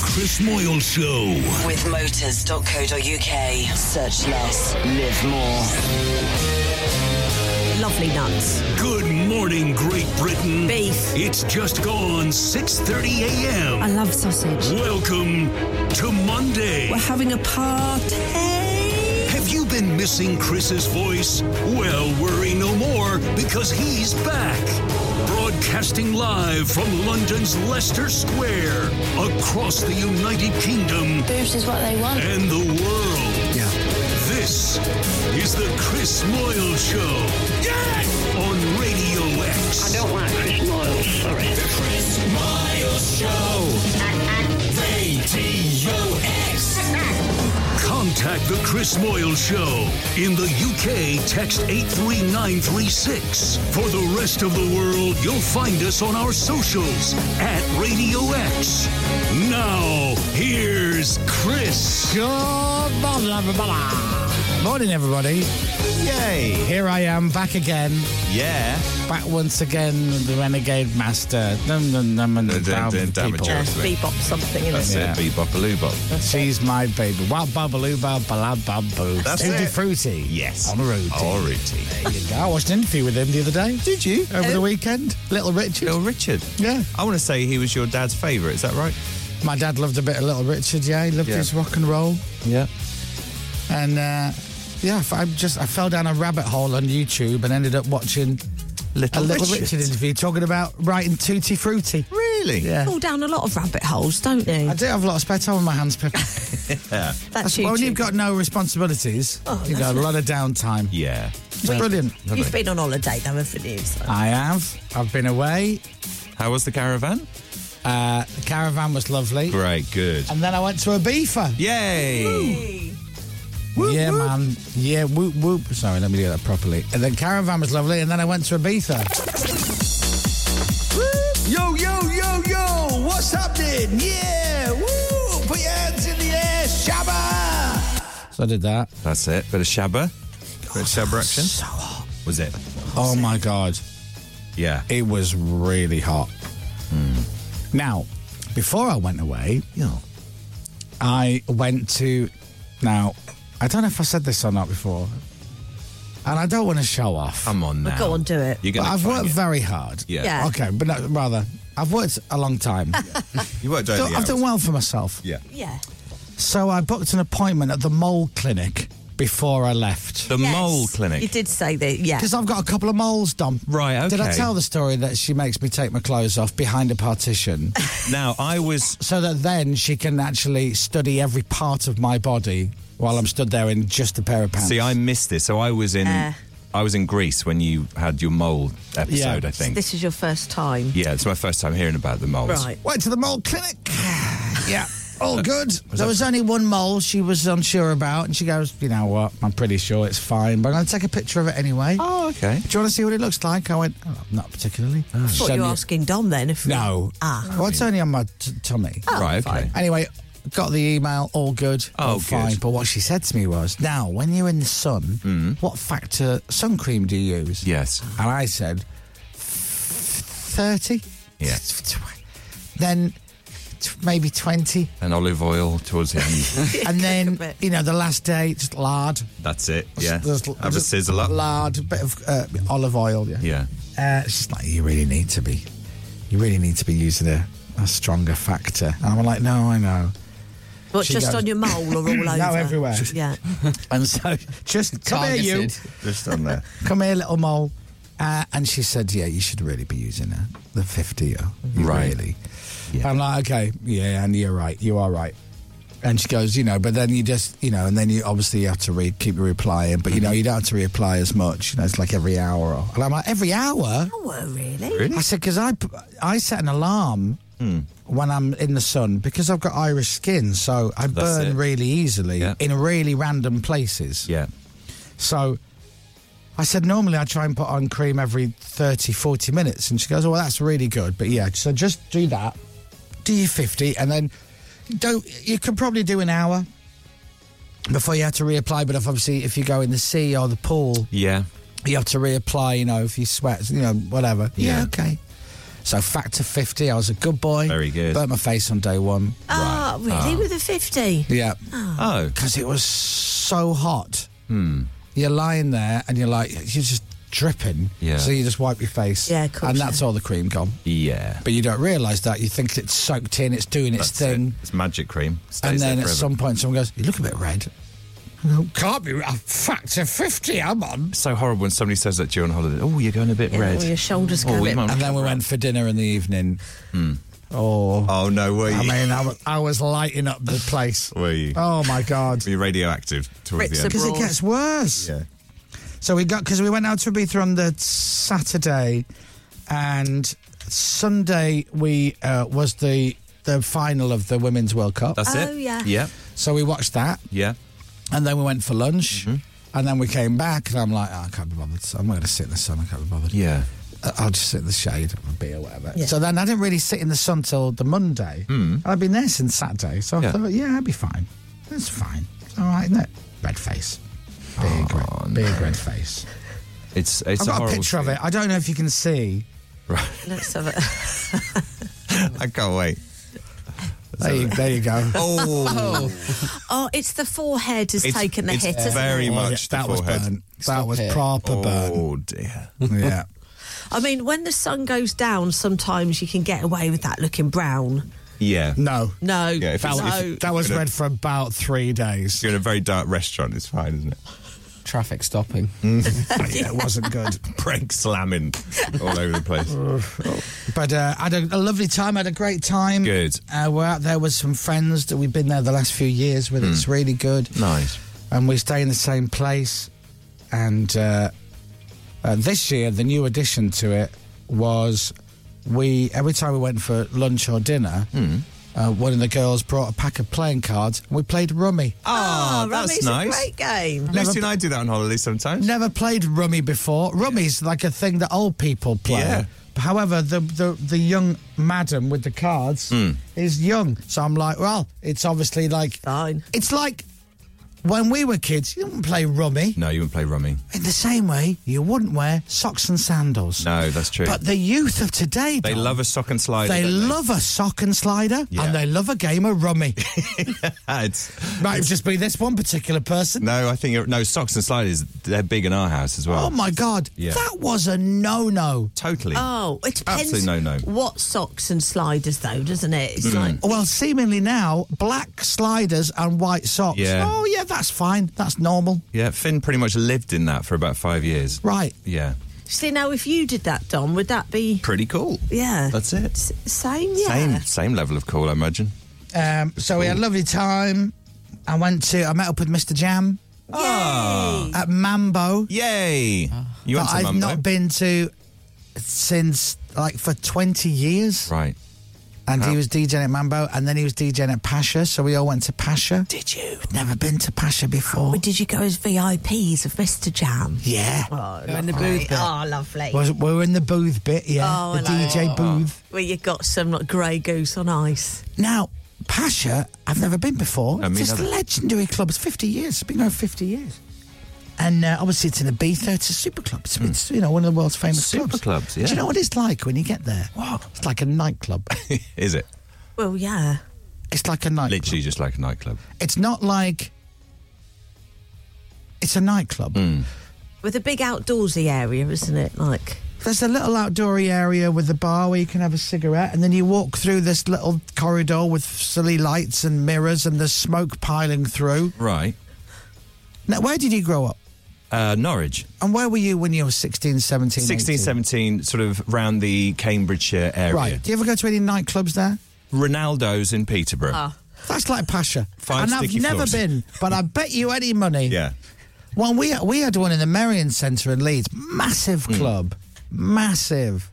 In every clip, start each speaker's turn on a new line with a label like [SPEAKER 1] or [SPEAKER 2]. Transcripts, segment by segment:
[SPEAKER 1] Chris Moyle Show.
[SPEAKER 2] With motors.co.uk. Search less, live more.
[SPEAKER 3] Lovely nuts.
[SPEAKER 1] Good morning, Great Britain.
[SPEAKER 3] Beef.
[SPEAKER 1] It's just gone 6:30 a.m.
[SPEAKER 3] I love sausage.
[SPEAKER 1] Welcome to Monday.
[SPEAKER 3] We're having a party
[SPEAKER 1] been missing Chris's voice? Well, worry no more because he's back. Broadcasting live from London's Leicester Square, across the United Kingdom.
[SPEAKER 4] Boobs is what they want.
[SPEAKER 1] And the world.
[SPEAKER 5] Yeah.
[SPEAKER 1] This is the Chris Moyle Show. Yes! On Radio X.
[SPEAKER 6] I don't like Chris Moyle, sorry.
[SPEAKER 1] The Chris Moyle Show. Radio X. Contact The Chris Moyle Show. In the UK, text 83936. For the rest of the world, you'll find us on our socials at Radio X. Now, here's Chris.
[SPEAKER 7] Good morning, everybody. Morning, everybody.
[SPEAKER 5] Yay.
[SPEAKER 7] Here I am, back again.
[SPEAKER 5] Yeah.
[SPEAKER 7] Back once again, the Renegade Master. Dum, dum, dum, dum,
[SPEAKER 5] dum, dum,
[SPEAKER 3] bebop something,
[SPEAKER 5] That's
[SPEAKER 3] isn't
[SPEAKER 5] it,
[SPEAKER 3] it?
[SPEAKER 5] bebop a loobop.
[SPEAKER 7] She's my baby. Wow, babaloo, babalababoo.
[SPEAKER 5] That's
[SPEAKER 7] Tutti
[SPEAKER 5] it.
[SPEAKER 7] fruity.
[SPEAKER 5] Yes.
[SPEAKER 7] On a route.
[SPEAKER 5] Alrighty.
[SPEAKER 7] There you go. I watched an interview with him the other day.
[SPEAKER 5] Did you?
[SPEAKER 7] Over the weekend. Little Richard.
[SPEAKER 5] Uh, Little Richard.
[SPEAKER 7] Yeah.
[SPEAKER 5] I want to say he was your dad's favourite, is that right?
[SPEAKER 7] My dad loved a bit of Little Richard, yeah. He loved
[SPEAKER 5] Yeah.
[SPEAKER 7] his rock and roll.
[SPEAKER 5] Yeah.
[SPEAKER 7] And uh, yeah, I just I fell down a rabbit hole on YouTube and ended up watching a
[SPEAKER 5] Little,
[SPEAKER 7] Little
[SPEAKER 5] Richard.
[SPEAKER 7] Richard, interview talking about writing Tutti Frutti.
[SPEAKER 5] Really?
[SPEAKER 7] Yeah.
[SPEAKER 3] Fall down a lot of rabbit holes, don't you?
[SPEAKER 7] I do have a lot of spare time on my hands, Pip.
[SPEAKER 3] That's
[SPEAKER 7] well, when
[SPEAKER 3] YouTube.
[SPEAKER 7] you've got no responsibilities, you've got a lot of downtime.
[SPEAKER 5] Oh, Yeah.
[SPEAKER 7] It's brilliant.
[SPEAKER 3] You've been on holiday, though, haven't you? So.
[SPEAKER 7] I have. I've been away.
[SPEAKER 5] How was the caravan?
[SPEAKER 7] Uh, the caravan was lovely.
[SPEAKER 5] Great, good.
[SPEAKER 7] And then I went to a beefer.
[SPEAKER 5] Yay.
[SPEAKER 7] yeah, man. Yeah, whoop, whoop. Sorry, let me do that properly. And then caravan was lovely, and then I went to Ibiza.
[SPEAKER 5] Yo, yo, yo, yo. What's happening? Yeah. Woo. Put your hands in the air. Shabba.
[SPEAKER 7] So I did that.
[SPEAKER 5] That's it. Bit of shabba. Bit of shabba action. So hot. Was it?
[SPEAKER 7] Oh my god,
[SPEAKER 5] Yeah.
[SPEAKER 7] it was really hot. Now, before I went away,
[SPEAKER 5] Hmm. Yeah.
[SPEAKER 7] I went to. Now, I don't know if I said this or not before, and I don't want to show off.
[SPEAKER 5] Come on now.
[SPEAKER 3] Go on, do it.
[SPEAKER 5] You're
[SPEAKER 7] but
[SPEAKER 5] gonna
[SPEAKER 7] I've
[SPEAKER 5] find
[SPEAKER 7] worked
[SPEAKER 5] it.
[SPEAKER 7] very hard.
[SPEAKER 5] Yeah.
[SPEAKER 3] Yeah.
[SPEAKER 7] Okay, but no, rather, I've worked a long time.
[SPEAKER 5] You worked
[SPEAKER 7] So
[SPEAKER 5] over the
[SPEAKER 7] I've done
[SPEAKER 5] hours.
[SPEAKER 7] well for myself.
[SPEAKER 5] Yeah.
[SPEAKER 3] Yeah.
[SPEAKER 7] So I booked an appointment at the mole clinic before I left.
[SPEAKER 5] The
[SPEAKER 3] Yes.
[SPEAKER 5] mole
[SPEAKER 3] You
[SPEAKER 5] clinic.
[SPEAKER 3] did say that, yeah.
[SPEAKER 7] Because I've got a couple of moles, Dom.
[SPEAKER 5] Right, okay.
[SPEAKER 7] Did I tell the story that she makes me take my clothes off behind a partition
[SPEAKER 5] Now, I was.
[SPEAKER 7] so that then she can actually study every part of my body while I'm stood there in just a pair of pants?
[SPEAKER 5] See, I missed this. So I was in.
[SPEAKER 3] Uh.
[SPEAKER 5] I was in Greece when you had your mole episode,
[SPEAKER 7] Yeah.
[SPEAKER 5] I think.
[SPEAKER 3] This is your first time.
[SPEAKER 5] yeah, it's my first time hearing about the moles.
[SPEAKER 3] Right.
[SPEAKER 7] Went to the mole clinic. yeah. All good. there was only one mole she was unsure about, and she goes, You know what? I'm pretty sure it's fine, but I'm going to take a picture of it anyway.
[SPEAKER 5] Oh, okay.
[SPEAKER 7] Do you want to see what it looks like? I went, oh, Not particularly. Oh.
[SPEAKER 3] I thought you were asking Dom then if
[SPEAKER 7] No.
[SPEAKER 3] Ah. Oh.
[SPEAKER 7] Well, it's only on my t- tummy.
[SPEAKER 5] right, okay.
[SPEAKER 7] Anyway, got the email, all good,
[SPEAKER 5] Oh,
[SPEAKER 7] all fine.
[SPEAKER 5] good.
[SPEAKER 7] But what she said to me was, now, when you're in the sun, what factor sun cream do you use?
[SPEAKER 5] Yes.
[SPEAKER 7] And I said, 30?
[SPEAKER 5] Yeah.
[SPEAKER 7] Then t- maybe 20.
[SPEAKER 5] And olive oil towards the end.
[SPEAKER 7] and
[SPEAKER 3] a
[SPEAKER 7] then,
[SPEAKER 3] bit.
[SPEAKER 7] you know, the last day, just lard.
[SPEAKER 5] That's it. Yeah.
[SPEAKER 7] Just-
[SPEAKER 5] Have a
[SPEAKER 7] just
[SPEAKER 5] sizzle up.
[SPEAKER 7] Lard, a bit of uh, olive oil. Yeah.
[SPEAKER 5] Yeah.
[SPEAKER 7] Uh, it's just like, you really need to be, you really need to be using a, a stronger factor. And I'm like, no, I know.
[SPEAKER 3] But
[SPEAKER 7] She
[SPEAKER 3] just
[SPEAKER 7] goes-
[SPEAKER 3] on your mole or all over?
[SPEAKER 7] No, everywhere.
[SPEAKER 3] Yeah.
[SPEAKER 7] And so just come here, you.
[SPEAKER 5] Just on there.
[SPEAKER 7] Come here, little mole. Uh, and she said, yeah, you should really be using her. The 50 -er. You
[SPEAKER 5] Right.
[SPEAKER 7] Really.
[SPEAKER 5] Yeah.
[SPEAKER 7] I'm like, okay, yeah, and you're right. You are right. And she goes, you know, but then you just, you know, and then you obviously you have to re- keep replying, but you
[SPEAKER 5] Mm-hmm.
[SPEAKER 7] know, you don't have to reply as much. You know, it's like every hour. Or, and I'm like, every hour?
[SPEAKER 3] Oh, really?
[SPEAKER 5] Really?
[SPEAKER 7] I said, because I, p- I set an alarm
[SPEAKER 5] Hmm.
[SPEAKER 7] when I'm in the sun because I've got Irish skin, so I burn
[SPEAKER 5] it.
[SPEAKER 7] really easily
[SPEAKER 5] Yeah.
[SPEAKER 7] in really random places.
[SPEAKER 5] Yeah.
[SPEAKER 7] So I said, normally I try and put on cream every 30, 40 minutes. And she goes, oh, well, that's really good. But yeah, so just do that. Do your 50 and then don't, you could probably do an hour before you have to reapply. But if obviously if you go in the sea or the pool,
[SPEAKER 5] Yeah.
[SPEAKER 7] you have to reapply, you know, if you sweat, you know, whatever. Yeah,
[SPEAKER 5] Yeah.
[SPEAKER 7] okay. So factor 50, I was a good boy.
[SPEAKER 5] Very good.
[SPEAKER 7] Burnt my face on day one.
[SPEAKER 3] Ah, Oh, really? With a 50?
[SPEAKER 7] Yeah.
[SPEAKER 4] Oh.
[SPEAKER 7] Because it was so hot.
[SPEAKER 4] Hmm.
[SPEAKER 7] You're lying there and you're like, you're just dripping.
[SPEAKER 4] Yeah.
[SPEAKER 7] So you just wipe your face.
[SPEAKER 3] Yeah, of course,
[SPEAKER 7] And that's
[SPEAKER 3] yeah.
[SPEAKER 7] all the cream gone.
[SPEAKER 4] Yeah.
[SPEAKER 7] But you don't realise that. You think it's soaked in, it's doing its
[SPEAKER 4] That's it.
[SPEAKER 7] thing.
[SPEAKER 4] It's magic cream. Stays
[SPEAKER 7] And
[SPEAKER 4] there
[SPEAKER 7] then at
[SPEAKER 4] forever.
[SPEAKER 7] some point, someone goes, You look a bit red. I go, Can't be a factor 50, I'm on.
[SPEAKER 4] It's so horrible when somebody says that to you on holiday. Oh, you're going a bit
[SPEAKER 3] Yeah,
[SPEAKER 4] red. Oh,
[SPEAKER 3] or your shoulders go a
[SPEAKER 4] we
[SPEAKER 3] bit-
[SPEAKER 4] might-
[SPEAKER 7] And then we went for dinner in the evening.
[SPEAKER 4] Hmm.
[SPEAKER 7] Oh.
[SPEAKER 4] Oh no, were you?
[SPEAKER 7] I mean, I was, I was lighting up the place.
[SPEAKER 4] Were you?
[SPEAKER 7] Oh, my God.
[SPEAKER 4] were you radioactive
[SPEAKER 3] Brits
[SPEAKER 4] towards the end?
[SPEAKER 3] are
[SPEAKER 7] Because it
[SPEAKER 3] Abroad.
[SPEAKER 7] gets worse.
[SPEAKER 4] Yeah.
[SPEAKER 7] So we got because we went out to Ibiza on the Saturday, and Sunday we uh, was the the final of the Women's World Cup.
[SPEAKER 4] That's it.
[SPEAKER 3] Oh, yeah.
[SPEAKER 4] Yeah.
[SPEAKER 7] so we watched that,
[SPEAKER 4] Yeah.
[SPEAKER 7] and then we went for lunch,
[SPEAKER 4] Mm-hmm.
[SPEAKER 7] and then we came back, and I'm like, "Oh, I can't be bothered. I'm not going to sit in the sun. I can't be bothered.
[SPEAKER 4] Yeah.
[SPEAKER 7] I- I'll just sit in the shade, have a beer, whatever.
[SPEAKER 3] Yeah.
[SPEAKER 7] So then I didn't really sit in the sun till the Monday. Mm. I'd been there since Saturday, so I
[SPEAKER 4] Yeah.
[SPEAKER 7] thought, yeah, I'd be fine. That's fine. It's all right, isn't it? Red face, big, red, big red face.
[SPEAKER 4] It's
[SPEAKER 7] I've
[SPEAKER 4] it's a
[SPEAKER 7] got a
[SPEAKER 4] horrible
[SPEAKER 7] picture of
[SPEAKER 4] feeling.
[SPEAKER 7] it. I don't know if you can see.
[SPEAKER 3] Let's have it.
[SPEAKER 4] I can't wait.
[SPEAKER 7] There you, there you go.
[SPEAKER 4] Oh,
[SPEAKER 3] Oh, it's the forehead has
[SPEAKER 4] It's-
[SPEAKER 3] taken the
[SPEAKER 4] it's
[SPEAKER 3] hit, isn't
[SPEAKER 4] very
[SPEAKER 3] it?
[SPEAKER 4] much
[SPEAKER 7] yeah,
[SPEAKER 4] the
[SPEAKER 7] that was
[SPEAKER 4] forehead.
[SPEAKER 7] burnt. That was proper burn.
[SPEAKER 4] oh dear.
[SPEAKER 7] Yeah.
[SPEAKER 3] I mean, when the sun goes down, sometimes you can get away with that looking brown.
[SPEAKER 4] Yeah.
[SPEAKER 7] No.
[SPEAKER 3] No,
[SPEAKER 4] Yeah, if it's-
[SPEAKER 3] no.
[SPEAKER 4] if it's-
[SPEAKER 7] That was
[SPEAKER 4] Gonna-
[SPEAKER 7] red for about three days.
[SPEAKER 4] You're in a very dark restaurant. It's fine, isn't it?
[SPEAKER 8] Traffic stopping.
[SPEAKER 7] yeah, it wasn't good.
[SPEAKER 4] Prank slamming all over the place.
[SPEAKER 7] But uh, I had a, a lovely time. I had a great time.
[SPEAKER 4] Good.
[SPEAKER 7] Uh, we're out there with some friends that we've been there the last few years with.
[SPEAKER 4] Hmm.
[SPEAKER 7] It's really good.
[SPEAKER 4] Nice.
[SPEAKER 7] And we stay in the same place. And uh, uh, this year, the new addition to it was we every time we went for lunch or dinner, uh, one of the girls brought a pack of playing cards and we played rummy.
[SPEAKER 4] Oh,
[SPEAKER 3] Rummy's
[SPEAKER 4] that's nice.
[SPEAKER 3] Ah, a great game.
[SPEAKER 4] Lucy and I do that on holiday sometimes.
[SPEAKER 7] Never played rummy before. Rummy's like a thing that old people play.
[SPEAKER 4] Yeah.
[SPEAKER 7] However, the, the the young madam with the cards is young, so I'm like, well, it's obviously like
[SPEAKER 3] Fine.
[SPEAKER 7] It's like when we were kids, you didn't play rummy
[SPEAKER 4] No, you wouldn't play rummy.
[SPEAKER 7] in the same way you wouldn't wear socks and sandals.
[SPEAKER 4] No, that's true.
[SPEAKER 7] But the youth of today,
[SPEAKER 4] they
[SPEAKER 7] Dom,
[SPEAKER 4] love a sock and slider.
[SPEAKER 7] They
[SPEAKER 4] don't
[SPEAKER 7] love a sock and slider,
[SPEAKER 4] Yeah.
[SPEAKER 7] and they love a game of rummy.
[SPEAKER 4] It's-
[SPEAKER 7] Might just be this one particular person.
[SPEAKER 4] no, I think you're- no socks and sliders. They're big in our house as well.
[SPEAKER 7] Oh my god,
[SPEAKER 4] Yeah.
[SPEAKER 7] that was a no-no.
[SPEAKER 4] Totally.
[SPEAKER 3] Oh, it depends
[SPEAKER 4] Absolutely no, Mm-hmm. no.
[SPEAKER 3] what socks and sliders, though, doesn't it? It's like,
[SPEAKER 7] Well, seemingly now, black sliders and white socks.
[SPEAKER 4] Yeah.
[SPEAKER 7] Oh yeah, that's fine. That's normal.
[SPEAKER 4] Yeah, Finn pretty much lived in that for about five years.
[SPEAKER 7] Right.
[SPEAKER 4] Yeah.
[SPEAKER 3] see, now if you did that, Don, would that be,
[SPEAKER 4] Pretty cool.
[SPEAKER 3] yeah.
[SPEAKER 4] That's it.
[SPEAKER 3] S- same, yeah.
[SPEAKER 4] Same same level of cool, I imagine.
[SPEAKER 7] Um, so we had a lovely time. I went to. I met up with Mr. Jam
[SPEAKER 4] Ah.
[SPEAKER 7] at Mambo.
[SPEAKER 4] Yay! You
[SPEAKER 7] that
[SPEAKER 4] went to
[SPEAKER 7] Uh, I've
[SPEAKER 4] Mambo.
[SPEAKER 7] not been to since like for 20 years.
[SPEAKER 4] Right.
[SPEAKER 7] And
[SPEAKER 4] Uh-huh.
[SPEAKER 7] he was DJing at Mambo and then he was DJing at Pasha. So we all went to Pasha.
[SPEAKER 3] Did you?
[SPEAKER 7] I'd never been to Pasha before.
[SPEAKER 3] Or did you go as VIPs of Mr. Jam?
[SPEAKER 7] Yeah.
[SPEAKER 3] Oh,
[SPEAKER 8] in the
[SPEAKER 3] lovely.
[SPEAKER 8] booth bit.
[SPEAKER 3] Oh, lovely.
[SPEAKER 7] Was, we were in the booth bit, yeah.
[SPEAKER 3] Oh,
[SPEAKER 7] the
[SPEAKER 3] hello.
[SPEAKER 7] DJ booth.
[SPEAKER 3] Where you got some like grey goose on ice.
[SPEAKER 7] Now, Pasha, I've never been before.
[SPEAKER 4] No, me
[SPEAKER 7] It's this
[SPEAKER 4] neither.
[SPEAKER 7] legendary club. It's 50 years. It's been going 50 years. And uh, obviously, it's in a Ibiza. It's a super club. It's, it's, you know one of the world's famous
[SPEAKER 4] Hmm. Super
[SPEAKER 7] clubs.
[SPEAKER 4] clubs,
[SPEAKER 7] Do
[SPEAKER 4] yeah.
[SPEAKER 7] you know what it's like when you get there? What? It's like a nightclub.
[SPEAKER 4] Is it?
[SPEAKER 3] Well, yeah.
[SPEAKER 7] it's like a nightclub.
[SPEAKER 4] Literally just like a nightclub.
[SPEAKER 7] It's not like it's a nightclub.
[SPEAKER 3] With a big outdoorsy area, isn't it? Like,
[SPEAKER 7] There's a little outdoory area with a bar where you can have a cigarette, and then you walk through this little corridor with silly lights and mirrors, and there's smoke piling through.
[SPEAKER 4] Right.
[SPEAKER 7] Now, where did you grow up?
[SPEAKER 4] Uh, Norwich.
[SPEAKER 7] And where were you when you were 16, 17,
[SPEAKER 4] 16,
[SPEAKER 7] 18?
[SPEAKER 4] 17, sort of round the Cambridgeshire area.
[SPEAKER 7] Right. Do you ever go to any nightclubs there?
[SPEAKER 4] Ronaldo's in Peterborough.
[SPEAKER 7] Ah. That's like Pasha.
[SPEAKER 4] Five
[SPEAKER 7] and I've
[SPEAKER 4] sticky
[SPEAKER 7] never
[SPEAKER 4] floors.
[SPEAKER 7] been, but I bet you any money.
[SPEAKER 4] Yeah.
[SPEAKER 7] Well, we we had one in the Merrion Centre in Leeds, massive
[SPEAKER 4] Hmm.
[SPEAKER 7] club, massive.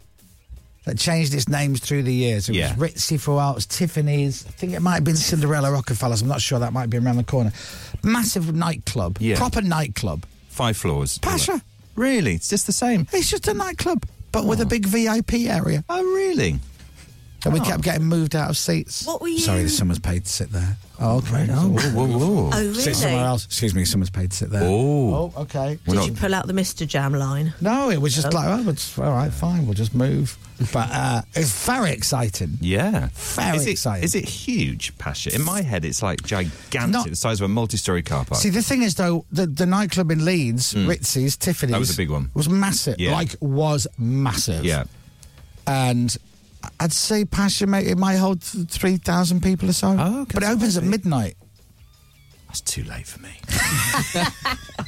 [SPEAKER 7] That changed its names through the years. It
[SPEAKER 4] Yeah.
[SPEAKER 7] was Ritzy throughout. It was Tiffany's. I think it might have been Cinderella Rockefellers. I'm not sure. That might be around the corner. Massive nightclub.
[SPEAKER 4] Yeah.
[SPEAKER 7] Proper nightclub.
[SPEAKER 4] Five floors.
[SPEAKER 7] Pasha.
[SPEAKER 4] Really? It's just the same.
[SPEAKER 7] It's just a nightclub, but with a big VIP area.
[SPEAKER 4] Oh, really? Oh.
[SPEAKER 7] And we kept getting moved out of seats.
[SPEAKER 3] What were you-
[SPEAKER 7] Sorry, someone's paid to sit there. Oh, okay. No.
[SPEAKER 4] Whoa, whoa,
[SPEAKER 3] Oh,
[SPEAKER 4] whoa.
[SPEAKER 3] really?
[SPEAKER 7] Sit somewhere else. Excuse me, someone's paid to sit there.
[SPEAKER 4] Oh.
[SPEAKER 7] Oh, okay.
[SPEAKER 4] We're
[SPEAKER 3] Did
[SPEAKER 4] not-
[SPEAKER 3] you pull out the Mr. Jam line?
[SPEAKER 7] No, it was just like, oh, it's all right, fine, we'll just move. But uh, it's very exciting.
[SPEAKER 4] Yeah.
[SPEAKER 7] Very
[SPEAKER 4] is it,
[SPEAKER 7] exciting.
[SPEAKER 4] Is it huge, Pasha? In my head, it's like gigantic,
[SPEAKER 7] Not-
[SPEAKER 4] the size of a multi-story car park.
[SPEAKER 7] See, the thing is, though, the, the nightclub in Leeds, Ritzy's, Tiffany's.
[SPEAKER 4] Hmm. That was a big one.
[SPEAKER 7] Was massive.
[SPEAKER 4] Yeah.
[SPEAKER 7] Like, was massive.
[SPEAKER 4] yeah.
[SPEAKER 7] And I'd say Passion, mate, it might hold 3,000 people or so.
[SPEAKER 4] Oh, okay.
[SPEAKER 7] But it opens at midnight.
[SPEAKER 4] That's too late for me.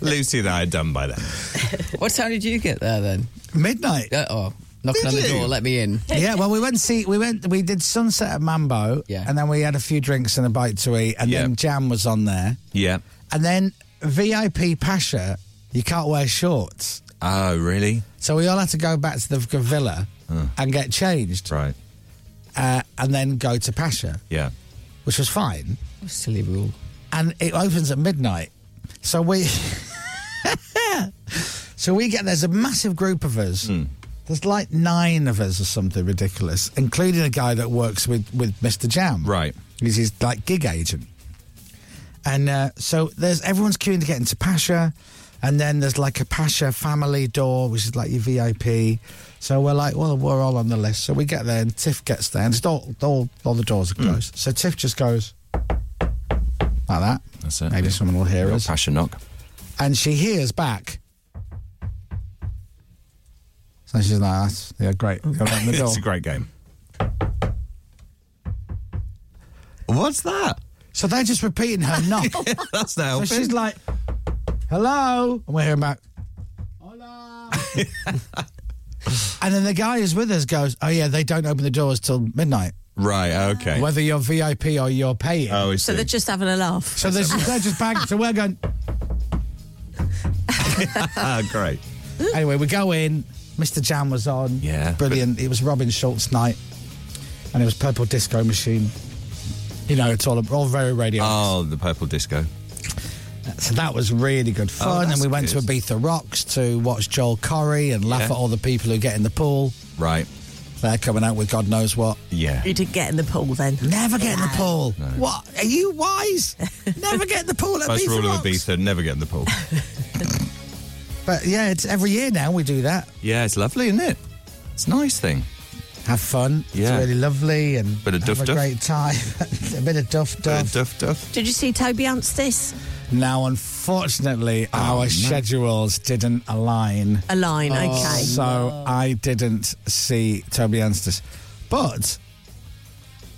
[SPEAKER 4] Lucy and I are done by then.
[SPEAKER 8] What time did you get there then?
[SPEAKER 7] Midnight?
[SPEAKER 8] Uh, oh, knocking
[SPEAKER 4] Did
[SPEAKER 8] on the
[SPEAKER 4] you?
[SPEAKER 8] door, let me in.
[SPEAKER 7] yeah, well, we went to see we went we did sunset at Mambo,
[SPEAKER 8] Yeah.
[SPEAKER 7] and then we had a few drinks and a bite to eat, and
[SPEAKER 4] Yeah.
[SPEAKER 7] then Jam was on there,
[SPEAKER 4] Yeah.
[SPEAKER 7] and then VIP Pasha, you can't wear shorts,
[SPEAKER 4] Oh, really?
[SPEAKER 7] so we all had to go back to the villa and get changed,
[SPEAKER 4] Right.
[SPEAKER 7] uh, and then go to Pasha,
[SPEAKER 4] Yeah.
[SPEAKER 7] which was fine,
[SPEAKER 8] Silly rule.
[SPEAKER 7] and it opens at midnight, so we, so we get there's a massive group of us.
[SPEAKER 4] Hmm.
[SPEAKER 7] There's like nine of us or something ridiculous, including a guy that works with, with Mr. Jam.
[SPEAKER 4] Right.
[SPEAKER 7] He's his like gig agent. And uh, so there's everyone's queuing to get into Pasha, and then there's like a Pasha family door, which is like your VIP. So we're like, well, we're all on the list. So we get there, and Tiff gets there, and it's all, all, all the doors are
[SPEAKER 4] Hmm.
[SPEAKER 7] closed. So Tiff just goes like that.
[SPEAKER 4] That's it.
[SPEAKER 7] Maybe someone will hear
[SPEAKER 4] Real
[SPEAKER 7] us.
[SPEAKER 4] Pasha knock.
[SPEAKER 7] And she hears back. So she's like, that's, yeah, great. Go right in the door.
[SPEAKER 4] It's a great game. What's that?
[SPEAKER 7] So they're just repeating her knock.
[SPEAKER 4] That's now.
[SPEAKER 7] So she's like, hello. And we're hearing back, hola. and then the guy who's with us goes, oh, yeah, they don't open the doors till midnight,
[SPEAKER 4] right. Okay.
[SPEAKER 7] whether you're VIP or you're paying.
[SPEAKER 4] oh, I
[SPEAKER 3] So
[SPEAKER 4] see.
[SPEAKER 3] they're just having a laugh.
[SPEAKER 7] So they're just, they're just back. So we're going,
[SPEAKER 4] ah, great.
[SPEAKER 7] anyway, we go in. Mr. Jam was on.
[SPEAKER 4] Yeah,
[SPEAKER 7] Brilliant. It was Robin Schultz night. And it was Purple Disco Machine. You know, it's all, all very radio.
[SPEAKER 4] Oh, the purple disco.
[SPEAKER 7] So that was really good fun. and
[SPEAKER 4] Oh, that's
[SPEAKER 7] we went
[SPEAKER 4] good.
[SPEAKER 7] to Ibiza Rocks to watch Joel Corry and laugh
[SPEAKER 4] Yeah.
[SPEAKER 7] at all the people who get in the pool.
[SPEAKER 4] Right.
[SPEAKER 7] They're coming out with God knows what.
[SPEAKER 4] Yeah.
[SPEAKER 3] You didn't get in the pool then.
[SPEAKER 7] Never get in the pool. What? Are you wise? Never get in the pool at
[SPEAKER 4] First
[SPEAKER 7] Ibiza
[SPEAKER 4] rule of
[SPEAKER 7] Rocks.
[SPEAKER 4] Ibiza: never get in the pool.
[SPEAKER 7] But yeah, it's every year now we do that.
[SPEAKER 4] yeah, it's lovely, isn't it? It's a nice thing.
[SPEAKER 7] Have fun.
[SPEAKER 4] Yeah.
[SPEAKER 7] It's really lovely and
[SPEAKER 4] Bit of
[SPEAKER 7] have
[SPEAKER 4] duff
[SPEAKER 7] a
[SPEAKER 4] duff.
[SPEAKER 7] great time. a bit of duff
[SPEAKER 4] Uh,
[SPEAKER 7] duff.
[SPEAKER 4] duff, duff.
[SPEAKER 3] Did you see Toby Anstis?
[SPEAKER 7] Now, unfortunately,
[SPEAKER 4] Oh,
[SPEAKER 7] our schedules didn't align.
[SPEAKER 3] A line, okay.
[SPEAKER 7] Oh, So I didn't see Toby Anstis. But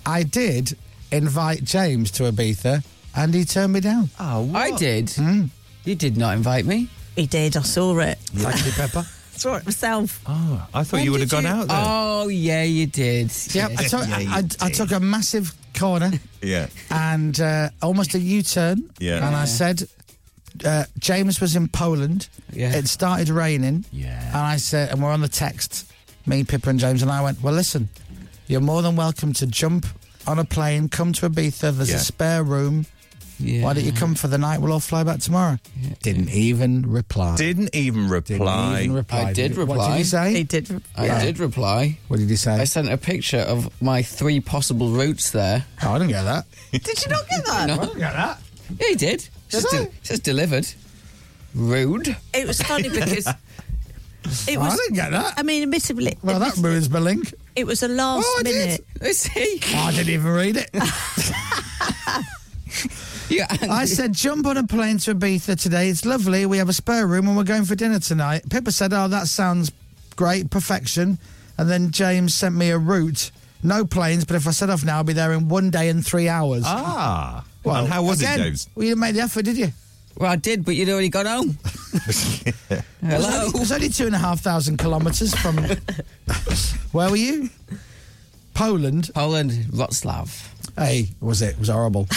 [SPEAKER 7] I did invite James to Ibiza and he turned me down.
[SPEAKER 8] I did. You did not invite me.
[SPEAKER 3] He did, I saw it.
[SPEAKER 7] Thank you, Pepper.
[SPEAKER 3] saw it myself.
[SPEAKER 4] Oh, I thought you would have gone out there.
[SPEAKER 8] Oh, yeah, you did.
[SPEAKER 7] Yep, I, took,
[SPEAKER 4] Yeah, you
[SPEAKER 7] I, I took a massive corner
[SPEAKER 4] Yeah.
[SPEAKER 7] and uh, almost a U turn.
[SPEAKER 4] Yeah.
[SPEAKER 7] And I said, uh, James was in Poland.
[SPEAKER 8] Yeah.
[SPEAKER 7] It started raining.
[SPEAKER 4] Yeah.
[SPEAKER 7] And I said, and we're on the text, me, Pippa, and James, and I went, well, listen, you're more than welcome to jump on a plane, come to Ibiza, there's
[SPEAKER 4] Yeah.
[SPEAKER 7] a spare room.
[SPEAKER 8] Yeah.
[SPEAKER 7] Why don't you come for the night? We'll all fly back tomorrow. Didn't even reply.
[SPEAKER 4] Didn't even
[SPEAKER 7] Didn't
[SPEAKER 4] reply.
[SPEAKER 7] even reply.
[SPEAKER 8] I did
[SPEAKER 7] What did
[SPEAKER 8] reply.
[SPEAKER 7] he
[SPEAKER 3] He
[SPEAKER 7] say?
[SPEAKER 3] did.
[SPEAKER 8] I did reply.
[SPEAKER 7] What did he say?
[SPEAKER 8] I sent a picture of my three possible routes there.
[SPEAKER 7] oh, I didn't get that.
[SPEAKER 3] Did you not get that?
[SPEAKER 7] I didn't get that.
[SPEAKER 8] Yeah, he did. Just,
[SPEAKER 7] I?
[SPEAKER 8] just delivered. Rude.
[SPEAKER 3] It was funny because it
[SPEAKER 7] I
[SPEAKER 3] was.
[SPEAKER 7] didn't get that.
[SPEAKER 3] I mean, admittedly,
[SPEAKER 7] Well, that ruins my link.
[SPEAKER 3] it was a last
[SPEAKER 7] Oh, I did. Oh,
[SPEAKER 3] minute.
[SPEAKER 8] Is he?
[SPEAKER 7] I didn't even read it.
[SPEAKER 8] Oh, You're angry.
[SPEAKER 7] I said, jump on a plane to Ibiza today. It's lovely. We have a spare room and we're going for dinner tonight. Pippa said, oh, that sounds great, perfection. And then James sent me a route. No planes, but if I set off now, I'll be there in one day and three hours.
[SPEAKER 4] Ah. and how was
[SPEAKER 7] again,
[SPEAKER 4] it, James?
[SPEAKER 7] Well, you didn't make the effort, did you?
[SPEAKER 8] Well, I did, but you'd already gone home. Hello.
[SPEAKER 7] It was only two and a half thousand kilometres from. Where were you? Poland.
[SPEAKER 8] Poland, Wroclaw.
[SPEAKER 7] Hey, was it? It was horrible.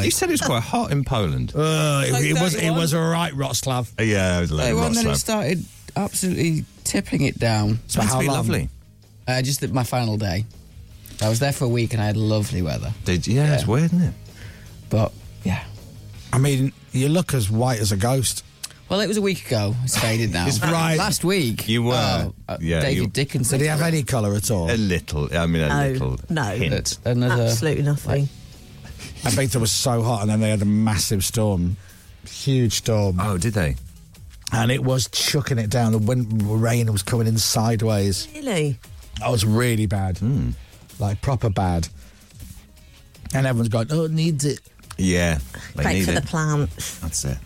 [SPEAKER 4] You said it was quite hot in Poland.
[SPEAKER 7] Uh, it,
[SPEAKER 8] Like
[SPEAKER 7] it was. It
[SPEAKER 8] 31.
[SPEAKER 7] was all right, Rostlav.
[SPEAKER 4] yeah, it was like
[SPEAKER 8] It
[SPEAKER 4] rock
[SPEAKER 8] and then it
[SPEAKER 4] slab.
[SPEAKER 8] started absolutely tipping it down.
[SPEAKER 4] It's meant
[SPEAKER 7] How
[SPEAKER 4] to be
[SPEAKER 7] long?
[SPEAKER 4] lovely.
[SPEAKER 8] Uh, just that my final day. I was there for a week and I had lovely weather.
[SPEAKER 4] Did, yeah, it's
[SPEAKER 8] Yeah.
[SPEAKER 4] weird, isn't it?
[SPEAKER 8] But yeah.
[SPEAKER 7] I mean, you look as white as a ghost.
[SPEAKER 8] Well, it was a week ago. It's faded now.
[SPEAKER 7] It's right.
[SPEAKER 8] Last week.
[SPEAKER 4] You were.
[SPEAKER 8] oh, uh,
[SPEAKER 4] Yeah,
[SPEAKER 8] David
[SPEAKER 4] you-
[SPEAKER 8] Dickinson.
[SPEAKER 7] Did
[SPEAKER 3] Uh,
[SPEAKER 7] he have any colour at all?
[SPEAKER 4] A little. I mean, a
[SPEAKER 3] No,
[SPEAKER 4] little
[SPEAKER 3] no.
[SPEAKER 4] hint.
[SPEAKER 8] Another
[SPEAKER 3] Absolutely nothing.
[SPEAKER 8] like,
[SPEAKER 7] Ibiza was so hot, and then they had a massive storm, huge storm,
[SPEAKER 4] Oh, did they?
[SPEAKER 7] and it was chucking it down. The wind, rain was coming in sideways.
[SPEAKER 3] Really?
[SPEAKER 7] That was really bad,
[SPEAKER 3] Hmm.
[SPEAKER 7] like proper bad. And everyone's going, "Oh, it needs it."
[SPEAKER 4] Yeah. They
[SPEAKER 3] Great
[SPEAKER 4] need
[SPEAKER 3] for
[SPEAKER 4] it.
[SPEAKER 3] the plants.
[SPEAKER 4] That's it.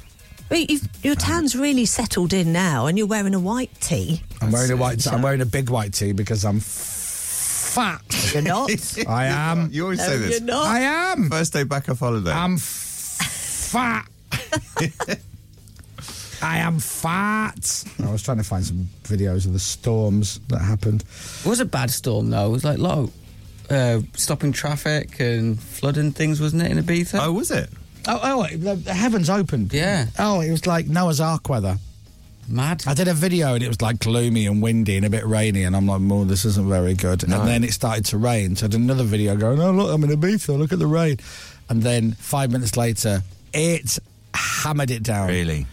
[SPEAKER 3] Well, you've, your tan's really settled in now, and you're wearing a white tee.
[SPEAKER 7] I'm wearing a white. T- I'm wearing a big white tee because I'm fat.
[SPEAKER 3] You're not.
[SPEAKER 7] I am.
[SPEAKER 4] You always
[SPEAKER 3] No,
[SPEAKER 4] say this.
[SPEAKER 3] you're not.
[SPEAKER 7] I am.
[SPEAKER 4] First day back off holiday.
[SPEAKER 7] I'm f- fat. I am fat. I was trying to find some videos of the storms that happened.
[SPEAKER 8] It was a bad storm though. It was like low, uh, stopping traffic and flooding things, wasn't it in Ibiza?
[SPEAKER 4] oh, was it?
[SPEAKER 7] Oh, oh, it- the, the heavens opened.
[SPEAKER 8] Yeah.
[SPEAKER 7] Oh, it was like Noah's Ark weather.
[SPEAKER 8] mad.
[SPEAKER 7] I did a video and it was like gloomy and windy and a bit rainy, and I'm like, "Well, this isn't very good." And then it started to rain, so I did another video going, "Oh look, I'm in Ibiza. Look at the rain." And then five minutes later, it hammered it down.
[SPEAKER 4] Really?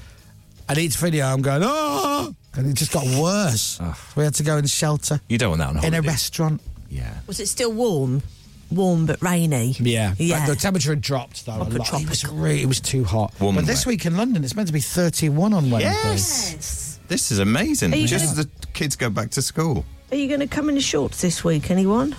[SPEAKER 7] And each video, I'm going, "Oh!" And it just got worse. We had to go in shelter
[SPEAKER 4] Ah. You don't want that on
[SPEAKER 7] in
[SPEAKER 4] holiday.
[SPEAKER 7] a restaurant.
[SPEAKER 4] Yeah.
[SPEAKER 3] Was it still warm? Warm but rainy.
[SPEAKER 7] Yeah,
[SPEAKER 3] Yeah.
[SPEAKER 7] But the temperature had dropped though.
[SPEAKER 3] Proper
[SPEAKER 7] a lot. It was
[SPEAKER 3] tropical.
[SPEAKER 7] really, it was too hot.
[SPEAKER 4] Warm
[SPEAKER 7] but
[SPEAKER 4] and
[SPEAKER 7] this
[SPEAKER 4] wet.
[SPEAKER 7] week in London, it's meant to be 31 on Wednesday.
[SPEAKER 3] Yes.
[SPEAKER 4] This is amazing.
[SPEAKER 3] Are you
[SPEAKER 4] Just as the kids go back to school.
[SPEAKER 3] Are you going to come in the shorts this week, anyone?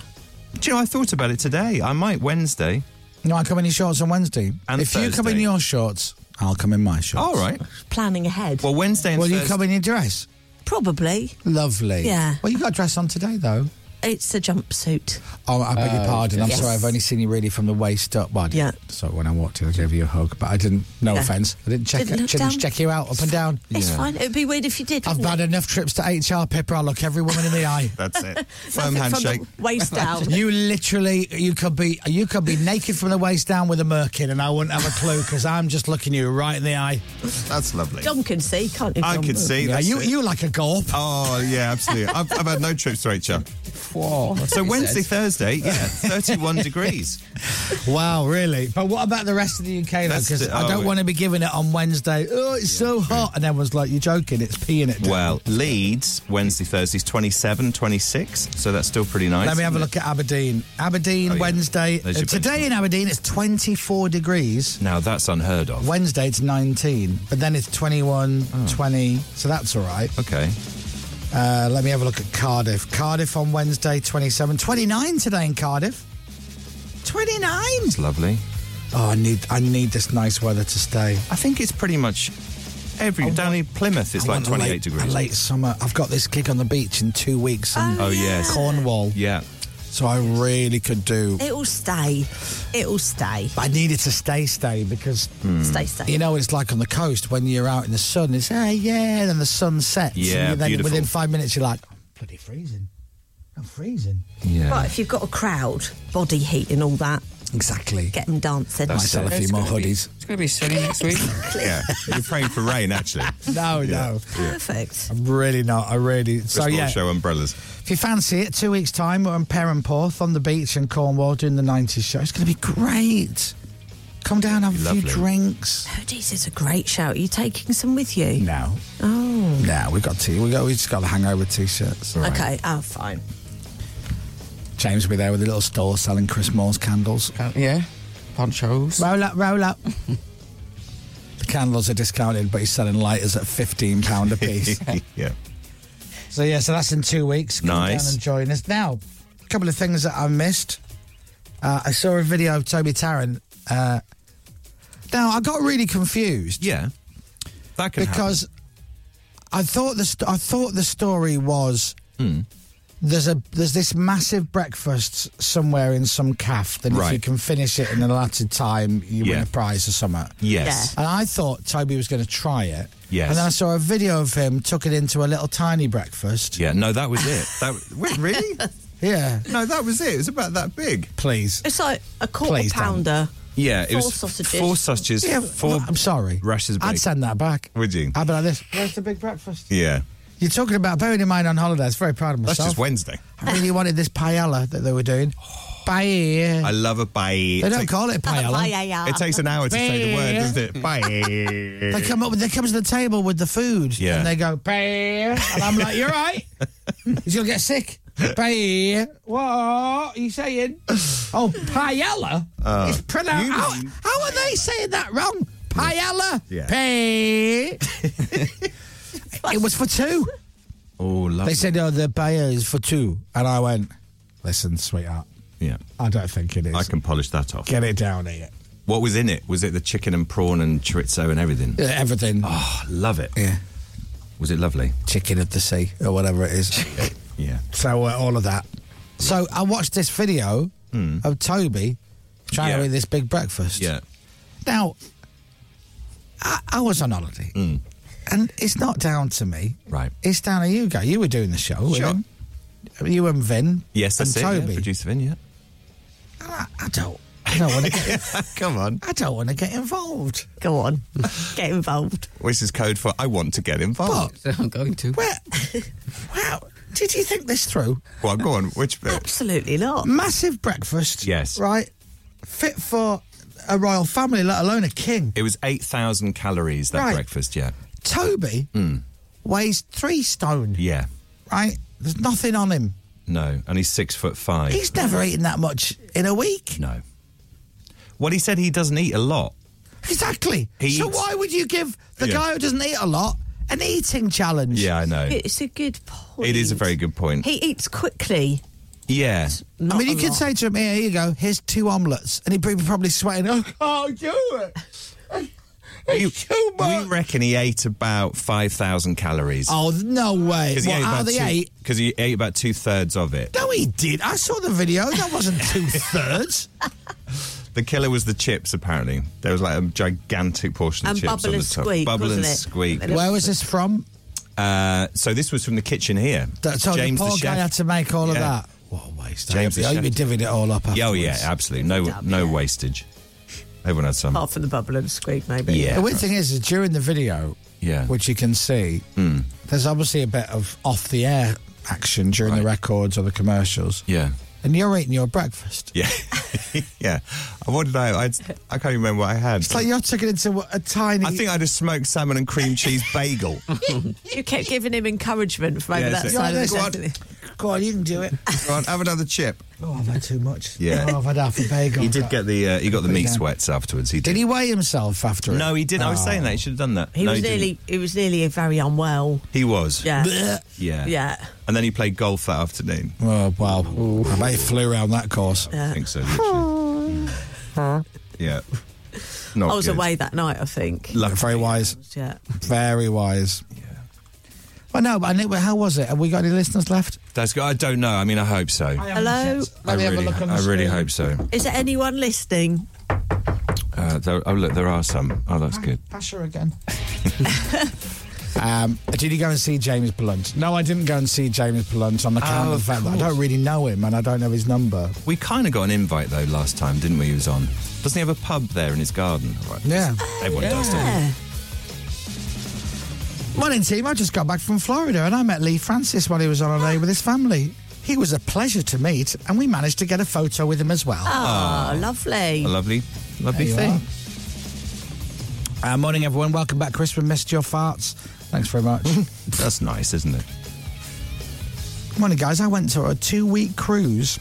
[SPEAKER 4] Do you know, I thought about it today. I might Wednesday.
[SPEAKER 7] No, I come in your shorts on Wednesday.
[SPEAKER 4] And
[SPEAKER 7] if you come in
[SPEAKER 4] Thursday.
[SPEAKER 7] your shorts, I'll come in my shorts.
[SPEAKER 4] All right.
[SPEAKER 3] Planning ahead.
[SPEAKER 4] Well, Wednesday and
[SPEAKER 7] Well, you
[SPEAKER 4] Thursday-
[SPEAKER 7] come in your dress.
[SPEAKER 3] Probably.
[SPEAKER 7] Lovely.
[SPEAKER 3] Yeah.
[SPEAKER 7] Well, you got a dress on today though.
[SPEAKER 3] It's a jumpsuit.
[SPEAKER 7] Oh, I beg your pardon. I'm
[SPEAKER 3] yes.
[SPEAKER 7] sorry. I've only seen you really from the waist up. Well, I didn't-
[SPEAKER 3] Yeah.
[SPEAKER 7] So when I walked in, I gave you a hug, but I didn't. No
[SPEAKER 3] Yeah.
[SPEAKER 7] offense. I didn't check.
[SPEAKER 3] Didn't look
[SPEAKER 7] didn't
[SPEAKER 3] down.
[SPEAKER 7] check you out up and down.
[SPEAKER 3] It's
[SPEAKER 4] Yeah.
[SPEAKER 3] fine. It would be weird if you did.
[SPEAKER 7] I've
[SPEAKER 3] wouldn't
[SPEAKER 7] had
[SPEAKER 3] it?
[SPEAKER 7] enough trips to HR Pipper. I look every woman in the eye.
[SPEAKER 4] That's it. Firm
[SPEAKER 3] Nothing
[SPEAKER 4] handshake.
[SPEAKER 3] From the waist down.
[SPEAKER 7] You literally, you could be, you could be naked from the waist down with a merkin, and I wouldn't have a clue because I'm just looking you right in the eye.
[SPEAKER 4] That's lovely.
[SPEAKER 3] John can see, can't you?
[SPEAKER 4] I
[SPEAKER 3] John?
[SPEAKER 4] can see.
[SPEAKER 7] Yeah,
[SPEAKER 4] that's
[SPEAKER 7] you,
[SPEAKER 4] it.
[SPEAKER 7] you like a gulp.
[SPEAKER 4] Oh yeah, absolutely. I've, I've had no trips to HR.
[SPEAKER 8] Whoa.
[SPEAKER 4] So
[SPEAKER 8] He
[SPEAKER 4] Wednesday,
[SPEAKER 8] says.
[SPEAKER 4] Thursday, yeah, thirty-one degrees.
[SPEAKER 7] Wow, really? But what about the rest of the UK though?
[SPEAKER 4] That's
[SPEAKER 7] Because
[SPEAKER 4] the-
[SPEAKER 7] I
[SPEAKER 4] oh,
[SPEAKER 7] don't
[SPEAKER 4] it-
[SPEAKER 7] want to be giving it on Wednesday. Oh, it's so hot, and everyone's like, "You're joking? It's peeing it." Down.
[SPEAKER 4] Well, Leeds Wednesday, Thursday's 27, 26. So that's still pretty nice.
[SPEAKER 7] Let me have a
[SPEAKER 4] isn't
[SPEAKER 7] look at Aberdeen. Aberdeen
[SPEAKER 4] Oh, yeah.
[SPEAKER 7] Wednesday.
[SPEAKER 4] There's your
[SPEAKER 7] uh, today in Aberdeen it's 24 degrees.
[SPEAKER 4] it? Now that's unheard of.
[SPEAKER 7] Wednesday it's 19, but then it's 21,
[SPEAKER 4] Oh.
[SPEAKER 7] 20. So that's all right.
[SPEAKER 4] Okay.
[SPEAKER 7] Uh, let me have a look at Cardiff. Cardiff on Wednesday, 27. 29 today in Cardiff. 29!
[SPEAKER 4] It's lovely.
[SPEAKER 7] Oh, I need I need this nice weather to stay.
[SPEAKER 4] I think it's pretty much every down in Plymouth. It's
[SPEAKER 7] I
[SPEAKER 4] like
[SPEAKER 7] want a
[SPEAKER 4] twenty-eight
[SPEAKER 7] late, A
[SPEAKER 4] degrees.
[SPEAKER 7] late summer. I've got this gig on the beach in two weeks in
[SPEAKER 4] Oh, yes.
[SPEAKER 7] Cornwall.
[SPEAKER 4] Yeah.
[SPEAKER 7] So I really could do.
[SPEAKER 3] It'll stay. It'll stay.
[SPEAKER 7] I needed to stay, stay because
[SPEAKER 4] Hmm.
[SPEAKER 3] Stay safe.
[SPEAKER 7] you know what it's like on the coast when you're out in the sun. It's ah yeah, and the sun sets. and
[SPEAKER 4] Yeah,
[SPEAKER 7] you- then
[SPEAKER 4] beautiful.
[SPEAKER 7] within five minutes you're like, I'm bloody freezing. I'm freezing.
[SPEAKER 4] Yeah.
[SPEAKER 3] But if you've got a crowd, body heat and all that,
[SPEAKER 7] Exactly.
[SPEAKER 3] get them dancing.
[SPEAKER 4] That's
[SPEAKER 7] myself a few
[SPEAKER 8] It's
[SPEAKER 7] more
[SPEAKER 8] gonna be-
[SPEAKER 7] hoodies.
[SPEAKER 8] It's going to be sunny next week.
[SPEAKER 4] Yeah. You're praying for rain, actually.
[SPEAKER 7] No, no.
[SPEAKER 3] Perfect.
[SPEAKER 7] I'm really not. I really. So
[SPEAKER 4] Just all
[SPEAKER 7] yeah,
[SPEAKER 4] show umbrellas.
[SPEAKER 7] if you fancy it, two weeks time we're on Perranporth on the beach in Cornwall doing the '90s show. It's going to be great. Come down, have a few
[SPEAKER 4] Lovely.
[SPEAKER 7] drinks.
[SPEAKER 3] Hoodies is a great shout. Are you taking some with you?
[SPEAKER 7] No. Oh. No, we got t. We got. We just got the hangover t-shirts.
[SPEAKER 3] Okay, oh, fine.
[SPEAKER 7] James will be there with a little store selling Chris Moore's candles.
[SPEAKER 8] yeah. Ponchos.
[SPEAKER 7] Roll up, roll up. the candles are discounted, but he's selling lighters at fifteen pound a piece.
[SPEAKER 4] yeah.
[SPEAKER 7] So yeah, so that's in two weeks. Come
[SPEAKER 4] Nice.
[SPEAKER 7] down and join us now. A couple of things that I missed. Uh, I saw a video of Toby Tarrant. Uh, now I got really confused
[SPEAKER 4] Yeah. That could
[SPEAKER 7] because I thought the st- I thought the story was
[SPEAKER 4] Hmm.
[SPEAKER 7] there's a there's this massive breakfast somewhere in some caff that if
[SPEAKER 4] Right.
[SPEAKER 7] you can finish it in an allotted time you win
[SPEAKER 4] Yeah.
[SPEAKER 7] a prize or something.
[SPEAKER 4] happen. Yes.
[SPEAKER 7] And I thought Toby was going to try it.
[SPEAKER 4] Yes.
[SPEAKER 7] And then I saw a video of him tucking into a little tiny breakfast.
[SPEAKER 4] Yeah. No, that was it. That w- wait, really?
[SPEAKER 7] Yeah.
[SPEAKER 4] No, that was it. It was about that big.
[SPEAKER 7] Please.
[SPEAKER 3] It's like a quarter
[SPEAKER 7] Please don't.
[SPEAKER 3] pounder.
[SPEAKER 4] Yeah, it
[SPEAKER 3] Four
[SPEAKER 4] was
[SPEAKER 3] sausages.
[SPEAKER 4] four sausages.
[SPEAKER 7] Yeah,
[SPEAKER 4] four.
[SPEAKER 7] I'm sorry.
[SPEAKER 4] Russia's
[SPEAKER 7] I'd
[SPEAKER 4] big.
[SPEAKER 7] send that back.
[SPEAKER 4] Would you?
[SPEAKER 7] I'd be like this. Where's the big breakfast?
[SPEAKER 4] Yeah,
[SPEAKER 7] You're talking about bearing in mind on holidays. Very proud of
[SPEAKER 4] that's
[SPEAKER 7] myself.
[SPEAKER 4] just Wednesday.
[SPEAKER 7] I really wanted this paella that they were doing. Paella.
[SPEAKER 4] I love a bite.
[SPEAKER 7] They don't call it
[SPEAKER 3] Aye,
[SPEAKER 7] paella.
[SPEAKER 3] aye, aye.
[SPEAKER 4] It takes an hour to say the word,
[SPEAKER 7] Paella.
[SPEAKER 4] doesn't it?
[SPEAKER 7] They
[SPEAKER 4] Bite.
[SPEAKER 7] come up. They come to the table with the food.
[SPEAKER 4] Yeah.
[SPEAKER 7] And they go paella, and I'm like, "You're right. He's gonna get sick." Pay. What are you saying? Oh, paella? it's pronounced.
[SPEAKER 4] Uh, you
[SPEAKER 7] How,
[SPEAKER 4] mean-
[SPEAKER 7] how are they saying that wrong? Paella?
[SPEAKER 4] Yeah.
[SPEAKER 7] Pay. it was for two.
[SPEAKER 4] Oh, lovely.
[SPEAKER 7] They said, oh, the paella is for two. And I went, listen, sweetheart,
[SPEAKER 4] yeah.
[SPEAKER 7] I don't think it is.
[SPEAKER 4] I can polish that off.
[SPEAKER 7] Get it down here.
[SPEAKER 4] What was in it? Was it the chicken and prawn and chorizo and everything?
[SPEAKER 7] Uh, Everything.
[SPEAKER 4] Oh, love it.
[SPEAKER 7] Yeah.
[SPEAKER 4] Was it lovely?
[SPEAKER 7] Chicken of the sea or whatever it is.
[SPEAKER 4] Yeah.
[SPEAKER 7] So uh, all of that. So I watched this video of Toby trying
[SPEAKER 4] Hmm. Yeah.
[SPEAKER 7] to eat this big breakfast.
[SPEAKER 4] Yeah.
[SPEAKER 7] Now, I, I was on holiday, and it's not down to me.
[SPEAKER 4] Hmm. Right.
[SPEAKER 7] It's down to you, guy. You were doing the show. with
[SPEAKER 4] Sure.
[SPEAKER 7] him. You and Vin.
[SPEAKER 4] Yes,
[SPEAKER 7] and
[SPEAKER 4] that's it.
[SPEAKER 7] Toby.
[SPEAKER 4] Yeah. Producer Vin, yeah.
[SPEAKER 7] I, I don't. I don't want to get.
[SPEAKER 4] Come on.
[SPEAKER 7] I don't want to get involved.
[SPEAKER 3] Go on, get involved.
[SPEAKER 4] This is code for I want to get involved.
[SPEAKER 8] So I'm going to.
[SPEAKER 7] Where? wow. Did you think this through?
[SPEAKER 4] Well, go on. Which bit?
[SPEAKER 3] Absolutely not.
[SPEAKER 7] Massive breakfast.
[SPEAKER 4] Yes.
[SPEAKER 7] Right. Fit for a royal family, let alone a king.
[SPEAKER 4] It was 8,000 calories, that
[SPEAKER 7] Right.
[SPEAKER 4] breakfast, yeah.
[SPEAKER 7] Toby weighs three stone,
[SPEAKER 4] Yeah.
[SPEAKER 7] right? There's nothing on him.
[SPEAKER 4] No. And he's six foot five.
[SPEAKER 7] He's never eaten that much in a week.
[SPEAKER 4] No. Well, he said he doesn't eat a lot.
[SPEAKER 7] Exactly.
[SPEAKER 4] He
[SPEAKER 7] so
[SPEAKER 4] eats-
[SPEAKER 7] why would you give the
[SPEAKER 4] Yeah.
[SPEAKER 7] guy who doesn't eat a lot an eating challenge?
[SPEAKER 4] Yeah, I know.
[SPEAKER 3] It's a good point.
[SPEAKER 4] It is a very good point.
[SPEAKER 3] He eats quickly.
[SPEAKER 4] yeah.
[SPEAKER 7] I
[SPEAKER 3] Not
[SPEAKER 7] mean,
[SPEAKER 3] a
[SPEAKER 7] you could
[SPEAKER 3] lot.
[SPEAKER 7] say to him, "Here, here you go. Here's two omelets," and he'd be probably sweating. Oh, I can't do it. It's too
[SPEAKER 4] We
[SPEAKER 7] much.
[SPEAKER 4] reckon he ate about 5,000 calories.
[SPEAKER 7] Oh, no way.
[SPEAKER 4] Because
[SPEAKER 7] What, out of the eight?
[SPEAKER 4] Because he ate about two thirds of it.
[SPEAKER 7] No, he did. I saw the video. That wasn't two thirds.
[SPEAKER 4] The killer was the chips, apparently. There was like a gigantic portion
[SPEAKER 3] And
[SPEAKER 4] of chips
[SPEAKER 3] bubble
[SPEAKER 4] on the
[SPEAKER 3] and
[SPEAKER 4] top.
[SPEAKER 3] squeak,
[SPEAKER 4] bubble and
[SPEAKER 3] wasn't it?
[SPEAKER 4] squeak.
[SPEAKER 3] And
[SPEAKER 7] Where was this from?
[SPEAKER 4] Uh, so this was from the kitchen here.
[SPEAKER 7] That, so
[SPEAKER 4] James
[SPEAKER 7] the poor
[SPEAKER 4] the
[SPEAKER 7] guy
[SPEAKER 4] chef.
[SPEAKER 7] had to make all of
[SPEAKER 4] Yeah.
[SPEAKER 7] that. What a waste.
[SPEAKER 4] James
[SPEAKER 7] I
[SPEAKER 4] the
[SPEAKER 7] hope you
[SPEAKER 4] chef.
[SPEAKER 7] divvied it all up afterwards.
[SPEAKER 4] Yeah, oh yeah, absolutely. No, no wastage. Everyone had
[SPEAKER 7] Oh,
[SPEAKER 4] some.
[SPEAKER 3] Apart from the bubble and squeak, maybe.
[SPEAKER 4] Yeah.
[SPEAKER 7] The weird thing is, is during the video,
[SPEAKER 4] Yeah. Hmm.
[SPEAKER 7] which you can see, there's obviously a bit of off the air action during the records or the commercials.
[SPEAKER 4] Yeah.
[SPEAKER 7] And you're eating your breakfast.
[SPEAKER 4] Yeah. yeah. What did I? I? I can't remember what I had.
[SPEAKER 7] It's like you're tucking into a tiny.
[SPEAKER 4] I think I just smoked salmon and cream cheese bagel.
[SPEAKER 3] You kept giving him encouragement from over
[SPEAKER 4] Yeah,
[SPEAKER 3] that
[SPEAKER 4] so-
[SPEAKER 3] side
[SPEAKER 7] Yeah,
[SPEAKER 3] of the
[SPEAKER 7] that's-
[SPEAKER 3] desk.
[SPEAKER 7] Go on, you can do it.
[SPEAKER 4] Go on, have another chip.
[SPEAKER 7] oh, I've had too much.
[SPEAKER 4] Yeah.
[SPEAKER 7] Oh, I've had half a bagel.
[SPEAKER 4] He did get the uh, he got the meat sweats afterwards. He did.
[SPEAKER 7] Did he weigh himself after it? Oh.
[SPEAKER 4] No, he didn't. I was saying that he should have done that.
[SPEAKER 3] He
[SPEAKER 4] No,
[SPEAKER 3] was
[SPEAKER 4] didn't.
[SPEAKER 3] nearly, he was nearly very unwell.
[SPEAKER 4] He was.
[SPEAKER 3] Yeah,
[SPEAKER 4] Yeah.
[SPEAKER 3] yeah.
[SPEAKER 4] And then he played golf that afternoon.
[SPEAKER 7] Oh, wow. I bet he flew around that course.
[SPEAKER 4] I
[SPEAKER 3] Yeah.
[SPEAKER 4] think so. Literally. yeah. Not
[SPEAKER 3] I was
[SPEAKER 4] good.
[SPEAKER 3] away that night, I think.
[SPEAKER 4] Lucky.
[SPEAKER 7] Very wise.
[SPEAKER 3] Yeah,
[SPEAKER 7] Very wise. Yeah. Well, no, but I think- well, how was it? Have we got any listeners left?
[SPEAKER 4] That's good. I don't know. I mean, I hope so. I,
[SPEAKER 3] Hello?
[SPEAKER 7] Let me have a
[SPEAKER 4] really,
[SPEAKER 7] look on the
[SPEAKER 4] I really
[SPEAKER 7] screen.
[SPEAKER 4] hope so.
[SPEAKER 3] is there anyone listening?
[SPEAKER 4] Uh, there, oh look, there are some. Oh, that's good.
[SPEAKER 7] Pasher again. um, did you go and see James Blunt? No, I didn't go and see James Blunt on the count
[SPEAKER 4] Oh,
[SPEAKER 7] of
[SPEAKER 4] of
[SPEAKER 7] the fact that I don't really know him and I don't know his number.
[SPEAKER 4] We kind of got an invite though last time, didn't we? He was on. Doesn't he have a pub there in his garden? Right.
[SPEAKER 7] Yeah.
[SPEAKER 4] Everyone does. Don't they?
[SPEAKER 3] Yeah.
[SPEAKER 7] Morning, team. I just got back from Florida and I met Lee Francis while he was on holiday with his family. He was a pleasure to meet and we managed to get a photo with him as well.
[SPEAKER 4] Ah.
[SPEAKER 3] Oh, lovely.
[SPEAKER 4] A lovely, lovely
[SPEAKER 7] There you
[SPEAKER 4] thing.
[SPEAKER 7] are. Uh, morning, everyone. Welcome back, Chris. We missed your farts. Thanks very much.
[SPEAKER 4] That's nice, isn't it?
[SPEAKER 7] morning, guys. I went to a two-week cruise.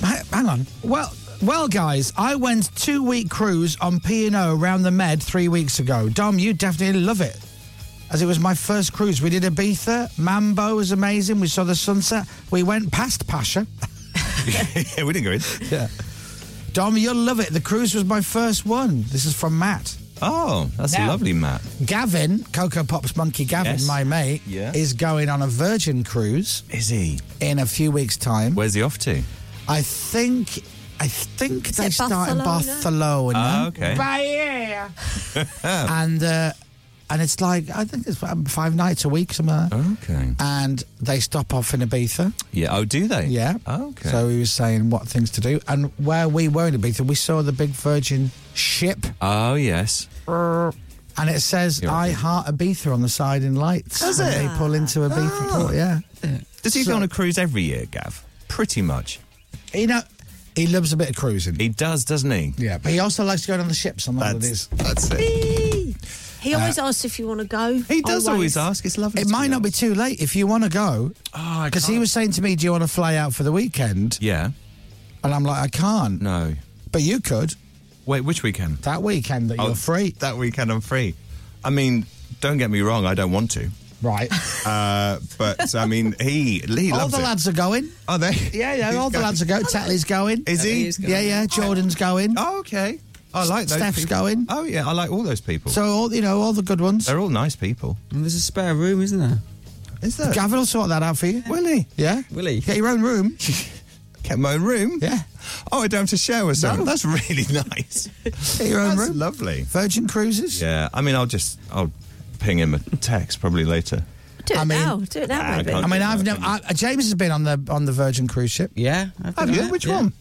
[SPEAKER 7] Ha- Hang on. Well, well, guys, I went two-week cruise on P and O around the Med three weeks ago. Dom, you definitely love it. As it was my first cruise, we did Ibiza. Mambo was amazing. We saw the sunset. We went past Pasha.
[SPEAKER 4] yeah, we didn't go in.
[SPEAKER 7] Dom, you'll love it. The cruise was my first one. This is from Matt.
[SPEAKER 4] Oh, that's
[SPEAKER 7] Now-
[SPEAKER 4] lovely, Matt.
[SPEAKER 7] Gavin, Coco Pop's monkey Gavin,
[SPEAKER 4] Yes.
[SPEAKER 7] my mate,
[SPEAKER 4] Yeah.
[SPEAKER 7] is going on a Virgin cruise
[SPEAKER 4] Is he?
[SPEAKER 7] in a few weeks' time.
[SPEAKER 4] Where's he off to?
[SPEAKER 7] I think, I think they
[SPEAKER 3] it
[SPEAKER 7] start in Barcelona.
[SPEAKER 3] Barcelona?
[SPEAKER 4] Ah, okay.
[SPEAKER 7] Bahia. and uh, and it's like I think it's um, five nights a week somewhere.
[SPEAKER 4] Oh. Okay.
[SPEAKER 7] And they stop off in Ibiza.
[SPEAKER 4] Yeah. Oh, do they?
[SPEAKER 7] Yeah.
[SPEAKER 4] Okay.
[SPEAKER 7] So he was saying what things to do, and where we were in Ibiza, we saw the big Virgin ship,
[SPEAKER 4] Oh yes.
[SPEAKER 7] and it says
[SPEAKER 4] You're
[SPEAKER 7] "I
[SPEAKER 4] right.
[SPEAKER 7] heart Ibiza" on the side in lights. Does
[SPEAKER 4] it?
[SPEAKER 7] They pull into Ibiza port. Yeah.
[SPEAKER 4] Does he go on a cruise every year, Gav? Pretty much.
[SPEAKER 7] You know, he loves a bit of cruising.
[SPEAKER 4] He does, doesn't he?
[SPEAKER 7] yeah, but he also likes going on the ships on the holidays.
[SPEAKER 4] that's it.
[SPEAKER 3] He always asks if you want to go.
[SPEAKER 4] Uh, He does always ask. It's lovely.
[SPEAKER 7] It might not be too late if you want to go.
[SPEAKER 4] Oh, I
[SPEAKER 7] Because he
[SPEAKER 4] can't-
[SPEAKER 7] was saying to me, Do you want to fly out for the weekend?
[SPEAKER 4] Yeah.
[SPEAKER 7] And I'm like, I can't.
[SPEAKER 4] No.
[SPEAKER 7] But you could
[SPEAKER 4] Wait, which weekend?
[SPEAKER 7] that weekend that
[SPEAKER 4] Oh.
[SPEAKER 7] you're free.
[SPEAKER 4] That weekend I'm free. I mean, don't get me wrong. I don't want to.
[SPEAKER 7] Right.
[SPEAKER 4] Uh, but I mean, he he
[SPEAKER 7] all
[SPEAKER 4] loves
[SPEAKER 7] the
[SPEAKER 4] it.
[SPEAKER 7] lads are going.
[SPEAKER 4] Are they?
[SPEAKER 7] Yeah, yeah,
[SPEAKER 4] He's
[SPEAKER 7] all the
[SPEAKER 4] going.
[SPEAKER 7] lads are going. Tetley's going.
[SPEAKER 4] Is he?
[SPEAKER 8] He is going.
[SPEAKER 7] Yeah, yeah. Jordan's going.
[SPEAKER 4] Oh, okay. I like those.
[SPEAKER 7] Steph's
[SPEAKER 4] people.
[SPEAKER 7] going.
[SPEAKER 4] Oh yeah, I like all those people.
[SPEAKER 7] So, all, you know, all the good ones.
[SPEAKER 4] they're all nice people.
[SPEAKER 8] And there's a spare room, isn't there?
[SPEAKER 4] Is there?
[SPEAKER 7] Gavin will sort that out for you.
[SPEAKER 4] Will he?
[SPEAKER 7] Yeah?
[SPEAKER 8] Will he?
[SPEAKER 7] Get your own room.
[SPEAKER 4] Kept my own room.
[SPEAKER 7] Yeah.
[SPEAKER 4] Oh, I don't have to share with someone. That's really nice.
[SPEAKER 7] Get your own
[SPEAKER 4] That's
[SPEAKER 7] room.
[SPEAKER 4] lovely.
[SPEAKER 7] Virgin Cruises.
[SPEAKER 4] Yeah. I mean, I'll just I'll ping him a text probably later.
[SPEAKER 3] Do it
[SPEAKER 7] I mean-
[SPEAKER 3] now. Do it now,
[SPEAKER 4] I
[SPEAKER 3] maybe.
[SPEAKER 4] can't-
[SPEAKER 7] I mean, I've never. I, James has been on the on the Virgin cruise ship.
[SPEAKER 8] Yeah. I've been on
[SPEAKER 4] Have you?
[SPEAKER 8] that,
[SPEAKER 4] Which
[SPEAKER 8] yeah.
[SPEAKER 4] one?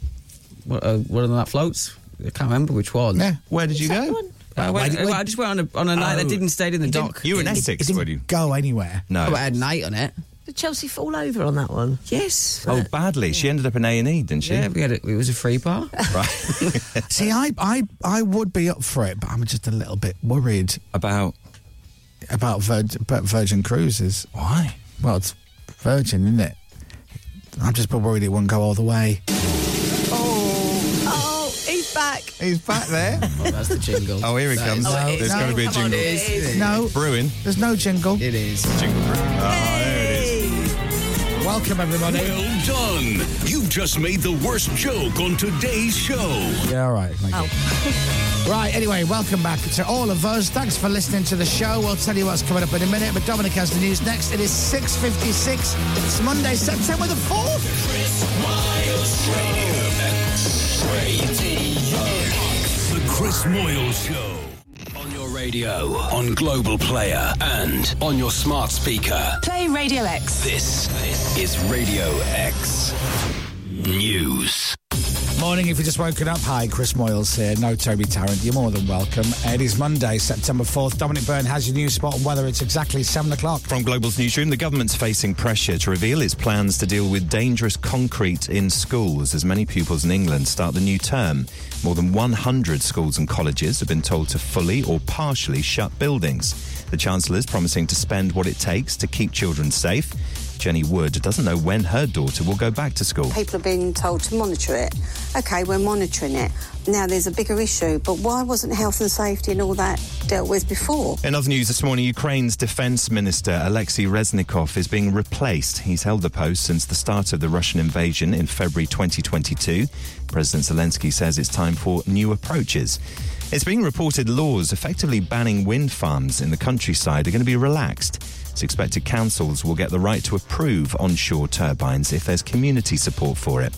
[SPEAKER 8] What, uh, one of that floats? I can't remember which one.
[SPEAKER 7] Yeah.
[SPEAKER 4] Where did you
[SPEAKER 3] Is that
[SPEAKER 4] go?
[SPEAKER 3] one?
[SPEAKER 8] I, went,
[SPEAKER 7] Why- why-
[SPEAKER 8] I just went on a, on a night that
[SPEAKER 4] Oh.
[SPEAKER 8] didn't stay in the dock.
[SPEAKER 4] You were in
[SPEAKER 7] It
[SPEAKER 4] Essex, were you?
[SPEAKER 7] didn't go anywhere.
[SPEAKER 4] No.
[SPEAKER 8] Oh, I had night on it.
[SPEAKER 3] Did Chelsea fall over on that one?
[SPEAKER 8] Yes.
[SPEAKER 4] Oh, badly. She ended up in A and E, didn't she?
[SPEAKER 8] Yeah, we had it. It was a free bar.
[SPEAKER 4] Right.
[SPEAKER 7] See, I, I I would be up for it, but I'm just a little bit worried
[SPEAKER 4] About
[SPEAKER 7] about Virgin, about Virgin Cruises.
[SPEAKER 4] why?
[SPEAKER 7] Well, it's Virgin, isn't it? I'm just a bit worried it won't go all the way.
[SPEAKER 3] Oh, he's back.
[SPEAKER 4] He's back there.
[SPEAKER 8] Oh, that's the jingle.
[SPEAKER 4] oh, here he
[SPEAKER 8] That
[SPEAKER 4] comes.
[SPEAKER 8] is-
[SPEAKER 7] it is.
[SPEAKER 4] There's going to be a
[SPEAKER 3] Come on,
[SPEAKER 4] jingle.
[SPEAKER 3] it is.
[SPEAKER 7] No,
[SPEAKER 4] Brewing.
[SPEAKER 7] there's no jingle.
[SPEAKER 8] It is.
[SPEAKER 4] Jingle. Oh, there it is.
[SPEAKER 7] Welcome everybody.
[SPEAKER 1] Well done. You've just made the worst joke on today's show.
[SPEAKER 7] Yeah, all right. thank you. Right, anyway, welcome back to all of us. Thanks for listening to the show. We'll tell you what's coming up in a minute, but Dominic has the news next. It is 6.56. It's Monday, September the 4th.
[SPEAKER 1] The Chris Moyle Show.
[SPEAKER 9] On your radio, on Global Player, and on your smart speaker.
[SPEAKER 2] Play Radio X.
[SPEAKER 9] This is Radio X News.
[SPEAKER 7] Morning, if you just woken up. Hi, Chris Moyles here. No, Toby Tarrant. You're more than welcome. It is Monday, September 4th. Dominic Byrne has your news spot on weather. It's exactly 7 o'clock.
[SPEAKER 4] From Global's newsroom, the government's facing pressure to reveal its plans to deal with dangerous concrete in schools as many pupils in England start the new term. More than 100 schools and colleges have been told to fully or partially shut buildings. The Chancellor is promising to spend what it takes to keep children safe. Jenny Wood doesn't know when her daughter will go back to school.
[SPEAKER 10] People are being told to monitor it. Okay, we're monitoring it. Now there's a bigger issue, but why wasn't health and safety and all that dealt with before?
[SPEAKER 4] In other news this morning, Ukraine's defense minister Alexei Reznikov is being replaced. He's held the post since the start of the Russian invasion in February 2022. President Zelensky says it's time for new approaches. It's being reported laws effectively banning wind farms in the countryside are going to be relaxed. It's expected councils will get the right to approve onshore turbines if there's community support for it.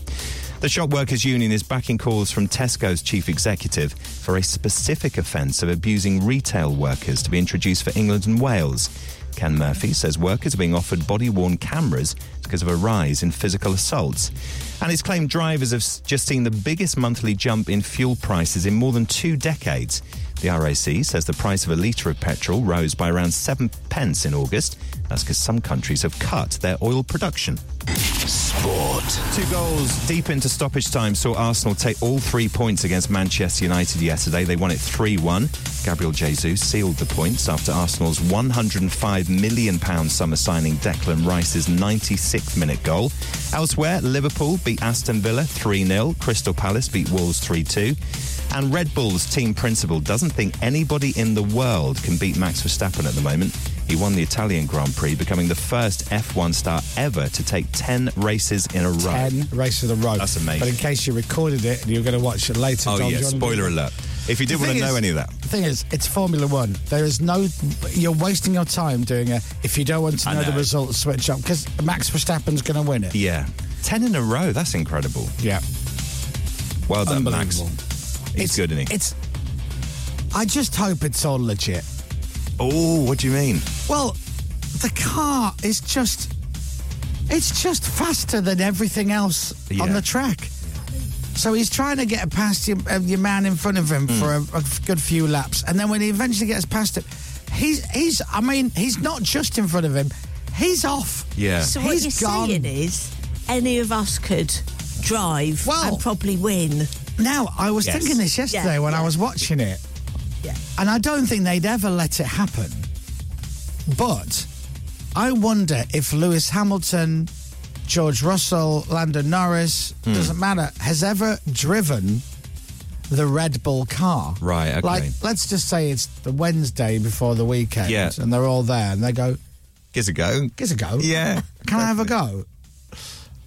[SPEAKER 4] The Shop Workers Union is backing calls from Tesco's chief executive for a specific offence of abusing retail workers to be introduced for England and Wales. Ken Murphy says workers are being offered body worn cameras because of a rise in physical assaults. And it's claimed drivers have s- just seen the biggest monthly jump in fuel prices in more than two decades. The RAC says the price of a litre of petrol rose by around seven pence in August. That's because some countries have cut their oil production.
[SPEAKER 9] Sport.
[SPEAKER 4] Two goals deep into stoppage time saw Arsenal take all three points against Manchester United yesterday. They won it 3 1. Gabriel Jesus sealed the points after Arsenal's £105 million summer signing Declan Rice's 96th minute goal. Elsewhere, Liverpool beat Aston Villa 3 0. Crystal Palace beat Wolves 3 2. And Red Bull's team principal doesn't think anybody in the world can beat Max Verstappen at the moment. He won the Italian Grand Prix, becoming the first F1 star ever to take 10 races in a row.
[SPEAKER 7] 10 races of the road.
[SPEAKER 4] That's amazing.
[SPEAKER 7] But in case you recorded it and you're going to watch it later,
[SPEAKER 4] Oh,
[SPEAKER 7] Dom, do
[SPEAKER 4] yeah,
[SPEAKER 7] you wanna do that?
[SPEAKER 4] spoiler alert. If you
[SPEAKER 7] The
[SPEAKER 4] did want to
[SPEAKER 7] thing
[SPEAKER 4] know
[SPEAKER 7] is-
[SPEAKER 4] any of that,
[SPEAKER 7] The thing is, it's Formula One. There is no. You're wasting your time doing it. If you don't want to
[SPEAKER 4] I
[SPEAKER 7] know, the
[SPEAKER 4] know.
[SPEAKER 7] result, switch up because Max Verstappen's going to win it.
[SPEAKER 4] yeah. 10 in a row, that's incredible.
[SPEAKER 7] Yeah.
[SPEAKER 4] Well done, Max.
[SPEAKER 7] Unbelievable.
[SPEAKER 4] He's
[SPEAKER 7] it's
[SPEAKER 4] good, isn't he?
[SPEAKER 7] It's. I just hope it's all legit.
[SPEAKER 4] Oh, what do you mean?
[SPEAKER 7] Well, the car is just. It's just faster than everything else on
[SPEAKER 4] Yeah.
[SPEAKER 7] the track. So he's trying to get past your, uh, your man in front of him
[SPEAKER 4] Hmm.
[SPEAKER 7] for a, a good few laps, and then when he eventually gets past him, he's he's. I mean, he's not just in front of him; he's off.
[SPEAKER 4] Yeah.
[SPEAKER 3] So what
[SPEAKER 7] He's
[SPEAKER 3] you're
[SPEAKER 7] gone.
[SPEAKER 3] saying is, any of us could drive
[SPEAKER 7] Well-
[SPEAKER 3] and probably win.
[SPEAKER 7] Now, I was
[SPEAKER 4] Yes.
[SPEAKER 7] thinking this yesterday
[SPEAKER 3] Yeah,
[SPEAKER 7] when I
[SPEAKER 3] yeah.
[SPEAKER 7] was watching it.
[SPEAKER 3] Yeah.
[SPEAKER 7] And I don't think they'd ever let it happen. But I wonder if Lewis Hamilton, George Russell, Lando Norris,
[SPEAKER 4] Hmm.
[SPEAKER 7] doesn't matter, has ever driven the Red Bull car.
[SPEAKER 4] Right, okay.
[SPEAKER 7] Like, let's just say it's the Wednesday before the weekend
[SPEAKER 4] Yeah.
[SPEAKER 7] and they're all there and they go,
[SPEAKER 4] Gives a go.
[SPEAKER 7] Gives a go.
[SPEAKER 4] Yeah.
[SPEAKER 7] Can I have a go?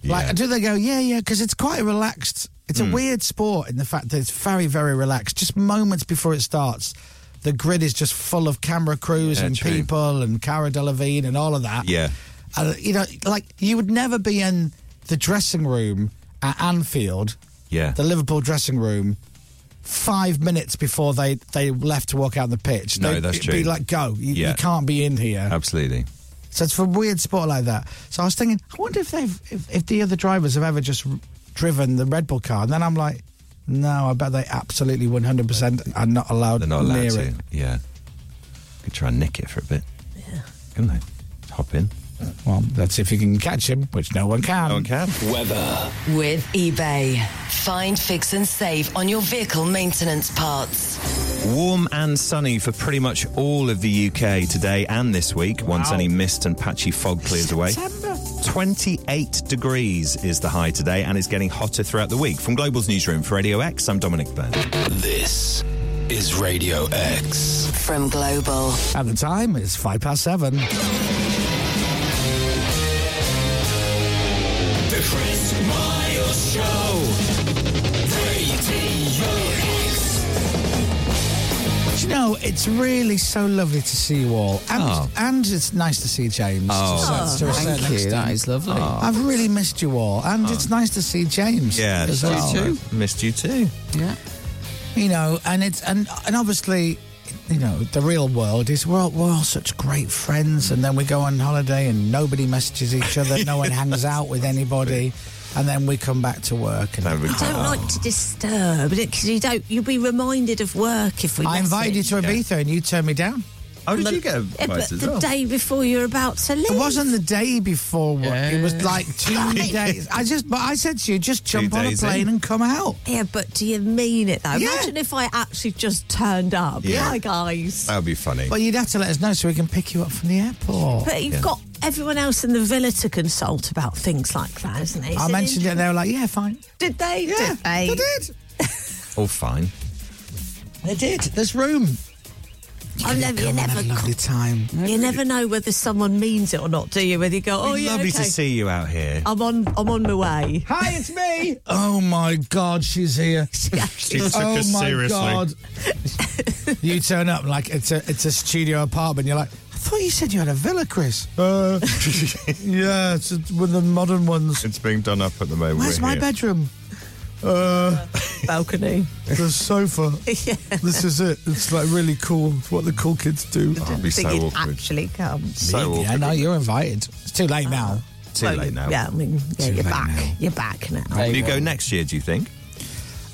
[SPEAKER 7] Like, do they go, yeah, yeah, because it's quite relaxed. It's
[SPEAKER 4] Mm.
[SPEAKER 7] a weird sport in the fact that it's very, very relaxed. Just moments before it starts, the grid is just full of camera crews
[SPEAKER 4] Yeah,
[SPEAKER 7] and
[SPEAKER 4] true.
[SPEAKER 7] people and Cara Delevingne and all of that.
[SPEAKER 4] Yeah.
[SPEAKER 7] And, you know, like, you would never be in the dressing room at Anfield,
[SPEAKER 4] Yeah.
[SPEAKER 7] the Liverpool dressing room, five minutes before they, they left to walk out on the pitch.
[SPEAKER 4] No,
[SPEAKER 7] They'd
[SPEAKER 4] that's
[SPEAKER 7] be
[SPEAKER 4] true.
[SPEAKER 7] like, go. You,
[SPEAKER 4] Yeah.
[SPEAKER 7] you can't be in here.
[SPEAKER 4] Absolutely.
[SPEAKER 7] So it's for a weird sport like that. So I was thinking, I wonder if they've if, if the other drivers have ever just r- driven the Red Bull car. And then I'm like, no, I bet they absolutely 100% are not allowed
[SPEAKER 4] They're not allowed
[SPEAKER 7] near
[SPEAKER 4] to.
[SPEAKER 7] it.
[SPEAKER 4] Yeah. Could try and nick it for a bit. Yeah. Couldn't they? Hop in.
[SPEAKER 7] Well, that's if you can catch him, which no one can. No one
[SPEAKER 4] can. Weather.
[SPEAKER 2] With eBay. Find, fix, and save on your vehicle maintenance parts.
[SPEAKER 4] Warm and sunny for pretty much all of the UK today and this week, once any mist and patchy fog clears away. 28 degrees is the high today, and it's getting hotter throughout the week. From Global's newsroom for Radio X, I'm Dominic Byrne.
[SPEAKER 9] This is Radio X.
[SPEAKER 2] From Global.
[SPEAKER 7] At the time, it's five past seven.
[SPEAKER 9] The Chris Miles Show. Radio X.
[SPEAKER 7] Do you know, it's really so lovely to see you all. And,
[SPEAKER 8] Oh.
[SPEAKER 7] and it's nice to see James.
[SPEAKER 8] Oh.
[SPEAKER 7] to a cer- to a
[SPEAKER 8] Thank
[SPEAKER 7] certain
[SPEAKER 8] you,
[SPEAKER 7] extent.
[SPEAKER 8] that is lovely. Oh.
[SPEAKER 7] I've really missed you all. And it's nice to see James.
[SPEAKER 4] Yeah,
[SPEAKER 7] as well.
[SPEAKER 11] Oh,
[SPEAKER 4] Missed you too.
[SPEAKER 8] Yeah.
[SPEAKER 7] you know, and it's and and obviously, you know, the real world is we're all, we're all such great friends, and then we go on holiday and nobody messages each other, no one hangs out with anybody, and then we come back to work. And
[SPEAKER 3] I don't like to disturb it because you don't. You'll be reminded of work if we.
[SPEAKER 7] I invited you to Ibiza and you turned me down.
[SPEAKER 4] Oh, did
[SPEAKER 3] The-
[SPEAKER 4] you get
[SPEAKER 3] Yeah, but
[SPEAKER 4] invited as
[SPEAKER 3] the
[SPEAKER 4] well?
[SPEAKER 3] day before you're about to leave.
[SPEAKER 7] It wasn't the day before. What, It was like two
[SPEAKER 3] Right.
[SPEAKER 7] days. I just, but I said to you, just jump on a
[SPEAKER 3] days
[SPEAKER 7] plane
[SPEAKER 3] in.
[SPEAKER 7] and come out.
[SPEAKER 3] Yeah, but do you mean it though?
[SPEAKER 7] Yeah.
[SPEAKER 3] Imagine if I actually just turned up.
[SPEAKER 7] Yeah.
[SPEAKER 3] Hi guys.
[SPEAKER 4] That would be
[SPEAKER 3] Oh,
[SPEAKER 4] funny.
[SPEAKER 7] Well, you'd have to let us know so we can pick you up from the airport.
[SPEAKER 3] But you've got everyone else in the villa to consult about things like that, isn't it?
[SPEAKER 7] I
[SPEAKER 3] Isn't
[SPEAKER 7] mentioned it, and they were like, "Yeah, fine."
[SPEAKER 3] Did they?
[SPEAKER 7] Yeah,
[SPEAKER 3] did they?
[SPEAKER 7] they did.
[SPEAKER 4] All fine.
[SPEAKER 7] They did. There's room.
[SPEAKER 3] I never, you never,
[SPEAKER 7] Lovely time.
[SPEAKER 3] you never know whether someone means it or not, do you? Whether you go, oh yeah,
[SPEAKER 4] Lovely
[SPEAKER 3] okay.
[SPEAKER 4] to see you out here.
[SPEAKER 3] I'm on, I'm on my way.
[SPEAKER 7] Hi, it's me. Oh my God, she's here.
[SPEAKER 4] She took
[SPEAKER 7] oh
[SPEAKER 4] us
[SPEAKER 7] my
[SPEAKER 4] seriously.
[SPEAKER 7] God. you turn up like it's a it's a studio apartment. You're like, I thought you said you had a villa, Chris. Uh, yeah, it's one of the modern ones.
[SPEAKER 4] It's being done up at the moment.
[SPEAKER 7] Where's
[SPEAKER 4] We're
[SPEAKER 7] my
[SPEAKER 4] here.
[SPEAKER 7] bedroom? Uh,
[SPEAKER 3] Balcony.
[SPEAKER 7] the sofa. This is it. It's like really cool. It's what the cool kids do.
[SPEAKER 4] That'd be so
[SPEAKER 3] Think it
[SPEAKER 4] awkward.
[SPEAKER 3] actually comes.
[SPEAKER 4] So awkward.
[SPEAKER 7] yeah, no, you're invited. It's too late now.
[SPEAKER 4] Too late now.
[SPEAKER 3] Yeah, I mean, yeah,
[SPEAKER 7] Too
[SPEAKER 3] you're
[SPEAKER 7] late
[SPEAKER 3] back.
[SPEAKER 7] now.
[SPEAKER 3] You're back now.
[SPEAKER 4] Will you go next year, do you think?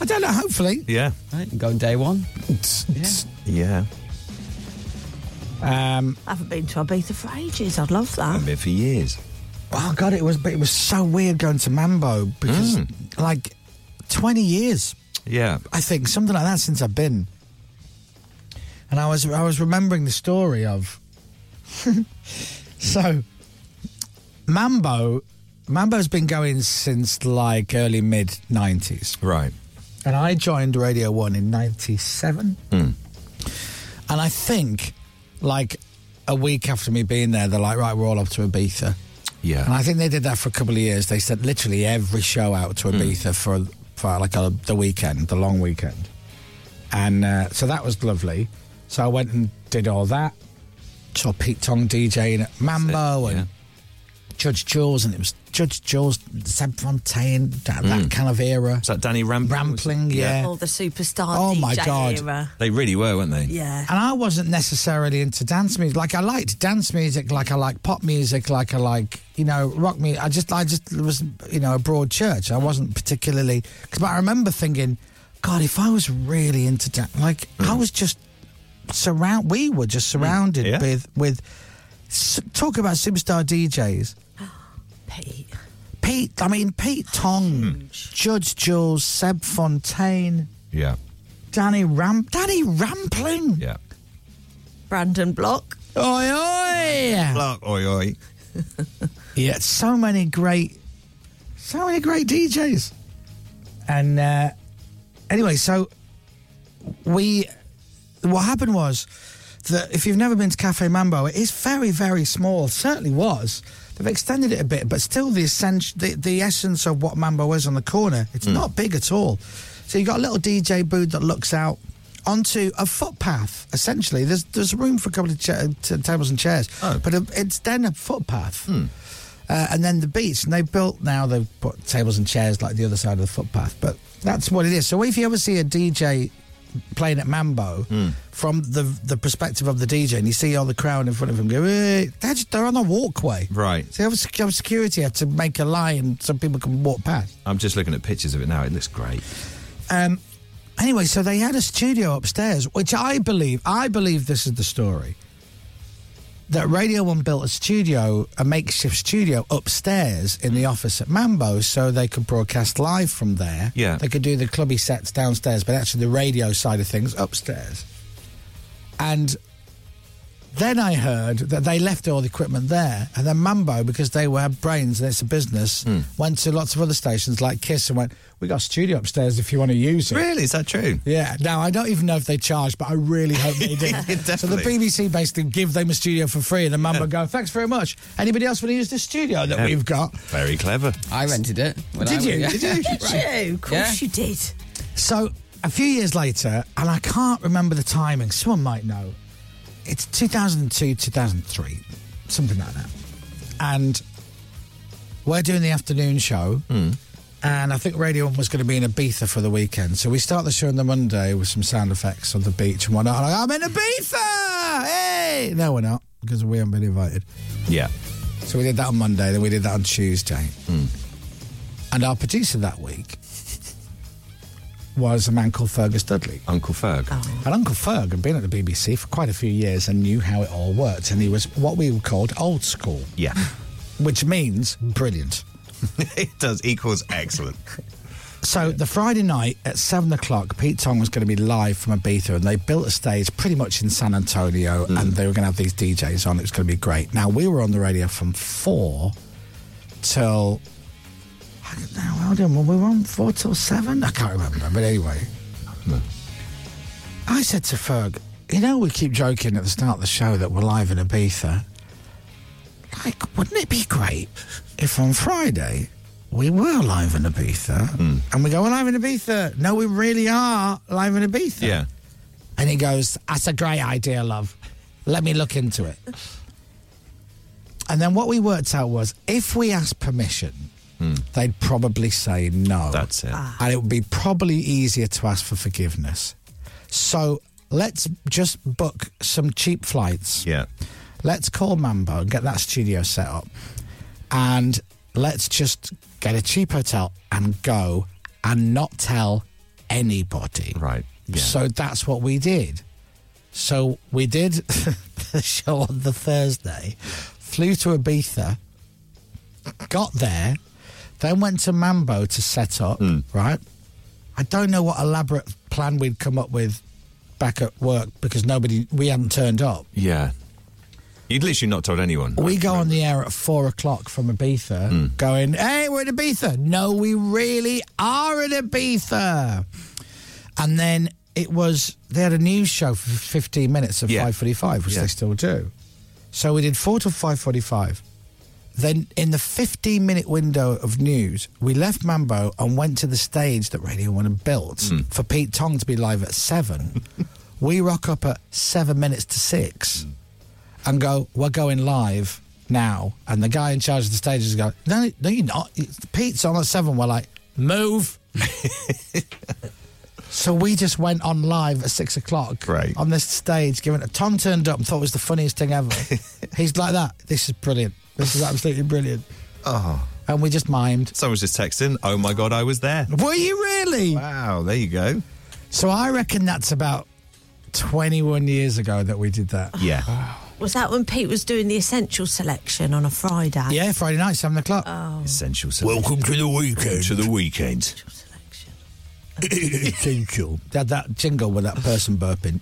[SPEAKER 7] I don't know. Hopefully.
[SPEAKER 4] Yeah.
[SPEAKER 8] Right, you going day one.
[SPEAKER 4] Yeah.
[SPEAKER 7] Um,
[SPEAKER 3] I haven't been to Ibiza for ages. I'd love that.
[SPEAKER 4] I've been for years.
[SPEAKER 7] Oh God, it was but it was so weird going to Mambo because like twenty years,
[SPEAKER 4] Yeah.
[SPEAKER 7] I think something like that since I've been. And I was I was remembering the story of so Mambo Mambo's been going since like early mid nineties.
[SPEAKER 4] Right.
[SPEAKER 7] And I joined Radio One in ninety seven. And I think like a week after me being there, they're like, right, we're all up to Ibiza.
[SPEAKER 4] Yeah.
[SPEAKER 7] And I think they did that for a couple of years. They sent literally every show out
[SPEAKER 4] Hmm.
[SPEAKER 7] to Ibiza for, for like a, the weekend, the long weekend. And uh, so that was lovely. So I went and did all that. Saw Pete Tong DJing at Mambo and Judge Jules, and it was Judge Jules, Seb Fontaine, that, that kind of era.
[SPEAKER 4] Hmm. Is that Danny Rampling?
[SPEAKER 7] Rampling, yeah.
[SPEAKER 3] All the superstar
[SPEAKER 7] Oh,
[SPEAKER 3] DJ
[SPEAKER 7] my God.
[SPEAKER 3] era.
[SPEAKER 4] They really were, weren't they?
[SPEAKER 3] Yeah.
[SPEAKER 7] And I wasn't necessarily into dance music. Like I liked dance music, like I like pop music, like I like you know rock music. I just I just was you know a broad church. I wasn't particularly because I remember thinking, God, if I was really into dance, like I was just surround. We were just surrounded
[SPEAKER 4] Yeah.
[SPEAKER 7] with with s- talk about superstar DJs.
[SPEAKER 3] Pete.
[SPEAKER 7] Pete, I mean Pete Tong, Judge Jules, Seb Fontaine.
[SPEAKER 4] Yeah.
[SPEAKER 7] Danny Ram. Danny Rampling.
[SPEAKER 4] Yeah.
[SPEAKER 3] Brandon Block.
[SPEAKER 7] Oi, oi.
[SPEAKER 4] Block, oi, oi.
[SPEAKER 7] yeah, so many great, so many great DJs. And uh, anyway, so we, what happened was that if you've never been to Cafe Mambo, it is very, very small. Certainly was. They've extended it a bit, but still the essence, the, the essence of what Mambo is on the corner. It's not big at all. So you've got a little DJ booth that looks out onto a footpath. Essentially, there's there's room for a couple of cha- t- tables and chairs, but a, it's then a footpath. Uh, and then the beach, and they built now they've put tables and chairs like the other side of the footpath, but that's what it is. So if you ever see a DJ playing at Mambo
[SPEAKER 4] Hmm.
[SPEAKER 7] from the the perspective of the DJ, and you see all the crowd in front of him go, "Eh," they're, just, they're on a walkway.
[SPEAKER 4] Right.
[SPEAKER 7] So they have sec- have security have to make a line so people can walk past.
[SPEAKER 4] I'm just looking at pictures of it now. It looks great.
[SPEAKER 7] Um, anyway, so they had a studio upstairs, which I believe, I believe this is the story. That Radio One built a studio, a makeshift studio upstairs in the office at Mambo, so they could broadcast live from there.
[SPEAKER 4] Yeah.
[SPEAKER 7] They could do the clubby sets downstairs, but actually the radio side of things upstairs. And then I heard that they left all the equipment there, and then Mambo, because they were brains and it's a business,
[SPEAKER 4] Hmm.
[SPEAKER 7] went to lots of other stations like Kiss and went, "We got a studio upstairs if you want to use it."
[SPEAKER 4] Really? Is that true?
[SPEAKER 7] Yeah. Now I don't even know if they charged, but I really hope they did. so the
[SPEAKER 4] Definitely.
[SPEAKER 7] BBC basically give them a studio for free, and then Mambo go, "Thanks very much. Anybody else want to use this studio that
[SPEAKER 4] Yeah.
[SPEAKER 7] we've got?"
[SPEAKER 4] Very clever.
[SPEAKER 8] I rented it. when I
[SPEAKER 7] Did
[SPEAKER 8] was-
[SPEAKER 7] you?
[SPEAKER 8] yeah.
[SPEAKER 7] Did you?
[SPEAKER 3] Did you? Of course
[SPEAKER 8] Yeah.
[SPEAKER 3] you did.
[SPEAKER 7] So a few years later, and I can't remember the timing. Someone might know. It's 2002, 2003, something like that. And we're doing the afternoon show, and I think Radio One was going to be in Ibiza for the weekend. So we start the show on the Monday with some sound effects on the beach and whatnot. And I'm like, I'm in Ibiza! Hey! No, we're not because we haven't been invited.
[SPEAKER 4] Yeah.
[SPEAKER 7] So we did that on Monday, then we did that on Tuesday. And our producer that week was a man called Fergus Dudley.
[SPEAKER 4] Uncle Ferg.
[SPEAKER 7] And Uncle Ferg had been at the BBC for quite a few years and knew how it all worked. And he was what we called old school,
[SPEAKER 4] Yeah.
[SPEAKER 7] which means brilliant.
[SPEAKER 4] it does. Equals excellent.
[SPEAKER 7] So the Friday night at seven o'clock, Pete Tong was going to be live from Ibiza, and they built a stage pretty much in San Antonio, and they were going to have these DJs on. It was going to be great. Now we were on the radio from four till. Now, hold on, were we on four till seven? I can't remember, but anyway, I said to Ferg, you know, we keep joking at the start of the show that we're live in Ibiza. Like, wouldn't it be great if on Friday we were live in Ibiza and we go, we're live in Ibiza? No, we really are live in Ibiza.
[SPEAKER 4] Yeah.
[SPEAKER 7] And he goes, That's a great idea, love. Let me look into it. and then what we worked out was if we asked permission, they'd probably say no.
[SPEAKER 4] Hmm. That's it.
[SPEAKER 7] And it would be probably easier to ask for forgiveness. So let's just book some cheap flights.
[SPEAKER 4] Yeah.
[SPEAKER 7] Let's call Mambo and get that studio set up. And let's just get a cheap hotel and go and not tell anybody.
[SPEAKER 4] Right. Yeah.
[SPEAKER 7] So that's what we did. So we did the show on the Thursday, flew to Ibiza, got there, then went to Mambo to set up,
[SPEAKER 4] Hmm.
[SPEAKER 7] right? I don't know what elaborate plan we'd come up with back at work because nobody, we hadn't turned up.
[SPEAKER 4] yeah. You'd literally not told anyone.
[SPEAKER 7] We go on the air at four o'clock from Ibiza,
[SPEAKER 4] Hmm.
[SPEAKER 7] going, "Hey, we're in Ibiza." No, we really are in Ibiza. And then it was they had a news show for fifteen minutes at
[SPEAKER 4] Yeah.
[SPEAKER 7] five forty-five, which
[SPEAKER 4] Yeah.
[SPEAKER 7] they still do. So we did four to five forty-five. Then, in the fifteen-minute window of news, we left Mambo and went to the stage that Radio One had built
[SPEAKER 4] Hmm.
[SPEAKER 7] for Pete Tong to be live at seven. we rock up at seven minutes to six
[SPEAKER 4] Hmm.
[SPEAKER 7] and go, "We're going live now." And the guy in charge of the stage is going, "No, no, you're not. It's Pete's on at seven. We're like, "Move." so we just went on live at six o'clock
[SPEAKER 4] Great.
[SPEAKER 7] on this stage, giving it. Tom turned up and thought it was the funniest thing ever. He's like that. This is brilliant. This is absolutely brilliant. Oh. And we just mimed.
[SPEAKER 4] Someone's just texting. Oh my God, I was there.
[SPEAKER 7] Were you really?
[SPEAKER 4] Wow. There you go.
[SPEAKER 7] So I reckon that's about 21 years ago that we did
[SPEAKER 4] Oh,
[SPEAKER 7] that.
[SPEAKER 4] Yeah.
[SPEAKER 3] Was that when Pete was doing the essential selection on a Friday?
[SPEAKER 7] Yeah, Friday night, seven o'clock.
[SPEAKER 4] Essential.
[SPEAKER 5] Welcome to the weekend.
[SPEAKER 4] to the weekend.
[SPEAKER 3] Selection.
[SPEAKER 7] essential. They had that jingle with that person burping.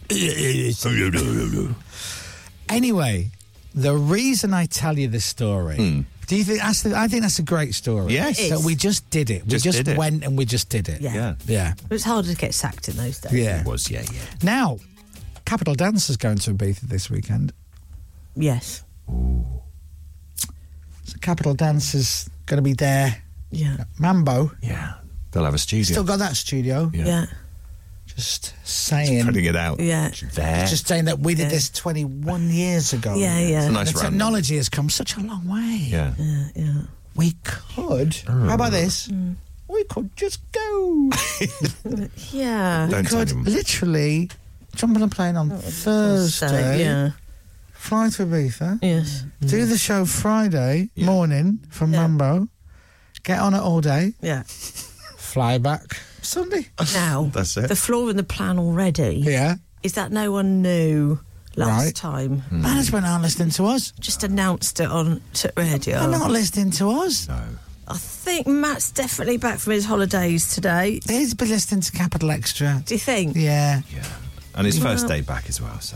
[SPEAKER 7] anyway, the reason I tell you this story. Do you think that's? The, I think that's a great story.
[SPEAKER 3] Hmm. Yes. It
[SPEAKER 7] that
[SPEAKER 3] is.
[SPEAKER 7] we just did it.
[SPEAKER 3] Just
[SPEAKER 7] we just
[SPEAKER 3] did it.
[SPEAKER 7] went and we just did it.
[SPEAKER 3] Yeah.
[SPEAKER 7] yeah,
[SPEAKER 3] Yeah.
[SPEAKER 7] yeah.
[SPEAKER 3] It was harder to get sacked in those days.
[SPEAKER 7] Yeah. It was,
[SPEAKER 4] yeah, yeah.
[SPEAKER 7] Now, Capital Dance is going to Ibiza this weekend.
[SPEAKER 3] Yes.
[SPEAKER 7] So Capital Dance is going to be there.
[SPEAKER 3] Yeah.
[SPEAKER 7] Mambo.
[SPEAKER 4] Yeah. They'll have a studio.
[SPEAKER 7] Still got that studio.
[SPEAKER 4] Yeah. Yeah.
[SPEAKER 7] Just saying.
[SPEAKER 4] Putting it out.
[SPEAKER 7] Yeah.
[SPEAKER 4] There.
[SPEAKER 7] Just saying that we did
[SPEAKER 4] Yeah.
[SPEAKER 7] this 21 years ago.
[SPEAKER 4] Yeah, yeah. It's a nice
[SPEAKER 7] the
[SPEAKER 4] round.
[SPEAKER 7] technology has come such a long way.
[SPEAKER 4] Yeah.
[SPEAKER 3] Yeah. yeah.
[SPEAKER 7] We could. How about this? We could just go.
[SPEAKER 3] Yeah.
[SPEAKER 7] we could literally jump on a plane on Thursday.
[SPEAKER 3] Thursday, yeah.
[SPEAKER 7] Fly to Ibiza.
[SPEAKER 3] Yes.
[SPEAKER 7] Do the show Friday morning from Mambo. Get on it all day.
[SPEAKER 3] Yeah.
[SPEAKER 7] Fly back Sunday.
[SPEAKER 3] Now,
[SPEAKER 7] That's it.
[SPEAKER 3] the flaw in the plan already
[SPEAKER 7] Yeah.
[SPEAKER 3] is that no one knew last
[SPEAKER 7] Right.
[SPEAKER 3] time.
[SPEAKER 7] Management aren't listening to us.
[SPEAKER 3] Just announced it on to radio.
[SPEAKER 7] They're not listening to us. No.
[SPEAKER 3] I think Matt's definitely back from his holidays today.
[SPEAKER 7] He's been listening to Capital Extra.
[SPEAKER 3] Do you think?
[SPEAKER 7] Yeah.
[SPEAKER 4] And his first
[SPEAKER 3] Well-
[SPEAKER 4] day back as well, so.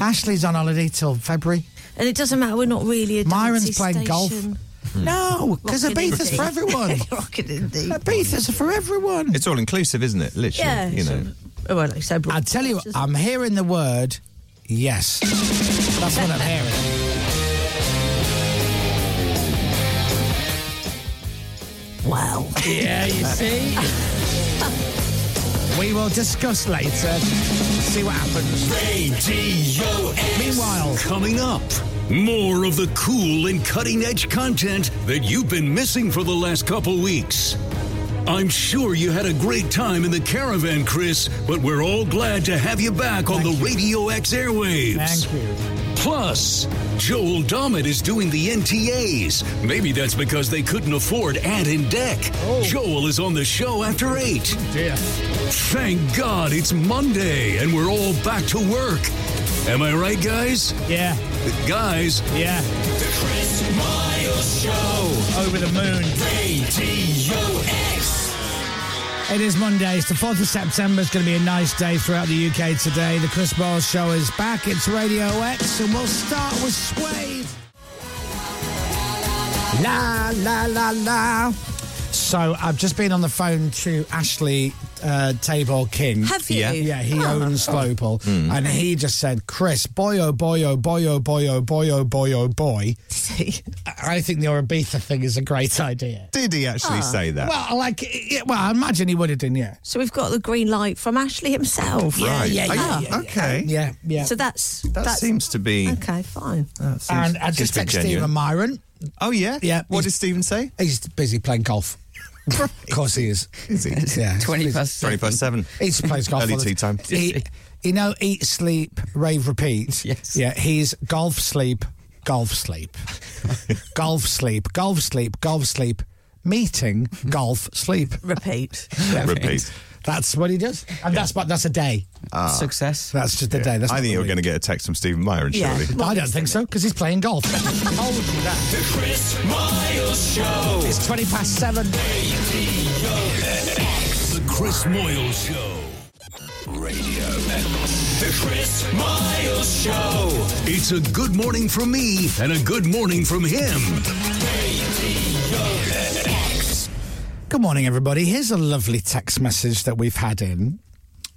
[SPEAKER 7] Ashley's on holiday till February.
[SPEAKER 3] And it doesn't matter, we're not really a
[SPEAKER 7] Myron's
[SPEAKER 3] dancey
[SPEAKER 7] playing golf.
[SPEAKER 3] station.
[SPEAKER 7] Hmm. No, because
[SPEAKER 3] Rockin'
[SPEAKER 7] Ibiza's
[SPEAKER 3] Indy.
[SPEAKER 7] for everyone.
[SPEAKER 3] Rockin' Indy.
[SPEAKER 7] Ibiza's for everyone.
[SPEAKER 4] It's all inclusive, isn't it? Literally.
[SPEAKER 3] Yeah,
[SPEAKER 4] You know.
[SPEAKER 3] Oh, well, like so
[SPEAKER 7] I tell you, what, I'm hearing the word yes. That's what I'm hearing.
[SPEAKER 3] Wow.
[SPEAKER 7] Yeah, you see? we will discuss later. See what happens. Meanwhile,
[SPEAKER 1] Coming up, more of the cool and cutting edge content that you've been missing for the last couple weeks. I'm sure you had a great time in the caravan, Chris, but we're all glad to have you back on the Radio X airwaves.
[SPEAKER 7] Thank you.
[SPEAKER 1] Plus, Joel Dommett is doing the NTAs. Maybe that's because they couldn't afford ad and deck. Joel is on the show after 8. Thank God it's Monday and we're all back to work. Am I right, guys?
[SPEAKER 7] Yeah.
[SPEAKER 1] Guys?
[SPEAKER 7] Yeah. Oh,
[SPEAKER 1] The Chris Miles Show.
[SPEAKER 7] Over the moon.
[SPEAKER 1] Radio X.
[SPEAKER 7] It is Monday. It's the 4th of September. It's going to be a nice day throughout the UK today. The Chris Ball Show is back. It's Radio X, and we'll start with Suede. La, la, la, la. So I've just been on the phone to Ashley uh, Table King.
[SPEAKER 3] Have you?
[SPEAKER 7] Yeah, yeah he owns Slowpole.
[SPEAKER 4] Hmm.
[SPEAKER 7] And he just said, Chris, boy, oh, boy, oh, boy, oh, boy, oh, boy, oh, boy, oh, boy. I think the Orabitha thing is a great idea.
[SPEAKER 4] Did he actually
[SPEAKER 3] Ah.
[SPEAKER 4] say that?
[SPEAKER 7] Well, like, yeah, well, I imagine he would have done, yeah.
[SPEAKER 3] So we've got the green light from Ashley himself. Ah,
[SPEAKER 4] right.
[SPEAKER 7] yeah,
[SPEAKER 4] Oh,
[SPEAKER 7] yeah, yeah,
[SPEAKER 4] okay.
[SPEAKER 7] Yeah, yeah.
[SPEAKER 3] So that's
[SPEAKER 4] That
[SPEAKER 3] that's
[SPEAKER 4] seems to be.
[SPEAKER 3] okay. Fine.
[SPEAKER 4] that seems-
[SPEAKER 7] and I
[SPEAKER 4] seems
[SPEAKER 7] just
[SPEAKER 4] to be
[SPEAKER 7] texted
[SPEAKER 4] genuine.
[SPEAKER 7] Stephen Myron.
[SPEAKER 4] Oh, yeah?
[SPEAKER 7] Yeah.
[SPEAKER 4] What did
[SPEAKER 7] he's-
[SPEAKER 4] Stephen say?
[SPEAKER 7] He's busy playing golf. of course he is.
[SPEAKER 4] Is he?
[SPEAKER 7] Yeah.
[SPEAKER 8] 20 past
[SPEAKER 4] 20 past 7.
[SPEAKER 7] He plays golf.
[SPEAKER 4] Early
[SPEAKER 7] all the
[SPEAKER 4] tea time.
[SPEAKER 7] He, you know, eat, sleep, rave, repeat.
[SPEAKER 8] Yes.
[SPEAKER 7] Yeah, he's golf, sleep, golf, sleep, golf, sleep, golf, sleep, golf, sleep, meeting, golf, sleep.
[SPEAKER 3] Repeat.
[SPEAKER 4] Repeat.
[SPEAKER 7] That's what he does, and that's what that's a day.
[SPEAKER 8] Success.
[SPEAKER 7] That's just a day. That's
[SPEAKER 4] I
[SPEAKER 7] not
[SPEAKER 4] think
[SPEAKER 7] a
[SPEAKER 4] you're
[SPEAKER 7] week.
[SPEAKER 4] going to get a text from Stephen Myron,
[SPEAKER 3] Yeah.
[SPEAKER 4] surely.
[SPEAKER 7] I don't think so because he's playing golf. Told you that.
[SPEAKER 9] The Chris Miles Show.
[SPEAKER 7] It's twenty past seven.
[SPEAKER 1] The Chris Moyle Show.
[SPEAKER 9] Radio X. The Chris Miles Show.
[SPEAKER 1] It's a good morning from me and a good morning from him.
[SPEAKER 7] Good morning, everybody. Here's a lovely text message that we've had in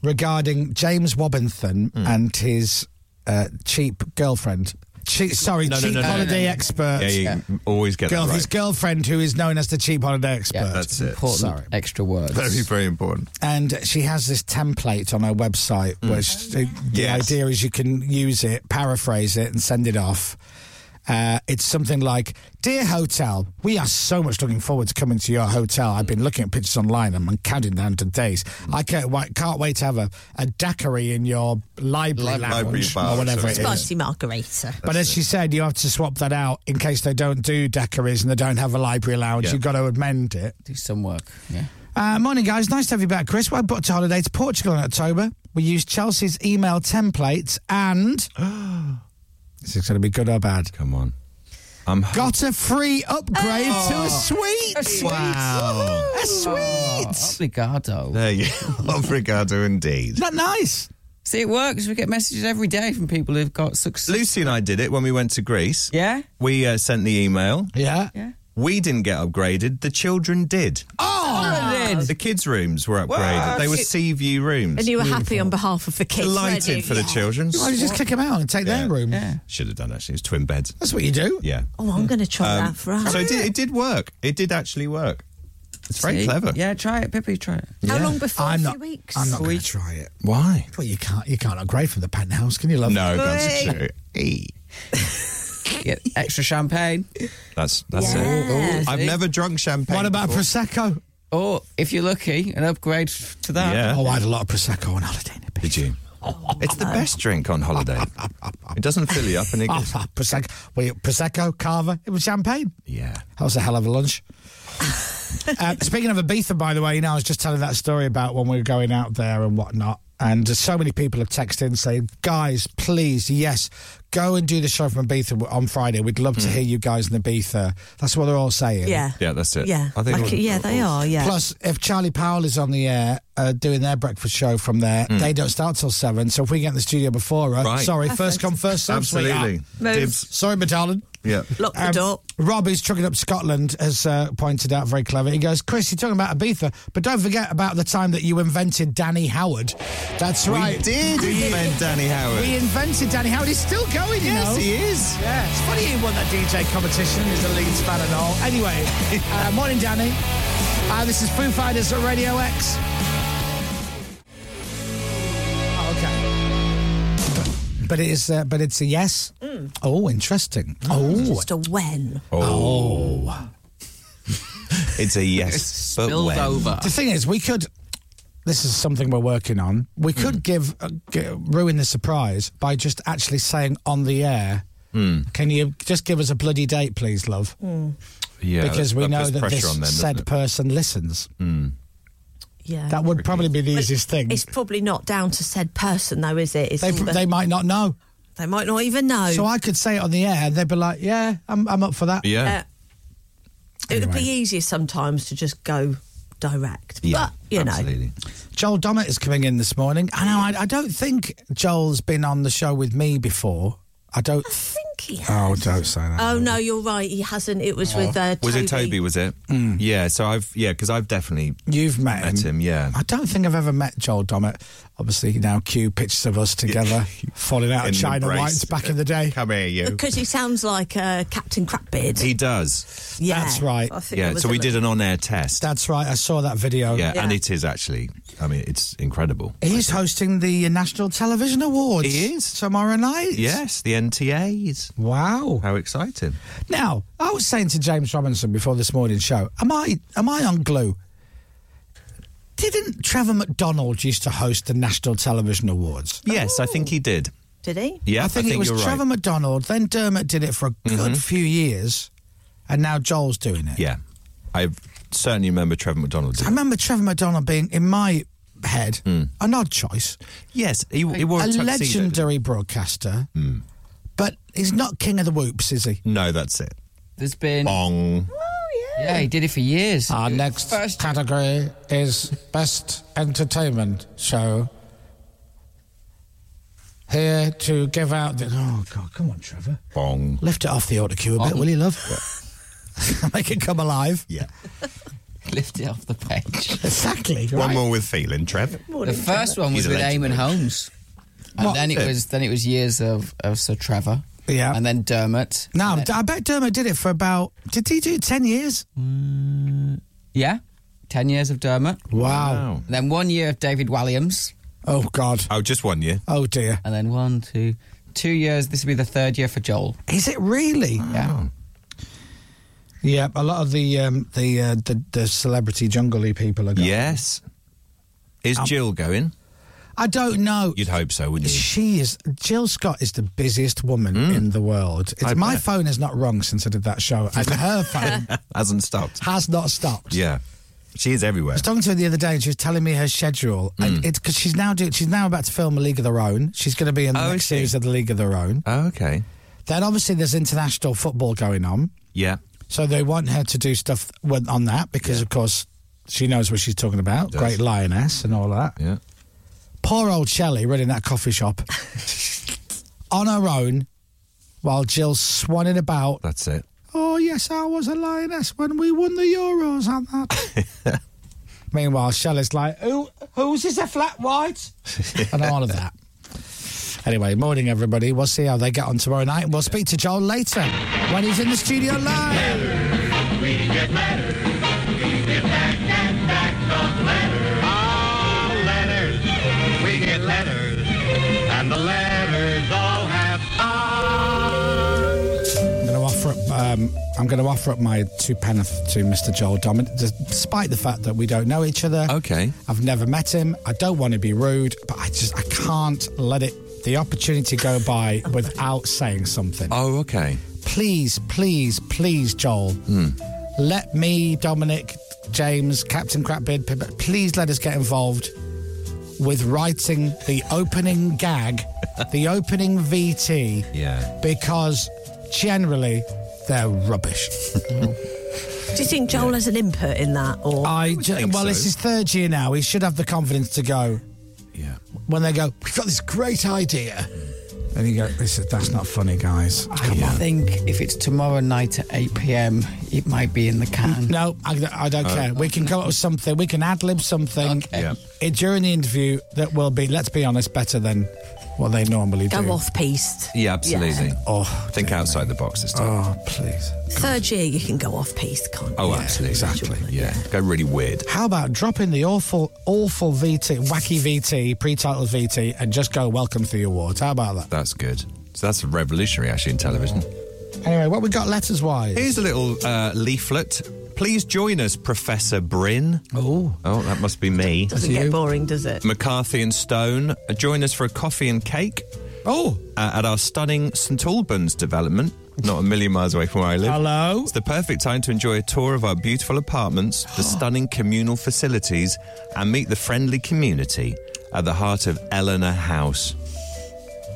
[SPEAKER 7] regarding James Wobbington
[SPEAKER 4] Hmm.
[SPEAKER 7] and his uh, cheap girlfriend. Cheap, sorry,
[SPEAKER 4] No, no,
[SPEAKER 7] cheap
[SPEAKER 4] no, no, no,
[SPEAKER 7] holiday
[SPEAKER 8] no, no.
[SPEAKER 7] expert.
[SPEAKER 4] Yeah, you always get
[SPEAKER 7] Girl,
[SPEAKER 4] that right.
[SPEAKER 7] his girlfriend, who is known as the cheap holiday expert,
[SPEAKER 8] Yeah,
[SPEAKER 4] That's it.
[SPEAKER 8] Important
[SPEAKER 7] Sorry.
[SPEAKER 8] extra words.
[SPEAKER 4] Very, very important.
[SPEAKER 7] and she has this template on her website, which uh, the
[SPEAKER 4] Mm. Yes.
[SPEAKER 7] idea is you can use it, paraphrase it, and send it off. Uh, it's something like, "Dear hotel, we are so much looking forward to coming to your hotel. I've been looking at pictures online and I'm counting down to days. I can't, wa- can't wait to have a, a daiquiri in your library
[SPEAKER 4] Li- library
[SPEAKER 7] lounge
[SPEAKER 4] bar,
[SPEAKER 7] or whatever it
[SPEAKER 4] sorry.
[SPEAKER 7] is."
[SPEAKER 3] Spicy margarita.
[SPEAKER 7] But as she said, you have to swap that out in case they don't do daiquiris and they don't have a library lounge.
[SPEAKER 4] Yeah.
[SPEAKER 7] You've got to amend it.
[SPEAKER 8] Do some work. Yeah.
[SPEAKER 7] Uh, morning, guys. Nice to have you back, Chris. We're booked a holiday to Portugal in October. We used Chelsea's email template and. Is this going to be good or bad?
[SPEAKER 4] Come on. I'm
[SPEAKER 7] Got a free upgrade to a suite.
[SPEAKER 8] A suite.
[SPEAKER 4] Wow.
[SPEAKER 7] A suite.
[SPEAKER 8] Obrigado.
[SPEAKER 4] There you Obrigado indeed.
[SPEAKER 7] Isn't that nice?
[SPEAKER 8] See, it works. We get messages every day from people who've got success.
[SPEAKER 4] Lucy and I did it when we went to Greece.
[SPEAKER 8] Yeah?
[SPEAKER 4] We uh, sent the email.
[SPEAKER 7] Yeah.
[SPEAKER 8] Yeah.
[SPEAKER 4] We didn't get upgraded. The children did.
[SPEAKER 8] Oh,
[SPEAKER 4] The kids' rooms were upgraded. They were sea view rooms.
[SPEAKER 3] And you were happy on behalf of the kids. weren't
[SPEAKER 4] Delighted
[SPEAKER 3] you?
[SPEAKER 4] for the children.
[SPEAKER 7] Why don't you just kick them out and take
[SPEAKER 4] Yeah.
[SPEAKER 7] their room?
[SPEAKER 8] Yeah.
[SPEAKER 4] Should have done actually. It was twin beds.
[SPEAKER 7] That's what you do.
[SPEAKER 4] Yeah.
[SPEAKER 3] Oh, I'm going to try that for us.
[SPEAKER 4] Um, So it did, it did work. It did actually work. It's very
[SPEAKER 8] See?
[SPEAKER 4] clever.
[SPEAKER 8] Yeah, try it, Pippi. Try it.
[SPEAKER 3] How long before?
[SPEAKER 7] I'm
[SPEAKER 3] Three
[SPEAKER 7] not.
[SPEAKER 3] weeks.
[SPEAKER 7] I'm not going to try it.
[SPEAKER 4] Why?
[SPEAKER 7] Well, you can't. You can't upgrade from the penthouse, can you? Love
[SPEAKER 4] No, that's
[SPEAKER 3] Wait.
[SPEAKER 4] true.
[SPEAKER 8] Get extra champagne.
[SPEAKER 4] That's that's
[SPEAKER 3] Yeah.
[SPEAKER 4] it. I've never drunk champagne.
[SPEAKER 7] What about
[SPEAKER 4] before.
[SPEAKER 7] prosecco?
[SPEAKER 8] Or if you're lucky, an upgrade f- to that.
[SPEAKER 4] Yeah.
[SPEAKER 7] Oh, I had a lot of prosecco on holiday. in Ibiza.
[SPEAKER 4] Did you? It's
[SPEAKER 3] Oh.
[SPEAKER 4] the best drink on holiday. It doesn't fill you up, and it
[SPEAKER 7] Oh,
[SPEAKER 4] gives-
[SPEAKER 7] prosecco. Well, you- prosecco, cava. It was champagne.
[SPEAKER 4] yeah.
[SPEAKER 7] That was a hell of a lunch. uh, speaking of Ibiza, by the way, you know, I was just telling that story about when we were going out there and whatnot. And uh, so many people have texted in saying, guys, please, yes, go and do the show from Ibiza on Friday. We'd love to hear you guys in Ibiza. That's what they're all saying.
[SPEAKER 3] Yeah.
[SPEAKER 4] Yeah, that's it.
[SPEAKER 3] Yeah.
[SPEAKER 4] I think
[SPEAKER 3] Like,
[SPEAKER 4] all-
[SPEAKER 3] yeah, they are. Yeah.
[SPEAKER 7] Plus, if Charlie Powell is on the air uh, doing their breakfast show from there, they don't start till seven. So if we get in the studio before her,
[SPEAKER 4] Right.
[SPEAKER 7] sorry, first come, first served. sweetheart.
[SPEAKER 4] Absolutely.
[SPEAKER 3] Move.
[SPEAKER 4] Dibs.
[SPEAKER 7] Sorry, my darling.
[SPEAKER 4] Yeah.
[SPEAKER 3] Lock the
[SPEAKER 7] Um,
[SPEAKER 3] door.
[SPEAKER 7] Rob, who's trucking up Scotland, has uh, pointed out very clever. He goes, Chris, you're talking about Ibiza, but don't forget about the time that you invented Danny Howard. That's right.
[SPEAKER 4] We did invent Danny Howard.
[SPEAKER 7] We invented Danny Howard. He's still going, you
[SPEAKER 4] yes,
[SPEAKER 7] know.
[SPEAKER 4] he is.
[SPEAKER 7] Yeah, it's funny he won that DJ competition. He's a Leeds fan and all. Anyway, uh, morning, Danny. Uh, this is Foo Fighters at Radio X. Oh, okay. But, but it is. Uh, but it's a yes.
[SPEAKER 4] Hmm.
[SPEAKER 7] Oh, interesting. Oh,
[SPEAKER 3] Just a when.
[SPEAKER 4] Oh. It's a yes, but
[SPEAKER 8] Spilled
[SPEAKER 4] when?
[SPEAKER 8] over.
[SPEAKER 7] The thing is, we could. This is something we're working on. We
[SPEAKER 4] Hmm.
[SPEAKER 7] could give uh, g- ruin the surprise by just actually saying on the air.
[SPEAKER 4] Hmm.
[SPEAKER 7] Can you just give us a bloody date, please, love?
[SPEAKER 4] Yeah,
[SPEAKER 7] because we know
[SPEAKER 4] puts
[SPEAKER 7] that
[SPEAKER 4] pressure
[SPEAKER 7] this
[SPEAKER 4] on them, doesn't
[SPEAKER 7] said
[SPEAKER 4] it? Hmm.
[SPEAKER 7] person listens.
[SPEAKER 3] Yeah.
[SPEAKER 7] That would probably be the
[SPEAKER 3] But
[SPEAKER 7] easiest thing.
[SPEAKER 3] It's probably not down to said person, though, is it? It's
[SPEAKER 7] They,
[SPEAKER 3] all the- Oh.
[SPEAKER 7] they might not know.
[SPEAKER 3] they might not even know. Uh,
[SPEAKER 7] So I could say it on the air, and they'd be like, "Yeah, I'm, I'm up for that."
[SPEAKER 4] Yeah.
[SPEAKER 3] Uh, it would be
[SPEAKER 7] Anyway.
[SPEAKER 3] easier sometimes to just go direct.
[SPEAKER 4] yeah.
[SPEAKER 3] but, you know.
[SPEAKER 4] absolutely.
[SPEAKER 7] Joel Dommett is coming in this morning. I know. I, I don't think Joel's been on the show with me before. I don't.
[SPEAKER 3] I think he has.
[SPEAKER 7] Oh, don't say that.
[SPEAKER 3] Oh, no, you're right. He hasn't. It was with uh, Toby.
[SPEAKER 4] Was it Toby? Was it?
[SPEAKER 7] Mm.
[SPEAKER 4] Yeah. So I've yeah, because I've definitely
[SPEAKER 7] You've met him.
[SPEAKER 4] Met him, yeah.
[SPEAKER 7] I don't think I've ever met Joel Dommett. Obviously, now cue pictures of us together falling out
[SPEAKER 4] in
[SPEAKER 7] of
[SPEAKER 4] the
[SPEAKER 7] China
[SPEAKER 4] brace.
[SPEAKER 7] Whites back in the day.
[SPEAKER 4] Come here, you.
[SPEAKER 3] Because he sounds like uh, Captain Crapbeard.
[SPEAKER 4] He does.
[SPEAKER 3] yeah.
[SPEAKER 7] That's right.
[SPEAKER 3] I think that
[SPEAKER 4] Yeah.
[SPEAKER 3] was
[SPEAKER 4] So
[SPEAKER 3] a
[SPEAKER 4] we
[SPEAKER 3] look.
[SPEAKER 4] did an on-air test.
[SPEAKER 7] That's right. I saw that video.
[SPEAKER 4] Yeah, and
[SPEAKER 3] Yeah.
[SPEAKER 4] it is actually. I mean, it's incredible.
[SPEAKER 7] He's hosting the National Television Awards.
[SPEAKER 4] He is.
[SPEAKER 7] tomorrow night.
[SPEAKER 4] Yes, the NTAs.
[SPEAKER 7] Wow.
[SPEAKER 4] How exciting!
[SPEAKER 7] Now, I was saying to James Robinson before this morning's show, am I am I on glue? Didn't Trevor McDonald used to host the National Television Awards?
[SPEAKER 4] Yes, I think he did.
[SPEAKER 3] Did he?
[SPEAKER 4] Yeah,
[SPEAKER 7] I think, it was
[SPEAKER 4] you're
[SPEAKER 7] Trevor
[SPEAKER 4] right. Mm-hmm.
[SPEAKER 7] McDonald. Then Dermot did it for a good few years, and now Joel's doing it.
[SPEAKER 4] Yeah, I certainly remember Trevor McDonald.
[SPEAKER 7] I
[SPEAKER 4] Did.
[SPEAKER 7] remember Trevor McDonald being in my head an odd choice,
[SPEAKER 4] Yes, he, he wore Mm. a,
[SPEAKER 7] a
[SPEAKER 4] tuxedo, Mm. didn't he?
[SPEAKER 7] legendary broadcaster, but he's not king of the whoops, is he?
[SPEAKER 4] No, that's it.
[SPEAKER 8] There's been.
[SPEAKER 4] Oh. Bong.
[SPEAKER 8] Yeah, he did it for years.
[SPEAKER 7] Our next
[SPEAKER 8] First-
[SPEAKER 7] category is Best Entertainment Show. Here to give out the. Oh, God, come on, Trevor.
[SPEAKER 4] Bong.
[SPEAKER 7] Lift it off the auto cue a
[SPEAKER 4] Oh.
[SPEAKER 7] bit, will you, love? Make it come alive.
[SPEAKER 4] Yeah.
[SPEAKER 8] Lift it off the page.
[SPEAKER 7] Exactly.
[SPEAKER 4] One
[SPEAKER 7] right.
[SPEAKER 4] more with feeling, Trevor.
[SPEAKER 8] The first one was
[SPEAKER 4] He's a
[SPEAKER 8] with
[SPEAKER 4] legend,
[SPEAKER 8] Eamon Holmes. And
[SPEAKER 7] What?
[SPEAKER 8] then it was then it was years of, of Sir Trevor.
[SPEAKER 7] Yeah.
[SPEAKER 8] And then Dermot.
[SPEAKER 7] No, I bet Dermot did it for about. Did he do it 10 years?
[SPEAKER 8] Yeah. Ten years of Dermot.
[SPEAKER 7] Wow.
[SPEAKER 8] And then one year of David Walliams.
[SPEAKER 7] Oh, God.
[SPEAKER 4] Oh, just one year.
[SPEAKER 7] Oh, dear.
[SPEAKER 8] And then one, two, two years. This will be the third year for Joel.
[SPEAKER 7] Is it really?
[SPEAKER 8] Yeah.
[SPEAKER 7] Yeah, a lot of the um, the, uh, the the celebrity jungly people are going.
[SPEAKER 4] Yes. Is
[SPEAKER 7] Um,
[SPEAKER 4] Jill going?
[SPEAKER 7] I don't know.
[SPEAKER 4] You'd hope so, wouldn't you?
[SPEAKER 7] She is Jill Scott is the busiest woman in the world. It's,
[SPEAKER 4] I
[SPEAKER 7] my
[SPEAKER 4] bet.
[SPEAKER 7] phone is not rung since I did that show, and her phone
[SPEAKER 4] Hasn't stopped.
[SPEAKER 7] has not stopped.
[SPEAKER 4] Yeah. She is everywhere.
[SPEAKER 7] I was talking to her the other day, and she was telling me her schedule, and it's because she's now do, she's now about to film a League of Their Own. She's going to be in the
[SPEAKER 4] Oh,
[SPEAKER 7] next
[SPEAKER 4] is she?
[SPEAKER 7] series of the League of Their Own.
[SPEAKER 4] Oh, okay.
[SPEAKER 7] Then obviously there's international football going on.
[SPEAKER 4] Yeah.
[SPEAKER 7] So they want her to do stuff with- on that because, of course, she knows what she's talking about.
[SPEAKER 4] Does.
[SPEAKER 7] Great lioness and all that.
[SPEAKER 4] Yeah.
[SPEAKER 7] Poor old Shelley running that coffee shop on her own while Jill's swanning about.
[SPEAKER 4] That's it.
[SPEAKER 7] Oh, yes, I was a lioness when we won the Euros and that. Meanwhile, Shelley's like, Who, whose is a flat white? and all of that. Anyway, morning, everybody. We'll see how they get on tomorrow night. We'll speak to Joel later when he's in the studio live.
[SPEAKER 12] We get letters, and the letters all have
[SPEAKER 7] I'm going to offer up. Um, I'm going to offer up my two penneth to Mr. Joel Domin, despite the fact that we don't know each other.
[SPEAKER 4] Okay.
[SPEAKER 7] I've never met him. I don't want to be rude, but I just I can't let it the opportunity go by without saying something.
[SPEAKER 4] Oh, okay.
[SPEAKER 7] Please, please, please, Joel, let me, Dominic, James, Captain Crapbeard, Pip- please let us get involved with writing the opening gag, the opening VT
[SPEAKER 4] Yeah.
[SPEAKER 7] because generally they're rubbish.
[SPEAKER 3] Do you think Joel has an input in that? Or
[SPEAKER 7] I ju- well, it's his third year now. He should have the confidence to go.
[SPEAKER 4] Yeah.
[SPEAKER 7] When they go, we've got this great idea. And you go, this is, that's not funny, guys. Come
[SPEAKER 8] I
[SPEAKER 7] on.
[SPEAKER 8] think if it's tomorrow night at 8 pm, it might be in the can.
[SPEAKER 7] No, I, I don't
[SPEAKER 8] Oh.
[SPEAKER 7] care. We can come up with something. We can ad lib something
[SPEAKER 8] Yeah.
[SPEAKER 7] it, during the interview that will be, let's be honest, better than what they normally
[SPEAKER 3] go
[SPEAKER 7] do.
[SPEAKER 3] off piste.
[SPEAKER 4] Yeah, absolutely.
[SPEAKER 7] Oh,
[SPEAKER 4] think outside the box this time.
[SPEAKER 7] Oh, please.
[SPEAKER 3] Third year, you can go off piste, can't you?
[SPEAKER 4] Oh, absolutely. Exactly. Yeah. Go really weird.
[SPEAKER 7] How about dropping the awful, awful VT, wacky VT, pre-titled VT, and just go welcome to the awards? How about that?
[SPEAKER 4] That's good. So that's revolutionary, actually, in television.
[SPEAKER 7] Anyway, what we got letters-wise?
[SPEAKER 4] Here's a little uh, leaflet. Please join us, Professor Brin.
[SPEAKER 7] Oh.
[SPEAKER 4] Oh, that must be me.
[SPEAKER 3] Doesn't get boring, does it?
[SPEAKER 4] McCarthy and Stone. Uh, Join us for a coffee and cake.
[SPEAKER 7] Oh.
[SPEAKER 4] Uh, at our stunning St Albans development, not a million miles away from where I live.
[SPEAKER 7] Hello.
[SPEAKER 4] It's the perfect time to enjoy a tour of our beautiful apartments, the stunning communal facilities, and meet the friendly community at the heart of Eleanor House.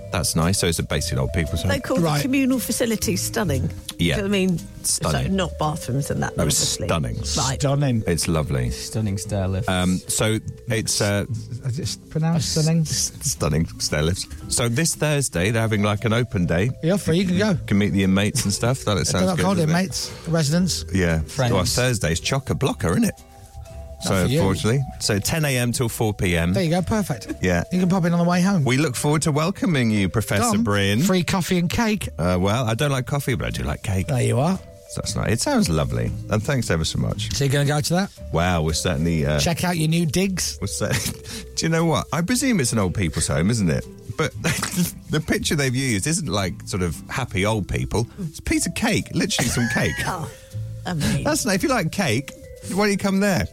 [SPEAKER 4] That's nice. Those are basically old people's home.
[SPEAKER 3] They call the communal facilities stunning.
[SPEAKER 4] Yeah.
[SPEAKER 3] Do you know what I mean,
[SPEAKER 4] Stunning.
[SPEAKER 3] So not bathrooms and that.
[SPEAKER 4] No, it's
[SPEAKER 3] obviously.
[SPEAKER 4] stunning.
[SPEAKER 3] Right.
[SPEAKER 7] Stunning.
[SPEAKER 4] It's lovely.
[SPEAKER 8] Stunning stair lift.
[SPEAKER 4] Um, so it's uh,
[SPEAKER 7] Is it pronounced stunning?
[SPEAKER 4] stunning stair lifts. So this Thursday they're having like an open day.
[SPEAKER 7] Yeah, free. You can go.
[SPEAKER 4] Can meet the inmates and stuff. That sounds
[SPEAKER 7] They're not
[SPEAKER 4] good.
[SPEAKER 7] called
[SPEAKER 4] doesn't it?
[SPEAKER 7] inmates, residents.
[SPEAKER 4] Yeah.
[SPEAKER 7] Friends.
[SPEAKER 4] Well, Thursday's chock a blocker, isn't it? So
[SPEAKER 7] for you.
[SPEAKER 4] unfortunately, so 10 a.m. till 4 p.m.
[SPEAKER 7] There you go, perfect.
[SPEAKER 4] Yeah.
[SPEAKER 7] You can pop in on the way home.
[SPEAKER 4] We look forward to welcoming you, Professor
[SPEAKER 7] Dom,
[SPEAKER 4] Brin.
[SPEAKER 7] Free Uh, coffee and cake.
[SPEAKER 4] Uh, well, I don't like coffee, but I do like cake.
[SPEAKER 7] There you are.
[SPEAKER 4] So that's nice. It sounds lovely, and thanks ever so much.
[SPEAKER 7] So you're going to go to that?
[SPEAKER 4] Wow, we're certainly. Uh,
[SPEAKER 7] Check out your new digs.
[SPEAKER 4] we're cer- do you know what? I presume it's an old people's home, isn't it? But the picture they've used isn't like sort of happy old people. It's a piece of cake, literally some cake.
[SPEAKER 3] Oh, I mean,
[SPEAKER 4] That's nice. If you like cake, why don't you come there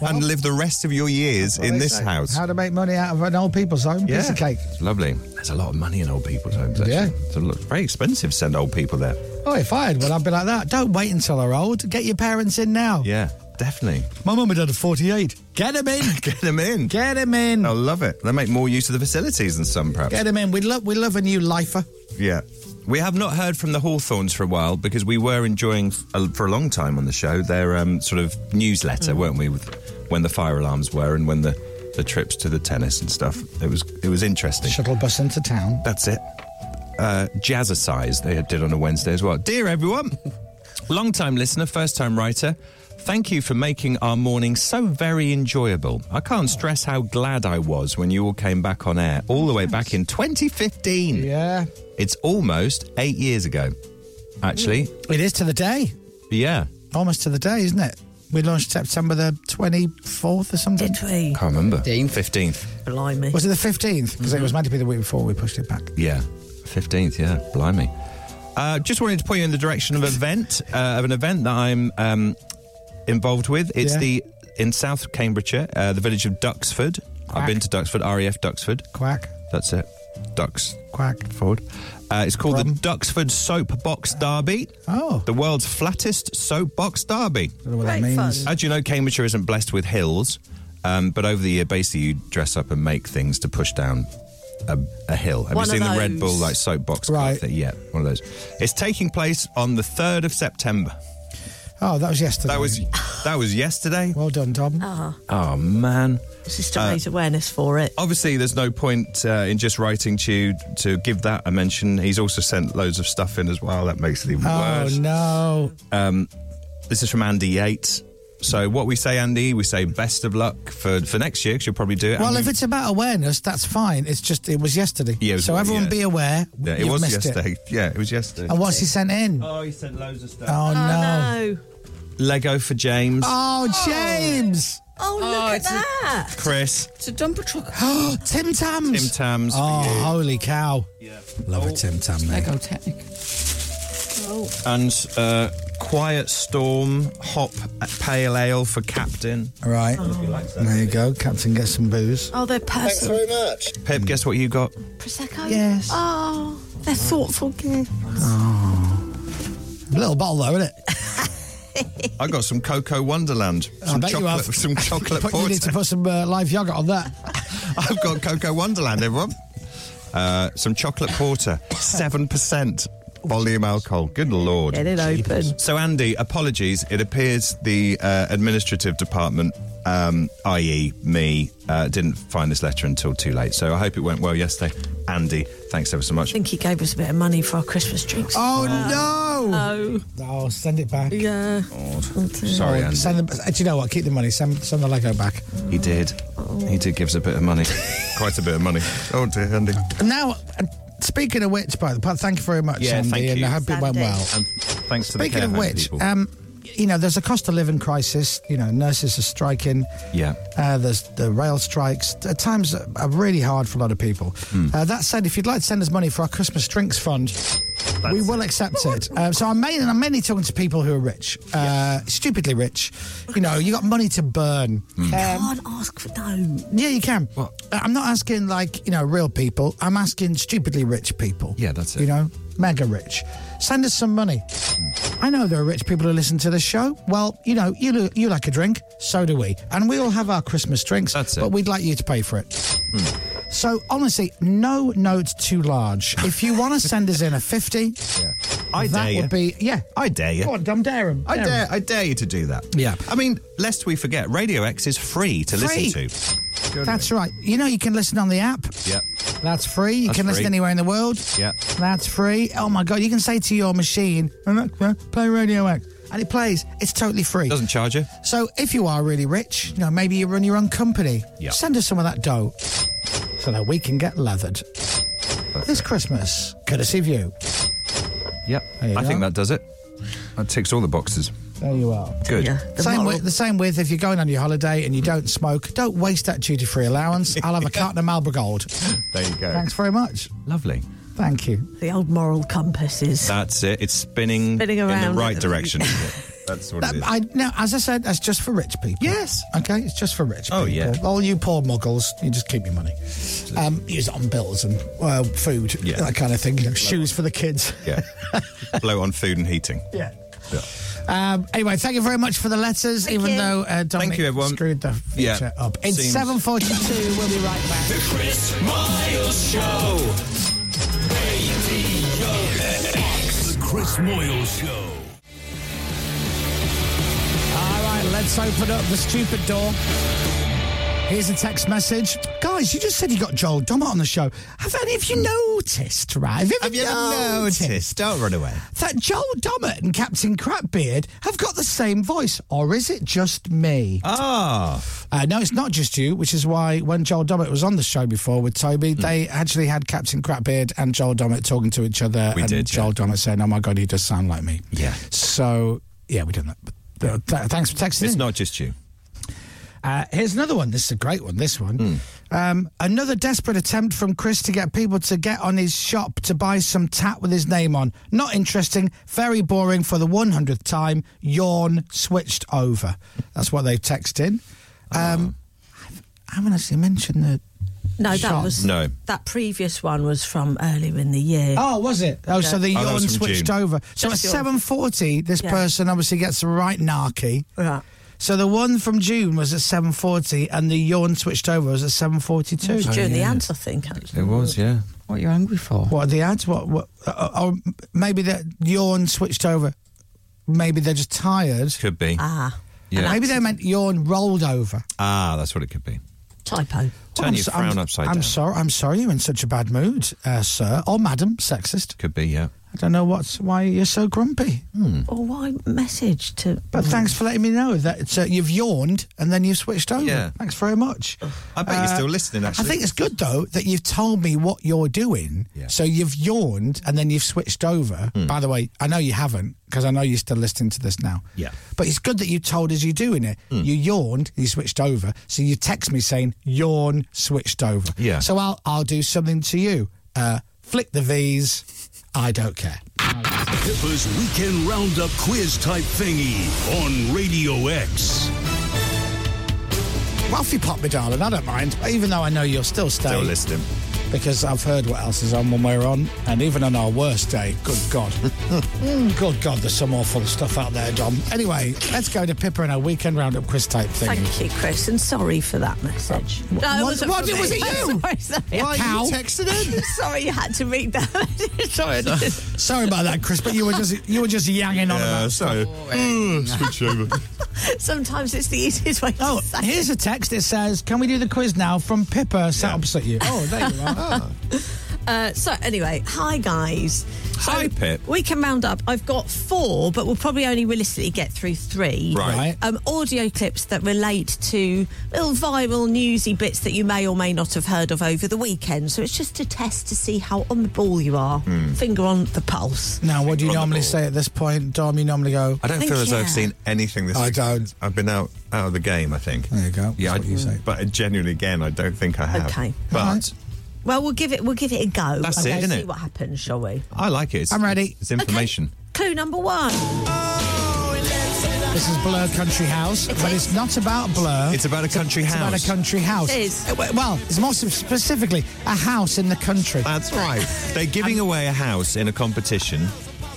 [SPEAKER 4] and live the rest of your years in this house?
[SPEAKER 7] How to make money out of an old people's home?
[SPEAKER 4] Yeah.
[SPEAKER 7] Piece of cake.
[SPEAKER 4] It's lovely. There's a lot of money in old people's homes, actually.
[SPEAKER 7] Yeah.
[SPEAKER 4] It's a lot- very expensive to send old people there.
[SPEAKER 7] Oh, if I had one, I'd be like that. Don't wait until they're old. Get your parents in now.
[SPEAKER 4] Yeah, definitely.
[SPEAKER 7] My mum and dad are 48. Get them in.
[SPEAKER 4] Get them in. Oh.
[SPEAKER 7] Get them in.
[SPEAKER 4] I love it. They make more use of the facilities than some, perhaps.
[SPEAKER 7] Get them in. We love, we love a new lifer.
[SPEAKER 4] Yeah. We have not heard from the Hawthorns for a while because we were enjoying f- a- for a long time on the show their um, sort of newsletter, weren't we? With when the fire alarms were and when the, the trips to the tennis and stuff. It was it was interesting.
[SPEAKER 7] Shuttle bus into town.
[SPEAKER 4] That's it. Uh, Jazzercise, they did on a Wednesday as well. Dear everyone, long time listener, first time writer, thank you for making our morning so very enjoyable. I can't stress how glad I was when you all came back on air, all the way back in 2015.
[SPEAKER 7] Yeah.
[SPEAKER 4] It's almost eight years ago, actually.
[SPEAKER 7] It is to the day.
[SPEAKER 4] Yeah.
[SPEAKER 7] Almost to the day, isn't it? We launched September the 24th or something.
[SPEAKER 3] did we?
[SPEAKER 4] Can't remember.
[SPEAKER 8] 15th.
[SPEAKER 4] 15th.
[SPEAKER 3] Blimey.
[SPEAKER 7] Was it the 15th? Because
[SPEAKER 4] Mm-hmm.
[SPEAKER 7] it was meant to be the week before we pushed it back.
[SPEAKER 4] Yeah, fifteenth. Yeah, blimey. Uh, just wanted to point you in the direction of event uh, of an event that I'm um, involved with. It's
[SPEAKER 7] Yeah.
[SPEAKER 4] the in South Cambridgeshire, uh, the village of Duxford. I've
[SPEAKER 7] Quack.
[SPEAKER 4] been to Duxford, RAF Duxford.
[SPEAKER 7] Quack,
[SPEAKER 4] That's it, Ducks
[SPEAKER 7] quack.
[SPEAKER 4] forward. Uh, it's called
[SPEAKER 7] Problem.
[SPEAKER 4] the Duxford Soap Box Derby.
[SPEAKER 7] Oh.
[SPEAKER 4] the world's flattest soap box derby.
[SPEAKER 7] don't know what that
[SPEAKER 3] Great fun.
[SPEAKER 7] means.
[SPEAKER 4] As you know, Cambridgeshire isn't blessed with hills, um, but over the year, basically, you dress up and make things to push down a, a hill. Have
[SPEAKER 3] One
[SPEAKER 4] you
[SPEAKER 3] of
[SPEAKER 4] seen the Red
[SPEAKER 3] those.
[SPEAKER 4] Bull like soapbox? Right. Thing? Yeah, one of those. It's taking place on the third of September.
[SPEAKER 7] Oh, that was yesterday.
[SPEAKER 4] That was that was yesterday.
[SPEAKER 7] Well done, Tom.
[SPEAKER 4] Oh man.
[SPEAKER 3] This is to
[SPEAKER 4] Uh,
[SPEAKER 3] raise awareness for it.
[SPEAKER 4] Obviously, there's no point uh, in just writing to you to give that a mention. He's also sent loads of stuff in as well. That makes it even
[SPEAKER 7] Oh,
[SPEAKER 4] worse.
[SPEAKER 7] no.
[SPEAKER 4] Um, this is from Andy Yates. So what we say, Andy, we say best of luck for, for next year because you'll probably do it.
[SPEAKER 7] Well,
[SPEAKER 4] And
[SPEAKER 7] if
[SPEAKER 4] we-
[SPEAKER 7] it's about awareness, that's fine. It's just, it was yesterday.
[SPEAKER 4] Yeah, it was-
[SPEAKER 7] so everyone
[SPEAKER 4] yeah.
[SPEAKER 7] be aware.
[SPEAKER 4] yeah, it
[SPEAKER 7] you've
[SPEAKER 4] was
[SPEAKER 7] missed
[SPEAKER 4] yesterday.
[SPEAKER 7] It.
[SPEAKER 4] Yeah, it was yesterday.
[SPEAKER 7] And what's he sent in?
[SPEAKER 4] Oh, he sent loads of stuff.
[SPEAKER 7] Oh, no.
[SPEAKER 4] Lego for James,
[SPEAKER 7] Oh, James.
[SPEAKER 3] Oh, look at that.
[SPEAKER 4] Chris,
[SPEAKER 8] It's a dumper truck.
[SPEAKER 7] Oh, Tim Tams.
[SPEAKER 4] Tim Tams. for
[SPEAKER 7] Oh,
[SPEAKER 4] you.
[SPEAKER 7] holy cow. Love a Tim Tam, mate.
[SPEAKER 8] Lego Technic.
[SPEAKER 4] and uh, Quiet Storm Hop Pale Ale for Captain.
[SPEAKER 7] All right. There you go. Captain, get some booze.
[SPEAKER 3] Oh, they're personal.
[SPEAKER 4] much.
[SPEAKER 7] Mm.
[SPEAKER 4] Pip, guess what you got?
[SPEAKER 3] Prosecco?
[SPEAKER 7] Yes.
[SPEAKER 3] Oh, they're thoughtful gifts.
[SPEAKER 7] A little bottle, though, isn't it?
[SPEAKER 4] I got some Cocoa Wonderland.
[SPEAKER 7] I
[SPEAKER 4] Some
[SPEAKER 7] bet you
[SPEAKER 4] chocolate,
[SPEAKER 7] have.
[SPEAKER 4] some chocolate
[SPEAKER 7] But you need to
[SPEAKER 4] porter.
[SPEAKER 7] put some uh, live yogurt on that.
[SPEAKER 4] I've got Cocoa Wonderland, everyone. Uh, some chocolate porter, 7% volume alcohol. Good lord.
[SPEAKER 3] Get it open.
[SPEAKER 4] So, Andy, apologies. It appears the uh, administrative department, um, i.e., me, uh, didn't find this letter until too late. So, I hope it went well yesterday. Andy, thanks ever so
[SPEAKER 3] I
[SPEAKER 4] much.
[SPEAKER 3] think he gave us a bit of money for our Christmas drinks.
[SPEAKER 7] Oh, no.
[SPEAKER 3] Oh,
[SPEAKER 7] Oh, send it back.
[SPEAKER 3] yeah.
[SPEAKER 4] Sorry,
[SPEAKER 7] Oh,
[SPEAKER 4] Andy.
[SPEAKER 7] Send the, uh, do you know what? Keep the money. Send, send the Lego back.
[SPEAKER 4] He did.
[SPEAKER 7] Oh.
[SPEAKER 4] He did give us a bit of money. Quite a bit of money. Oh, dear, Andy.
[SPEAKER 7] And now, uh, speaking of which, by the way, thank you very much,
[SPEAKER 4] Yeah,
[SPEAKER 7] Andy.
[SPEAKER 4] thank
[SPEAKER 7] and
[SPEAKER 4] you.
[SPEAKER 7] I hope it went
[SPEAKER 3] Sandy.
[SPEAKER 7] well.
[SPEAKER 4] And thanks to the
[SPEAKER 7] Speaking
[SPEAKER 4] care
[SPEAKER 7] of
[SPEAKER 4] home
[SPEAKER 7] which,
[SPEAKER 4] people.
[SPEAKER 7] um, you know, there's a cost of living crisis. You know, nurses are striking.
[SPEAKER 4] yeah.
[SPEAKER 7] Uh, there's the rail strikes. Uh, Times are are really hard for a lot of people.
[SPEAKER 4] Hmm.
[SPEAKER 7] Uh, that said, if you'd like to send us money for our Christmas drinks fund, we will accept it. Uh, so I'm mainly, I'm mainly talking to people who are rich, uh, stupidly rich. You know, you got money to
[SPEAKER 4] Hmm.
[SPEAKER 7] burn. Um,
[SPEAKER 3] Can't ask for no.
[SPEAKER 7] yeah, you can. Uh, I'm not asking like you know real people. I'm asking stupidly rich people.
[SPEAKER 4] Yeah, that's it.
[SPEAKER 7] You know, mega rich. Send us some money. I know there are rich people who listen to this show. Well, you know, you lo- you like a drink, so do we, and we all have our Christmas drinks.
[SPEAKER 4] That's it. Hmm.
[SPEAKER 7] But we'd like you to pay for it. So honestly, no note too large. If you want to send us in a fifty,
[SPEAKER 4] I
[SPEAKER 7] that
[SPEAKER 4] dare you.
[SPEAKER 7] would be yeah.
[SPEAKER 4] I dare you.
[SPEAKER 7] Go on, Dom, dare 'em,
[SPEAKER 4] I
[SPEAKER 7] dare 'em.
[SPEAKER 4] dare, I dare you to do that.
[SPEAKER 7] Yeah.
[SPEAKER 4] I mean, lest we forget, Radio X is free to
[SPEAKER 7] Free.
[SPEAKER 4] listen to.
[SPEAKER 7] That's right. You know, you can listen on the app.
[SPEAKER 4] Yeah.
[SPEAKER 7] That's free. You
[SPEAKER 4] That's
[SPEAKER 7] can listen
[SPEAKER 4] free.
[SPEAKER 7] anywhere in the world.
[SPEAKER 4] Yeah.
[SPEAKER 7] That's free. Oh my God, you can say to your machine, "Alexa, play Radio X, and it plays. It's totally free.
[SPEAKER 4] Doesn't charge you.
[SPEAKER 7] So if you are really rich, you know, maybe you run your own company.
[SPEAKER 4] Yeah.
[SPEAKER 7] Send us some of that dough so that we can get lathered. This Christmas, courtesy of you.
[SPEAKER 4] Yep.
[SPEAKER 7] There you
[SPEAKER 4] I think
[SPEAKER 7] go.
[SPEAKER 4] that does it. That ticks all the boxes.
[SPEAKER 7] There you are.
[SPEAKER 4] Good.
[SPEAKER 3] Yeah, the
[SPEAKER 7] same
[SPEAKER 3] moral-
[SPEAKER 7] with, the same with if you're going on your holiday and you don't smoke, don't waste that duty free allowance. I'll have a carton of Marlboro Gold.
[SPEAKER 4] There you go.
[SPEAKER 7] Thanks very much.
[SPEAKER 4] Lovely.
[SPEAKER 7] Thank you.
[SPEAKER 3] the old moral compass is.
[SPEAKER 4] That's it. It's spinning,
[SPEAKER 3] Spinning
[SPEAKER 4] in
[SPEAKER 3] around.
[SPEAKER 4] the right direction. That's what
[SPEAKER 7] That,
[SPEAKER 4] it is.
[SPEAKER 7] I no, as I said, that's just for rich people.
[SPEAKER 4] Yes.
[SPEAKER 7] Okay, it's just for rich.
[SPEAKER 4] Oh,
[SPEAKER 7] people.
[SPEAKER 4] yeah.
[SPEAKER 7] All you poor muggles, you just keep your money. Um, use it on bills and uh, food,
[SPEAKER 4] Yeah.
[SPEAKER 7] that kind of thing. You know, shoes for the kids.
[SPEAKER 4] yeah. Blow on food and heating.
[SPEAKER 7] Yeah.
[SPEAKER 4] Yeah.
[SPEAKER 7] Um, anyway, thank you very much for the letters, even though uh, Dominic
[SPEAKER 4] you, everyone.
[SPEAKER 7] screwed the
[SPEAKER 4] Yeah.
[SPEAKER 7] feature up. It's
[SPEAKER 4] Seems-
[SPEAKER 7] 7.42, we'll be right back.
[SPEAKER 9] The Chris Miles Show.
[SPEAKER 1] The Chris Moyle Show.
[SPEAKER 7] All right, let's open up the stupid door. Here's a text message. Guys, you just said you got Joel Dommett on the show. Have any of you noticed, right? Have you ever,
[SPEAKER 4] Have you ever noticed? Don't run away.
[SPEAKER 7] that Joel Dommett and Captain Crapbeard have got the same voice, or is it just me?
[SPEAKER 4] Ah.
[SPEAKER 7] Uh, no, it's not just you, which is why when Joel Dommett was on the show before with Toby,
[SPEAKER 4] Hmm.
[SPEAKER 7] they actually had Captain Crapbeard and Joel Dommett talking to each other,
[SPEAKER 4] We
[SPEAKER 7] and
[SPEAKER 4] did,
[SPEAKER 7] Joel Dommett saying, "Oh my God, he does sound like me."
[SPEAKER 4] Yeah.
[SPEAKER 7] So yeah, we done that. But, uh, th- thanks for texting.
[SPEAKER 4] It's
[SPEAKER 7] in.
[SPEAKER 4] not just you.
[SPEAKER 7] Uh, here's another one. This is a great one. This one. Um, another desperate attempt from Chris to get people to get on his shop to buy some tat with his name on. Not interesting. Very boring for the 100th time. Yawn switched over. That's what they've texted in. Um, I haven't actually mentioned the.
[SPEAKER 3] No, that
[SPEAKER 7] Shot.
[SPEAKER 3] was
[SPEAKER 4] No.
[SPEAKER 3] That previous one was from earlier in the year.
[SPEAKER 7] Oh, was it? Oh, so the
[SPEAKER 4] Oh, that
[SPEAKER 7] yawn
[SPEAKER 4] was from
[SPEAKER 7] switched
[SPEAKER 4] June.
[SPEAKER 7] over. So
[SPEAKER 3] Just
[SPEAKER 7] at
[SPEAKER 3] yawn.
[SPEAKER 7] 7.40, this
[SPEAKER 3] Yeah.
[SPEAKER 7] person obviously gets the right narky.
[SPEAKER 3] Right.
[SPEAKER 7] So the one from June was at 7.40 and the yawn switched over was at 7.42.
[SPEAKER 3] It was during the ads, I think, actually.
[SPEAKER 4] It was, yeah.
[SPEAKER 8] What are you angry for?
[SPEAKER 7] What are the ads? What? what uh, or maybe the yawn switched over. Maybe they're just tired.
[SPEAKER 4] Could be.
[SPEAKER 7] Ah.
[SPEAKER 4] Yeah.
[SPEAKER 7] Maybe they meant yawn rolled over.
[SPEAKER 4] Ah, that's what it could be.
[SPEAKER 3] Typo.
[SPEAKER 4] Turn your frown upside
[SPEAKER 7] I'm
[SPEAKER 4] down.
[SPEAKER 7] sorry. I'm sorry. You're in such a bad mood, uh, sir or madam. Sexist.
[SPEAKER 4] Could be, yeah.
[SPEAKER 7] I don't know what's why you're so grumpy.
[SPEAKER 3] Or Oh, why message to?
[SPEAKER 7] Hmm. But thanks for letting me know that it's, uh, you've yawned and then you've switched over.
[SPEAKER 4] Yeah.
[SPEAKER 7] Thanks very much.
[SPEAKER 4] I bet you're still listening, actually.
[SPEAKER 7] Uh, I think it's good though that you've told me what you're doing. So you've yawned and then you've switched over.
[SPEAKER 4] Hmm.
[SPEAKER 7] By the way, I know you haven't because I know you're still listening to this now.
[SPEAKER 4] Yeah. Hmm.
[SPEAKER 7] But it's good that you told us you're doing it. You yawned, you switched over. So you text me saying yawn switched over.
[SPEAKER 4] Yeah.
[SPEAKER 7] So I'll I'll do something to you. Uh, flick the V's. I don't care.
[SPEAKER 1] Pippa's weekend roundup quiz type thingy on Radio X.
[SPEAKER 7] Ralphie Pop, me darling, I don't mind. Even though I know you'll still stay.
[SPEAKER 4] Still listening.
[SPEAKER 7] Because I've heard what else is on when we're on, and even on our worst day, good God. Mm, good God, there's some awful stuff out there, Dom. Anyway, let's go to Pippa and our weekend roundup quiz type thing.
[SPEAKER 3] Thank you, Chris, and sorry for that message.
[SPEAKER 7] Uh, What-
[SPEAKER 3] it wasn't
[SPEAKER 7] what- what-
[SPEAKER 3] for me.
[SPEAKER 7] was it you?
[SPEAKER 3] sorry, sorry.
[SPEAKER 7] Why you texted in?
[SPEAKER 3] sorry, you had to read that. message. sorry.
[SPEAKER 7] Sorry about that, Chris, but you were just you were just yanging on about.
[SPEAKER 4] so uh, switch over.
[SPEAKER 3] Sometimes it's the easiest way.
[SPEAKER 7] Oh,
[SPEAKER 3] to say it.
[SPEAKER 7] here's a text that says, "Can we do the quiz now?" From Pippa, sat opposite you. Oh, there you are.
[SPEAKER 4] Ah.
[SPEAKER 3] Uh, so anyway, hi guys. So
[SPEAKER 4] Hi, Pip.
[SPEAKER 3] We can round up. I've got four, but we'll probably only realistically get through three.
[SPEAKER 4] Right.
[SPEAKER 3] Um, audio clips that relate to little viral newsy bits that you may or may not have heard of over the weekend. So it's just a test to see how on the ball you are.
[SPEAKER 4] Hmm.
[SPEAKER 3] Finger on the pulse.
[SPEAKER 7] Now, what do you
[SPEAKER 4] On the
[SPEAKER 7] normally
[SPEAKER 4] ball.
[SPEAKER 7] say at this point, Dom? You normally go.
[SPEAKER 4] I don't
[SPEAKER 3] think,
[SPEAKER 4] feel as though I've
[SPEAKER 3] yeah.
[SPEAKER 4] seen anything this
[SPEAKER 7] I
[SPEAKER 4] week.
[SPEAKER 7] don't.
[SPEAKER 4] I've been out out of the game, I think.
[SPEAKER 7] There you go.
[SPEAKER 4] Yeah,
[SPEAKER 7] That's
[SPEAKER 4] I-
[SPEAKER 7] what you say.
[SPEAKER 4] but genuinely, again, I don't think I have.
[SPEAKER 3] Okay.
[SPEAKER 4] But
[SPEAKER 7] Alright.
[SPEAKER 3] Well, we'll give it. We'll give it a go.
[SPEAKER 4] That's
[SPEAKER 3] Okay,
[SPEAKER 4] it, isn't
[SPEAKER 3] see
[SPEAKER 4] it?
[SPEAKER 3] what happens, shall we?
[SPEAKER 4] I like it. It's,
[SPEAKER 7] I'm ready.
[SPEAKER 4] It's information.
[SPEAKER 3] Clue number one.
[SPEAKER 7] This is Blur Country House, but it's not about Blur.
[SPEAKER 4] It's about a country
[SPEAKER 7] It's
[SPEAKER 4] house.
[SPEAKER 7] about a country house.
[SPEAKER 3] It is.
[SPEAKER 7] Uh, Well, it's more specifically a house in the country.
[SPEAKER 4] That's right. They're giving away a house in a competition.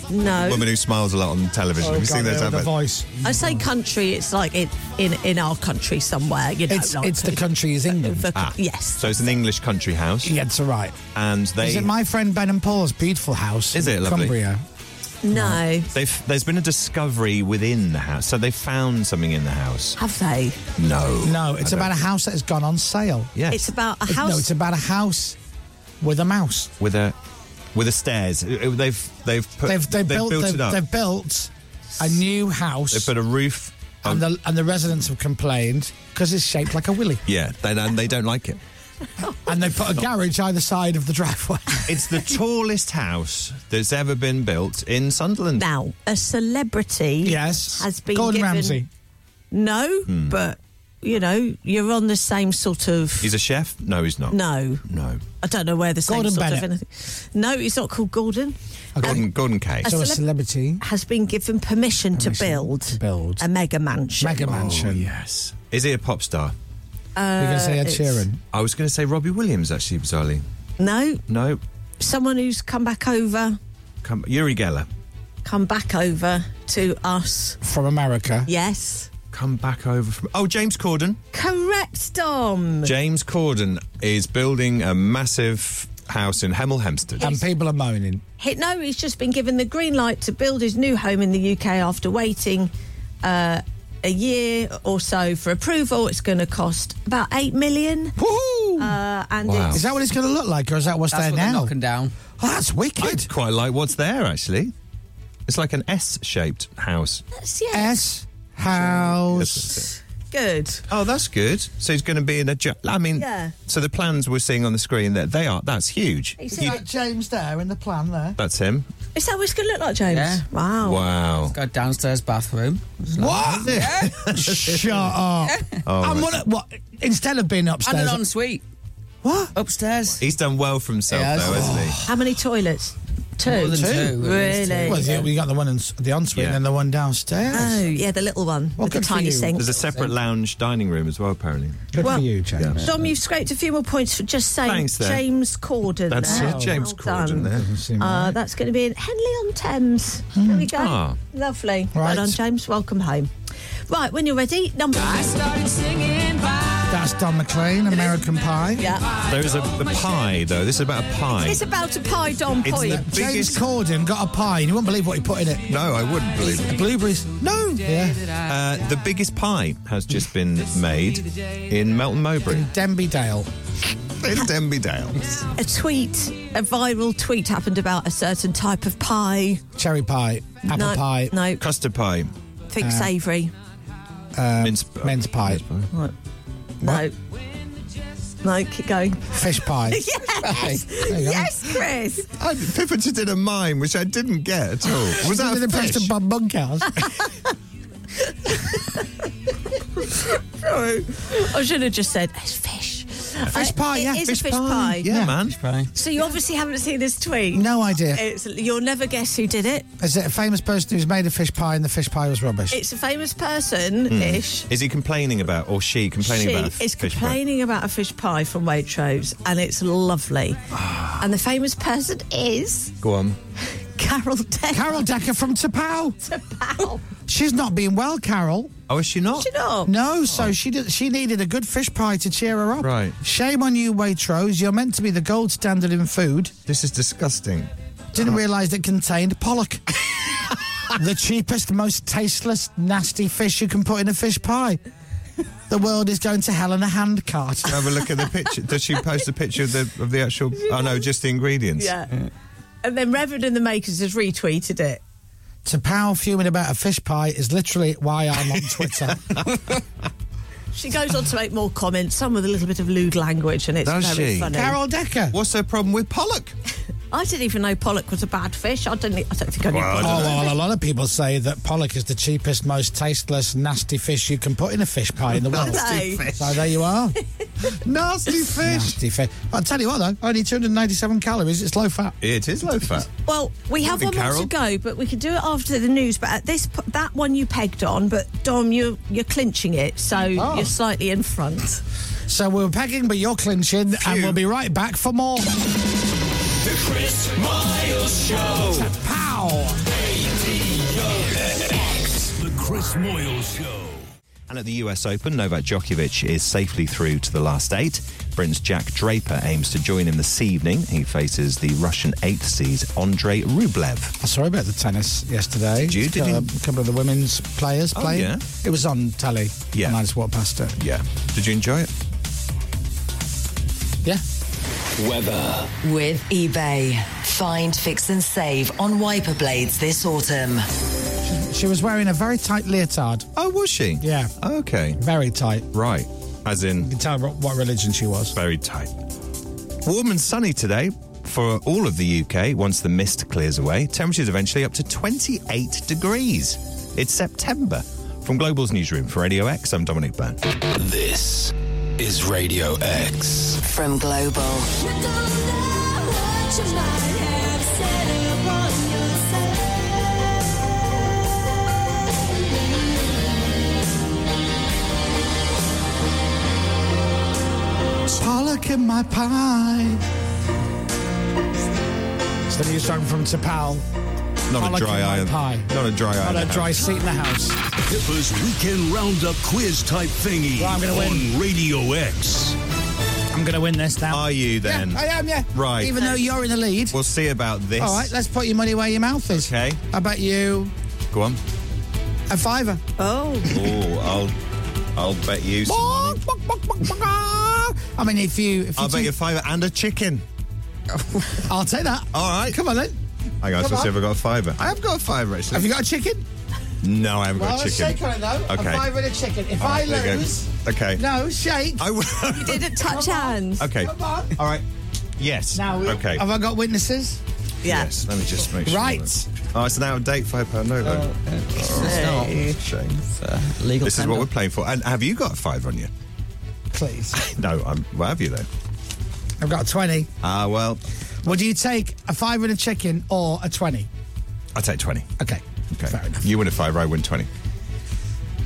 [SPEAKER 3] No.
[SPEAKER 4] Woman who smiles a lot on television.
[SPEAKER 7] Oh,
[SPEAKER 4] Have you seen those
[SPEAKER 7] the
[SPEAKER 4] adverts?
[SPEAKER 7] voice.
[SPEAKER 3] I say country. It's like in in, in our country somewhere. You know,
[SPEAKER 7] It's,
[SPEAKER 3] like
[SPEAKER 7] it's the country is England.
[SPEAKER 3] the-
[SPEAKER 4] Ah,
[SPEAKER 3] yes.
[SPEAKER 4] So it's an English country house,
[SPEAKER 7] Yeah, it's all right.
[SPEAKER 4] and they
[SPEAKER 7] Is it my friend Ben and Paul's beautiful house?
[SPEAKER 4] Is it
[SPEAKER 7] in
[SPEAKER 4] lovely?
[SPEAKER 7] Cumbria.
[SPEAKER 3] No.
[SPEAKER 4] They've, there's been a discovery within the house, so they found something in the house.
[SPEAKER 3] Have they?
[SPEAKER 4] No,
[SPEAKER 7] No, it's
[SPEAKER 4] I
[SPEAKER 7] about a
[SPEAKER 4] don't-
[SPEAKER 7] house that has gone on sale.
[SPEAKER 4] Yes,
[SPEAKER 3] It's about a
[SPEAKER 7] It-
[SPEAKER 3] house.
[SPEAKER 7] No, it's about a house with a mouse.
[SPEAKER 4] with a with a stairs. It- it- They've they've put
[SPEAKER 7] They've they've, built, they've,
[SPEAKER 4] it up.
[SPEAKER 7] they've built a new house,
[SPEAKER 4] They put a roof. on-
[SPEAKER 7] and the and the residents have complained because it's shaped like a willy,
[SPEAKER 4] yeah, they, and they don't like it.
[SPEAKER 7] and they put a garage either side of the driveway.
[SPEAKER 4] It's the tallest house that's ever been built in Sunderland.
[SPEAKER 3] now, a celebrity
[SPEAKER 7] yes,
[SPEAKER 3] has been
[SPEAKER 7] Gordon
[SPEAKER 3] given...
[SPEAKER 7] Ramsay.
[SPEAKER 3] No,
[SPEAKER 7] Hmm.
[SPEAKER 3] but, you know, you're on the same sort of...
[SPEAKER 4] He's a chef. No, he's not.
[SPEAKER 3] No.
[SPEAKER 4] no.
[SPEAKER 3] I don't know where the same
[SPEAKER 7] Gordon
[SPEAKER 3] sort of
[SPEAKER 7] Bennett.
[SPEAKER 3] anything... No, he's not called Gordon.
[SPEAKER 4] Gordon, Gordon Kay.
[SPEAKER 7] So a
[SPEAKER 3] celeb-
[SPEAKER 7] celebrity.
[SPEAKER 3] Has been given permission, to,
[SPEAKER 7] Permission
[SPEAKER 3] build
[SPEAKER 7] to build.
[SPEAKER 3] a mega mansion.
[SPEAKER 7] Mega
[SPEAKER 8] Oh,
[SPEAKER 7] Mansion.
[SPEAKER 4] yes. Is he a pop star?
[SPEAKER 7] You're going to say Ed
[SPEAKER 3] it's-
[SPEAKER 7] Sheeran.
[SPEAKER 4] I was going to say Robbie Williams, actually, bizarrely.
[SPEAKER 3] No,
[SPEAKER 4] No,
[SPEAKER 3] someone who's come back over,
[SPEAKER 4] come, Yuri Geller.
[SPEAKER 3] come back over to us.
[SPEAKER 7] From America.
[SPEAKER 3] Yes.
[SPEAKER 4] Come back over from. Oh, James Corden.
[SPEAKER 3] Correct, Dom.
[SPEAKER 4] James Corden is building a massive house in Hemel Hempstead.
[SPEAKER 7] And people are moaning.
[SPEAKER 3] Hit no, he's just been given the green light to build his new home in the UK after waiting uh, a year or so for approval. It's going to cost about eight million,
[SPEAKER 7] Woohoo!
[SPEAKER 3] uh, and
[SPEAKER 4] Wow.
[SPEAKER 3] it's
[SPEAKER 7] is that what it's going to look like, or is that what's
[SPEAKER 8] That's
[SPEAKER 7] there
[SPEAKER 8] what they're
[SPEAKER 7] now?
[SPEAKER 8] knocking down.
[SPEAKER 7] Oh, that's
[SPEAKER 4] I
[SPEAKER 7] wicked.
[SPEAKER 4] quite like what's there, actually. It's like an S shaped house.
[SPEAKER 3] that's- yeah,
[SPEAKER 7] S house.
[SPEAKER 3] good.
[SPEAKER 4] Oh, that's good. So he's going to be in a. Ju- I mean,
[SPEAKER 3] Yeah.
[SPEAKER 4] so the plans we're seeing on the screen that they are that's huge.
[SPEAKER 3] Is
[SPEAKER 7] See
[SPEAKER 3] that,
[SPEAKER 7] that James there in the plan there?
[SPEAKER 4] That's him.
[SPEAKER 3] is that what it's going to look like, James?
[SPEAKER 8] Yeah.
[SPEAKER 3] Wow.
[SPEAKER 4] Wow.
[SPEAKER 8] Got a downstairs bathroom.
[SPEAKER 7] What? Shut up. I'm on a, what? Instead of being
[SPEAKER 8] And
[SPEAKER 7] upstairs.
[SPEAKER 8] an ensuite.
[SPEAKER 7] What?
[SPEAKER 8] Upstairs.
[SPEAKER 4] He's done well for himself,
[SPEAKER 8] Yes.
[SPEAKER 4] though, hasn't he?
[SPEAKER 3] How many toilets? Two.
[SPEAKER 8] More than two, at least
[SPEAKER 3] Really?
[SPEAKER 7] Well, yeah, we got the one in s- the ensuite
[SPEAKER 4] Yeah.
[SPEAKER 7] and the one downstairs.
[SPEAKER 3] Oh, yeah, the little one
[SPEAKER 7] Well,
[SPEAKER 3] with the
[SPEAKER 7] good for
[SPEAKER 3] tiny
[SPEAKER 7] you.
[SPEAKER 3] sink.
[SPEAKER 4] There's a separate lounge dining room as well, apparently.
[SPEAKER 7] Good
[SPEAKER 3] Well-
[SPEAKER 7] for you, James.
[SPEAKER 3] Dom, you've scraped a few more points for just saying
[SPEAKER 4] Thanks there.
[SPEAKER 3] James Corden.
[SPEAKER 4] That's
[SPEAKER 3] there.
[SPEAKER 4] it, James
[SPEAKER 3] Well
[SPEAKER 4] Corden
[SPEAKER 3] done.
[SPEAKER 4] there.
[SPEAKER 7] Doesn't seem
[SPEAKER 3] Uh,
[SPEAKER 7] right.
[SPEAKER 3] That's going to be in Henley on Thames. There we go.
[SPEAKER 4] Ah.
[SPEAKER 3] Lovely.
[SPEAKER 7] Right.
[SPEAKER 3] Well done, James. Welcome home. Right, when you're ready, number. I started singing
[SPEAKER 7] That's Don McLean, American Pie.
[SPEAKER 3] Yeah.
[SPEAKER 4] There is a, a pie, though. This is about a pie.
[SPEAKER 3] It's about a pie, Don
[SPEAKER 4] It's
[SPEAKER 3] Point.
[SPEAKER 4] the
[SPEAKER 7] James
[SPEAKER 4] biggest-
[SPEAKER 7] Corden got a pie, and you won't believe what he put in it.
[SPEAKER 4] No, I wouldn't believe it.
[SPEAKER 7] Blueberries. No. Yeah.
[SPEAKER 4] Uh, the biggest pie has just been made in Melton Mowbray. In
[SPEAKER 7] Denby Dale.
[SPEAKER 4] In Denby Dale.
[SPEAKER 3] A tweet, a viral tweet happened about a certain type of pie.
[SPEAKER 7] Cherry pie, apple
[SPEAKER 3] No,
[SPEAKER 7] pie.
[SPEAKER 3] No,
[SPEAKER 4] Custard pie.
[SPEAKER 3] think
[SPEAKER 7] Uh,
[SPEAKER 3] savoury.
[SPEAKER 7] Um,
[SPEAKER 4] mince,
[SPEAKER 7] pie.
[SPEAKER 3] No. No, keep going.
[SPEAKER 7] Fish pie.
[SPEAKER 3] yes!
[SPEAKER 7] There you go.
[SPEAKER 3] Yes, Chris!
[SPEAKER 4] I pivoted in a mime, which I didn't get at all. Was that
[SPEAKER 7] Did
[SPEAKER 4] a
[SPEAKER 7] they press the
[SPEAKER 4] fish?
[SPEAKER 7] Bob Bunkhouse?
[SPEAKER 3] Sorry. I should have just said, it's fish.
[SPEAKER 7] Fish
[SPEAKER 3] Uh,
[SPEAKER 7] pie, yeah,
[SPEAKER 3] It is
[SPEAKER 7] fish
[SPEAKER 3] a fish
[SPEAKER 7] pie.
[SPEAKER 3] pie.
[SPEAKER 4] Yeah, man.
[SPEAKER 3] So you obviously haven't seen this tweet.
[SPEAKER 7] No idea.
[SPEAKER 3] It's, you'll never guess who did it.
[SPEAKER 7] Is it a famous person who's made a fish pie and the fish pie was rubbish?
[SPEAKER 3] It's a famous person
[SPEAKER 4] Hmm.
[SPEAKER 3] ish.
[SPEAKER 4] Is he complaining about, or she complaining
[SPEAKER 3] She
[SPEAKER 4] about? a f-
[SPEAKER 3] is
[SPEAKER 4] fish pie?
[SPEAKER 3] complaining about a fish pie from Waitrose, and it's lovely.
[SPEAKER 4] Ah.
[SPEAKER 3] and the famous person is
[SPEAKER 4] Go on.
[SPEAKER 3] Carol Decker.
[SPEAKER 7] Carol Decker from Tapau.
[SPEAKER 3] Tapau.
[SPEAKER 7] She's not being well, Carol.
[SPEAKER 4] Oh, is she not?
[SPEAKER 3] She not?
[SPEAKER 7] No, so she did, she needed a good fish pie to cheer her up.
[SPEAKER 4] Right.
[SPEAKER 7] Shame on you, Waitrose. You're meant to be the gold standard in food.
[SPEAKER 4] This is disgusting.
[SPEAKER 7] Didn't realise it contained pollock. the cheapest, most tasteless, nasty fish you can put in a fish pie. The world is going to hell in a handcart.
[SPEAKER 4] Have a look at the picture. Does she post a picture of the of the actual? Oh no, just the ingredients.
[SPEAKER 3] Yeah. And then Reverend and the Makers has retweeted it.
[SPEAKER 7] Tapau fuming about a fish pie is literally why I'm on Twitter.
[SPEAKER 3] She goes on to make more comments, some with a little bit of lewd language, and it's
[SPEAKER 4] Does
[SPEAKER 3] very
[SPEAKER 4] she?
[SPEAKER 3] funny.
[SPEAKER 7] Carol Decker.
[SPEAKER 4] What's her problem with pollock?
[SPEAKER 3] I didn't even know pollock was a bad fish. I didn't. e-, I don't think I knew.
[SPEAKER 4] Well, I
[SPEAKER 3] pollock.
[SPEAKER 7] Oh,
[SPEAKER 4] don't know.
[SPEAKER 7] well, a lot of people say that pollock is the cheapest, most tasteless, nasty fish you can put in a fish pie in the world.
[SPEAKER 3] Nasty fish.
[SPEAKER 7] So there you are. nasty fish. Nasty fish. I'll tell you what, though, only 297 calories. It's low fat.
[SPEAKER 4] It is low fat.
[SPEAKER 3] Well, we have one
[SPEAKER 4] Morning,
[SPEAKER 3] more to go, but we can do it after the news. But at this, po- that one you pegged on, but Dom, you're you're clinching it, so
[SPEAKER 7] Oh.
[SPEAKER 3] you're slightly in front.
[SPEAKER 7] So we're pegging, but you're clinching, and we'll be right back for more.
[SPEAKER 9] The Chris Miles Show.
[SPEAKER 7] Pow! Oh,
[SPEAKER 1] The Chris Moyle Show.
[SPEAKER 4] And at the US Open, Novak Djokovic is safely through to the last eight. Britain's Jack Draper aims to join him this evening. He faces the Russian eighth seed Andrei Rublev.
[SPEAKER 7] I saw about the tennis yesterday. Uh,
[SPEAKER 4] Did you? Did
[SPEAKER 7] a
[SPEAKER 4] you-
[SPEAKER 7] couple of the women's players
[SPEAKER 4] Oh,
[SPEAKER 7] playing.
[SPEAKER 4] yeah.
[SPEAKER 7] It was on telly.
[SPEAKER 4] Yeah.
[SPEAKER 7] And I just walked past it.
[SPEAKER 4] Yeah. Did you enjoy it?
[SPEAKER 7] Yeah.
[SPEAKER 9] Weather.
[SPEAKER 2] With eBay. Find, fix, and save on wiper blades this autumn.
[SPEAKER 7] She was wearing a very tight leotard.
[SPEAKER 4] Oh, was she?
[SPEAKER 7] Yeah.
[SPEAKER 4] Okay.
[SPEAKER 7] Very tight.
[SPEAKER 4] Right. As in,
[SPEAKER 7] You can tell what- what religion she was.
[SPEAKER 4] very tight. Warm and sunny today for all of the UK once the mist clears away. Temperatures eventually up to 28 degrees. It's September. From Global's newsroom for Radio X, I'm Dominic Byrne.
[SPEAKER 9] This is Radio X.
[SPEAKER 2] From Global.
[SPEAKER 7] Pollock in my pie. It's the new song from Tapal.
[SPEAKER 4] Not
[SPEAKER 7] Pollock
[SPEAKER 4] a dry
[SPEAKER 7] in my
[SPEAKER 4] eye.
[SPEAKER 7] pie.
[SPEAKER 4] Not a dry eye.
[SPEAKER 7] Not a dry seat in the house.
[SPEAKER 1] Pippa's weekend roundup quiz type thingy
[SPEAKER 7] Well, I'm gonna win.
[SPEAKER 1] on Radio X.
[SPEAKER 7] I'm going to win this now.
[SPEAKER 4] Are you then?
[SPEAKER 7] Yeah, I am, yeah.
[SPEAKER 4] Right.
[SPEAKER 7] Even though you're in the lead.
[SPEAKER 4] We'll see about this.
[SPEAKER 7] All right, let's put your money where your mouth is.
[SPEAKER 4] Okay.
[SPEAKER 7] I bet you
[SPEAKER 4] Go on.
[SPEAKER 7] a fiver.
[SPEAKER 3] Oh,
[SPEAKER 4] Oh, I'll, I'll bet you. Some money.
[SPEAKER 7] I mean, if you, if you,
[SPEAKER 4] I'll bet
[SPEAKER 7] do-
[SPEAKER 4] you a fiver and a chicken.
[SPEAKER 7] I'll take that.
[SPEAKER 4] All right.
[SPEAKER 7] Come on then.
[SPEAKER 4] Hang on,
[SPEAKER 7] Come
[SPEAKER 4] so
[SPEAKER 7] on.
[SPEAKER 4] see if I got a fiver. I have got a fiver actually.
[SPEAKER 7] Have you got a chicken?
[SPEAKER 4] No, I haven't
[SPEAKER 7] Well,
[SPEAKER 4] got a
[SPEAKER 7] let's
[SPEAKER 4] chicken.
[SPEAKER 7] shake on it though.
[SPEAKER 4] Okay.
[SPEAKER 7] A fiver and a chicken. If
[SPEAKER 4] All
[SPEAKER 7] I
[SPEAKER 4] right, there you go. Uh,
[SPEAKER 7] lose,
[SPEAKER 4] Okay.
[SPEAKER 7] no shake.
[SPEAKER 4] I
[SPEAKER 3] you
[SPEAKER 4] will.
[SPEAKER 3] didn't touch hands.
[SPEAKER 4] okay.
[SPEAKER 7] Come on.
[SPEAKER 4] All right. Yes.
[SPEAKER 7] Now, we-
[SPEAKER 4] okay.
[SPEAKER 7] have I got witnesses?
[SPEAKER 3] Yeah.
[SPEAKER 4] Yes. Let me just make sure.
[SPEAKER 7] Right. Oh,
[SPEAKER 4] that- Oh, it's an out of date five pound note. though.
[SPEAKER 3] Hey.
[SPEAKER 4] Shame.
[SPEAKER 8] Uh, Legal
[SPEAKER 4] This is what we're playing for. And have you got a five on you?
[SPEAKER 7] Please.
[SPEAKER 4] No, I'm. Well, have you though?
[SPEAKER 7] I've got a 20.
[SPEAKER 4] Ah, well,
[SPEAKER 7] Would you take a five and a chicken or a 20?
[SPEAKER 4] I'll take twenty.
[SPEAKER 7] Okay.
[SPEAKER 4] Okay.
[SPEAKER 7] Fair enough.
[SPEAKER 4] You win a fiver, I win twenty.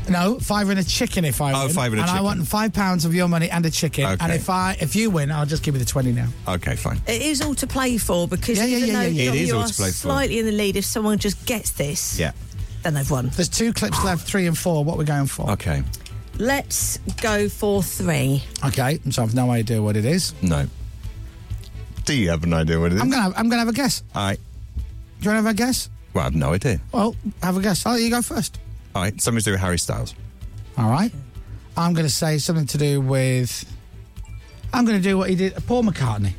[SPEAKER 7] No, five and a chicken if I
[SPEAKER 4] Oh,
[SPEAKER 7] win.
[SPEAKER 4] five and a
[SPEAKER 7] and I
[SPEAKER 4] chicken.
[SPEAKER 7] want five pounds of your money and a chicken.
[SPEAKER 4] Okay.
[SPEAKER 7] And if I if you win, I'll just give you the 20 now.
[SPEAKER 4] Okay, fine.
[SPEAKER 3] It is all to play for because
[SPEAKER 7] Yeah, yeah,
[SPEAKER 3] even
[SPEAKER 7] yeah,
[SPEAKER 3] though
[SPEAKER 7] yeah, yeah.
[SPEAKER 4] It
[SPEAKER 3] Dom,
[SPEAKER 4] is
[SPEAKER 3] you
[SPEAKER 4] all
[SPEAKER 3] are
[SPEAKER 4] to play for.
[SPEAKER 3] slightly in the lead, if someone just gets this,
[SPEAKER 4] Yeah.
[SPEAKER 3] Then they've won.
[SPEAKER 7] There's two clips left, three and four. What we're going for?
[SPEAKER 4] Okay.
[SPEAKER 3] Let's go for three.
[SPEAKER 7] Okay, so I've no idea what it is.
[SPEAKER 4] No. Do you have an idea what it is?
[SPEAKER 7] I'm gonna have, I'm gonna have a guess.
[SPEAKER 4] All right.
[SPEAKER 7] Do you want to have a guess?
[SPEAKER 4] Well, I've no idea.
[SPEAKER 7] Well, have a guess. I'll let you go first.
[SPEAKER 4] All right. Something's to do with Harry Styles.
[SPEAKER 7] All right. I'm going to say something to do with. I'm going to do what he did, Paul McCartney.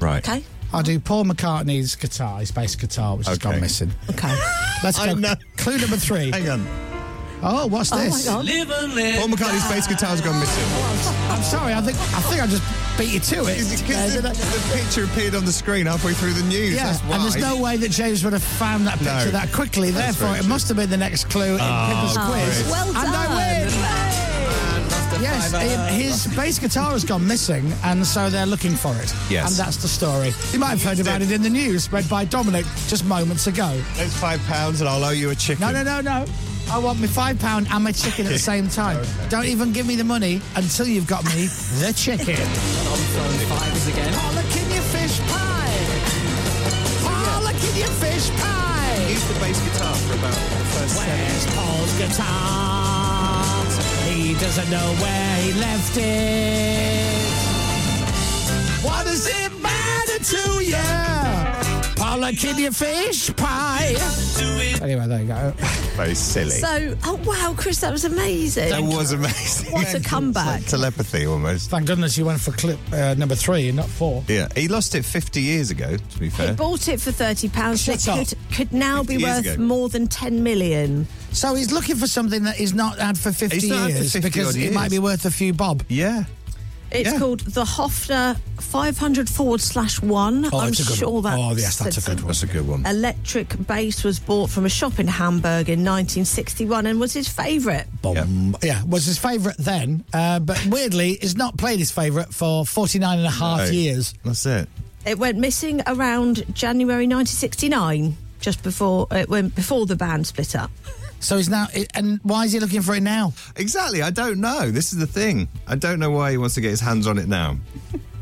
[SPEAKER 4] Right.
[SPEAKER 3] Okay.
[SPEAKER 7] I'll do Paul McCartney's guitar, his bass guitar, which has
[SPEAKER 4] Okay.
[SPEAKER 7] gone missing.
[SPEAKER 3] Okay.
[SPEAKER 7] Let's
[SPEAKER 4] I
[SPEAKER 7] go.
[SPEAKER 4] know.
[SPEAKER 7] Clue number three.
[SPEAKER 4] Hang on.
[SPEAKER 7] Oh, what's
[SPEAKER 3] Oh my
[SPEAKER 7] this?
[SPEAKER 3] God.
[SPEAKER 4] Paul McCartney's bass guitar's gone missing.
[SPEAKER 7] I'm sorry. I think I think I just beat you to it.
[SPEAKER 4] Because the, the picture appeared on the screen halfway through the news.
[SPEAKER 7] Yeah,
[SPEAKER 4] That's why.
[SPEAKER 7] and there's no way that James would have found that
[SPEAKER 4] No.
[SPEAKER 7] picture that quickly.
[SPEAKER 4] That's
[SPEAKER 7] Therefore,
[SPEAKER 4] very
[SPEAKER 7] it
[SPEAKER 4] true. Oh,
[SPEAKER 7] must have been the next clue in Pippa's quiz.
[SPEAKER 3] Well
[SPEAKER 7] and
[SPEAKER 3] done.
[SPEAKER 7] I win. Yes,
[SPEAKER 1] uh,
[SPEAKER 7] um, his bass guitar has gone missing, and so they're looking for it.
[SPEAKER 4] Yes.
[SPEAKER 7] and that's the story. You might have heard about it in the news, read by Dominic just moments ago.
[SPEAKER 4] There's five pounds and I'll owe you a chicken.
[SPEAKER 7] No, no, no, no. I want my five pound and my chicken at the same time. Don't even give me the money until you've got me the chicken. Oh, look at your fish pie. Oh, look at your fish pie.
[SPEAKER 4] Use the bass guitar for about the first
[SPEAKER 7] Where's Paul's guitar? He doesn't know where he left it. What does it matter to you? Paula, kid your fish pie. Anyway, there you go.
[SPEAKER 4] Very silly.
[SPEAKER 3] So, oh wow, Chris, that was amazing.
[SPEAKER 4] that was amazing.
[SPEAKER 3] What a comeback.
[SPEAKER 4] It's like telepathy almost.
[SPEAKER 7] Thank goodness you went for clip uh, number three and not four.
[SPEAKER 4] Yeah, he lost it 50 years ago, to be
[SPEAKER 3] He
[SPEAKER 4] fair.
[SPEAKER 3] bought it for thirty pounds. It
[SPEAKER 7] Shut up.
[SPEAKER 3] could, could now be
[SPEAKER 4] 50 years
[SPEAKER 3] worth
[SPEAKER 4] ago.
[SPEAKER 3] more than ten million.
[SPEAKER 7] So he's looking for something that he's not had for 50
[SPEAKER 4] He's not had
[SPEAKER 7] years
[SPEAKER 4] for 50
[SPEAKER 7] because
[SPEAKER 4] odd
[SPEAKER 7] it
[SPEAKER 4] years.
[SPEAKER 7] might be worth a few bob.
[SPEAKER 4] Yeah.
[SPEAKER 3] It's
[SPEAKER 4] Yeah.
[SPEAKER 3] called the Hofner 500 forward slash one.
[SPEAKER 7] Oh,
[SPEAKER 3] I'm
[SPEAKER 7] that's a good
[SPEAKER 3] sure
[SPEAKER 7] one.
[SPEAKER 3] that's
[SPEAKER 7] Oh, yes, that's a good one.
[SPEAKER 4] That's a good one.
[SPEAKER 3] Electric bass was bought from a shop in Hamburg in 1961 and was his favourite.
[SPEAKER 7] Bomb. Yeah, was his favourite then, uh, but weirdly, he's not played his favourite for 49 and a half
[SPEAKER 4] No.
[SPEAKER 7] years.
[SPEAKER 4] That's it.
[SPEAKER 3] It went missing around January 1969, just before it went before the band split up.
[SPEAKER 7] So he's now, and why is he looking for it now?
[SPEAKER 4] Exactly. I don't know. This is the thing. I don't know why he wants to get his hands on it now.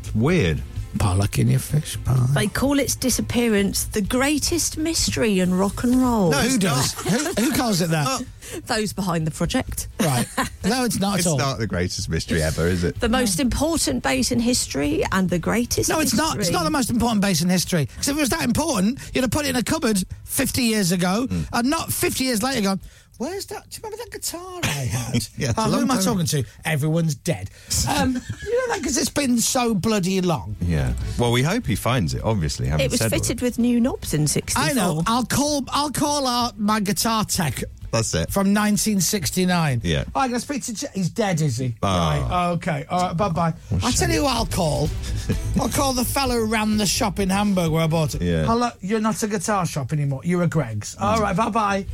[SPEAKER 4] it's weird.
[SPEAKER 7] Pollock in your fish pie.
[SPEAKER 3] They call its disappearance the greatest mystery in rock and roll.
[SPEAKER 4] No.
[SPEAKER 7] Who
[SPEAKER 4] It's
[SPEAKER 7] does? who, who calls it that?
[SPEAKER 4] Oh.
[SPEAKER 3] Those behind the project.
[SPEAKER 7] Right. No, it's not
[SPEAKER 4] It's
[SPEAKER 7] at all.
[SPEAKER 4] not the greatest mystery ever, is it?
[SPEAKER 3] The most important bass in history and the greatest.
[SPEAKER 7] No, it's not. It's
[SPEAKER 3] mystery.
[SPEAKER 7] not the most important base in history. Because if it was that important, you'd have put it in a cupboard 50 years ago
[SPEAKER 4] Hmm.
[SPEAKER 7] and not 50 years later gone, where's that? Do you remember that guitar I had?
[SPEAKER 4] Yeah, it's
[SPEAKER 7] oh,
[SPEAKER 4] a
[SPEAKER 7] who
[SPEAKER 4] long
[SPEAKER 7] am I
[SPEAKER 4] time.
[SPEAKER 7] talking to? Everyone's dead. Um, you know that because it's been so bloody long.
[SPEAKER 4] Yeah. Well, we hope he finds it, obviously. having
[SPEAKER 3] It was
[SPEAKER 4] said all
[SPEAKER 3] fitted with new knobs in 64.
[SPEAKER 7] I know. I'll call. I'll call out my guitar tech
[SPEAKER 4] that. That's it.
[SPEAKER 7] from 1969.
[SPEAKER 4] Yeah.
[SPEAKER 7] Oh, I'm gonna speak to. Ch- He's dead, is he?
[SPEAKER 4] Ah.
[SPEAKER 7] Right. Okay. All right. Bye bye. I'll tell you who I'll call. I'll call the fellow who ran the shop in Hamburg where I bought it.
[SPEAKER 4] Yeah.
[SPEAKER 7] Hello. You're not a guitar shop anymore. You're a Greg's. All right. Bye bye.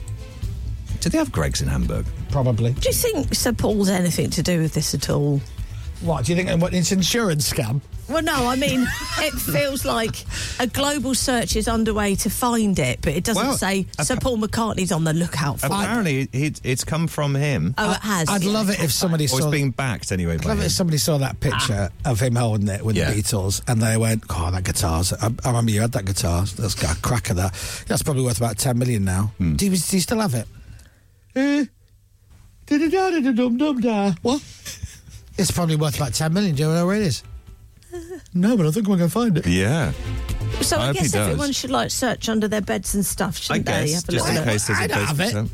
[SPEAKER 4] Do they have Greg's in Hamburg?
[SPEAKER 7] Probably.
[SPEAKER 3] Do you think Sir Paul's anything to do with this at all?
[SPEAKER 7] What do you think? What it's insurance scam?
[SPEAKER 3] Well, no, I mean, it feels like a global search is underway to find it, but it doesn't
[SPEAKER 4] Well,
[SPEAKER 3] say
[SPEAKER 4] appa-
[SPEAKER 3] Sir Paul McCartney's on the lookout for it.
[SPEAKER 4] Apparently, it, it, it's come from him.
[SPEAKER 3] Oh, it has.
[SPEAKER 7] I'd
[SPEAKER 3] yeah.
[SPEAKER 7] love it if somebody
[SPEAKER 4] or
[SPEAKER 7] saw.
[SPEAKER 4] it's being backed anyway. By
[SPEAKER 7] Love it
[SPEAKER 4] him.
[SPEAKER 7] if somebody saw that picture of him holding it with
[SPEAKER 4] Yeah.
[SPEAKER 7] the Beatles and they went, Oh, that guitar's. I, I remember you had that guitar. That's got a crack of that. That's probably worth about 10 million now. Do, you, do you still have it? Eh, da-da-da-da-dum-dum-da. What? It's probably worth about 10 million. Do you know where it is? No, but I think we're going to find it.
[SPEAKER 4] Yeah.
[SPEAKER 3] So
[SPEAKER 4] I
[SPEAKER 3] I,
[SPEAKER 4] hope he
[SPEAKER 3] guess
[SPEAKER 4] does.
[SPEAKER 3] everyone should like search under their beds and stuff,
[SPEAKER 4] I
[SPEAKER 3] shouldn't they?
[SPEAKER 4] guess,
[SPEAKER 3] Have a little
[SPEAKER 4] just in
[SPEAKER 3] look.
[SPEAKER 4] case there's
[SPEAKER 7] I
[SPEAKER 4] a
[SPEAKER 7] don't have it.
[SPEAKER 4] base.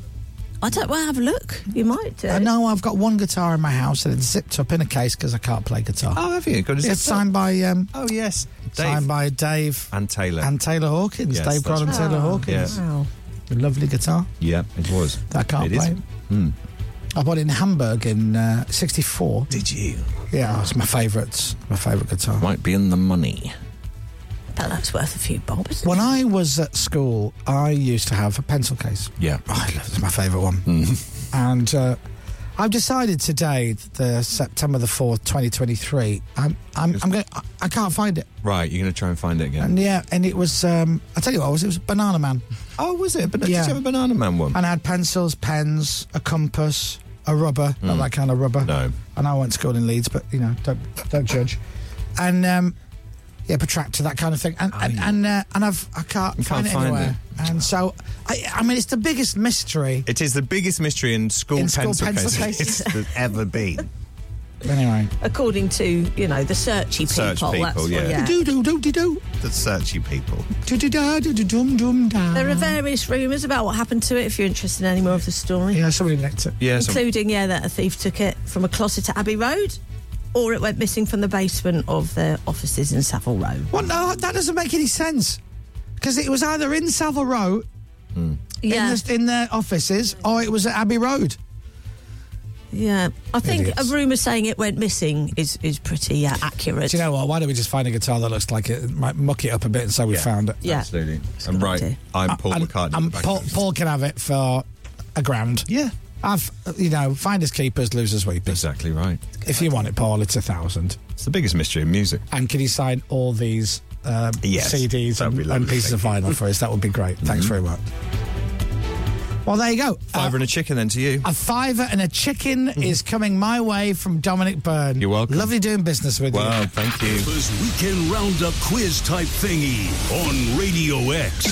[SPEAKER 3] I don't. Well, have a look. You might do.
[SPEAKER 7] I know I've got one guitar in my house and it's zipped up in a case because I can't play guitar.
[SPEAKER 4] Oh, have you? Got his
[SPEAKER 7] it's signed by um,
[SPEAKER 4] Oh, yes. Dave.
[SPEAKER 7] signed by Dave
[SPEAKER 4] and Taylor.
[SPEAKER 7] and Taylor Hawkins.
[SPEAKER 4] Yes,
[SPEAKER 7] Dave
[SPEAKER 4] that's
[SPEAKER 3] Oh.
[SPEAKER 7] Grohl and
[SPEAKER 4] right.
[SPEAKER 7] Taylor Hawkins.
[SPEAKER 4] Yeah.
[SPEAKER 3] Wow.
[SPEAKER 7] A lovely guitar.
[SPEAKER 4] Yeah, it was.
[SPEAKER 7] that I can't
[SPEAKER 4] It is. Hmm.
[SPEAKER 7] play. I bought it in Hamburg in uh, '64.
[SPEAKER 4] Did you?
[SPEAKER 7] Yeah, it's my favourite, my favourite guitar.
[SPEAKER 4] Might be in the money.
[SPEAKER 3] But that's worth a few bob, isn't
[SPEAKER 7] When I was at school, I used to have a pencil case.
[SPEAKER 4] Yeah.
[SPEAKER 7] Oh, I love it's my favourite one.
[SPEAKER 4] Mm-hmm.
[SPEAKER 7] And uh, I've decided today, the September the fourth, 2023. I'm, I'm, I'm going. I- I can't find it.
[SPEAKER 4] Right, you're going to try and find it again.
[SPEAKER 7] And yeah, and it was. Um, I tell you what, it was it was Banana Man.
[SPEAKER 4] Oh, was it? But
[SPEAKER 7] Yeah.
[SPEAKER 4] Did you have a Banana Man one?
[SPEAKER 7] and I had pencils, pens, a compass, a rubber, not that kind of rubber.
[SPEAKER 4] Hmm. No.
[SPEAKER 7] And I went to school in Leeds, but you know, don't don't judge. And um, yeah, protractor, that kind of thing. And and and, uh, and I've I can't,
[SPEAKER 4] You
[SPEAKER 7] find
[SPEAKER 4] can't
[SPEAKER 7] it
[SPEAKER 4] find
[SPEAKER 7] anywhere. And so I, I mean, it's the biggest mystery.
[SPEAKER 4] It is the biggest mystery in school,
[SPEAKER 7] In school
[SPEAKER 4] pencil,
[SPEAKER 7] pencil
[SPEAKER 4] case
[SPEAKER 7] cases.
[SPEAKER 4] there's ever been.
[SPEAKER 7] Anyway,
[SPEAKER 3] according to you know the searchy people.
[SPEAKER 4] Search people,
[SPEAKER 3] that's what-
[SPEAKER 4] yeah.
[SPEAKER 7] do do do do do
[SPEAKER 4] The searchy people.
[SPEAKER 7] do do da do do dum dum da.
[SPEAKER 3] There are various rumours about what happened to it. If you're interested in any more of the story,
[SPEAKER 7] yeah, somebody nicked it.
[SPEAKER 4] Yeah, some-
[SPEAKER 3] including yeah that a thief took it from a closet at Abbey Road, or it went missing from the basement of their offices in Savile Row.
[SPEAKER 7] What? No, that doesn't make any sense. Because it was either in Savile Row,
[SPEAKER 3] Yeah,
[SPEAKER 7] in, the, in their offices, or it was at Abbey Road.
[SPEAKER 3] yeah. I think
[SPEAKER 7] Idiots.
[SPEAKER 3] a rumour saying it went missing is is pretty uh, accurate.
[SPEAKER 7] Do you know what? Why don't we just find a guitar that looks like it? Might muck it up a bit and say we
[SPEAKER 4] Yeah.
[SPEAKER 7] found it.
[SPEAKER 3] Yeah.
[SPEAKER 4] Absolutely. And right,
[SPEAKER 3] idea.
[SPEAKER 4] I'm Paul McCartney.
[SPEAKER 7] Uh, And
[SPEAKER 4] at the back
[SPEAKER 7] Paul,
[SPEAKER 4] post.
[SPEAKER 7] Paul can have it for a grand.
[SPEAKER 4] Yeah,
[SPEAKER 7] I've, you know, finders keepers, losers weepers.
[SPEAKER 4] exactly right.
[SPEAKER 7] If you want it, Paul, it's a thousand.
[SPEAKER 4] It's the biggest mystery in music.
[SPEAKER 7] And can you sign all these um,
[SPEAKER 4] Yes,
[SPEAKER 7] CDs
[SPEAKER 4] that'd
[SPEAKER 7] and,
[SPEAKER 4] be
[SPEAKER 7] and
[SPEAKER 4] lovely,
[SPEAKER 7] pieces of
[SPEAKER 4] thank Mm-hmm.
[SPEAKER 7] vinyl for us? That would be great. Thanks very much. Well, there you go.
[SPEAKER 4] Fiver and a chicken then to you.
[SPEAKER 7] A fiver and a chicken is coming my way from Dominic Byrne.
[SPEAKER 4] You're welcome.
[SPEAKER 7] Lovely doing business with you.
[SPEAKER 4] Wow, thank you.
[SPEAKER 1] Clipper's Weekend Roundup quiz type thingy on Radio X.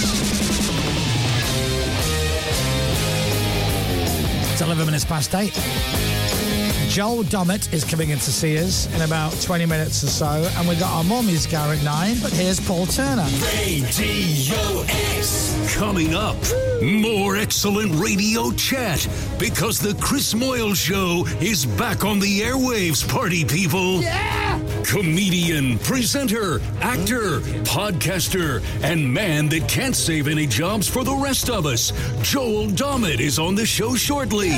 [SPEAKER 7] 11 minutes past 8. Joel Dommett is coming in to see us in about 20 minutes or so, and we've got our mommy's car at 9, but here's Paul Turner.
[SPEAKER 1] Radio X. Coming up, more excellent radio chat because the Chris Moyle Show is back on the airwaves, party people. Yeah! Comedian, presenter, actor, podcaster, and man that can't save any jobs for the rest of us. Joel Dommett is on the show shortly.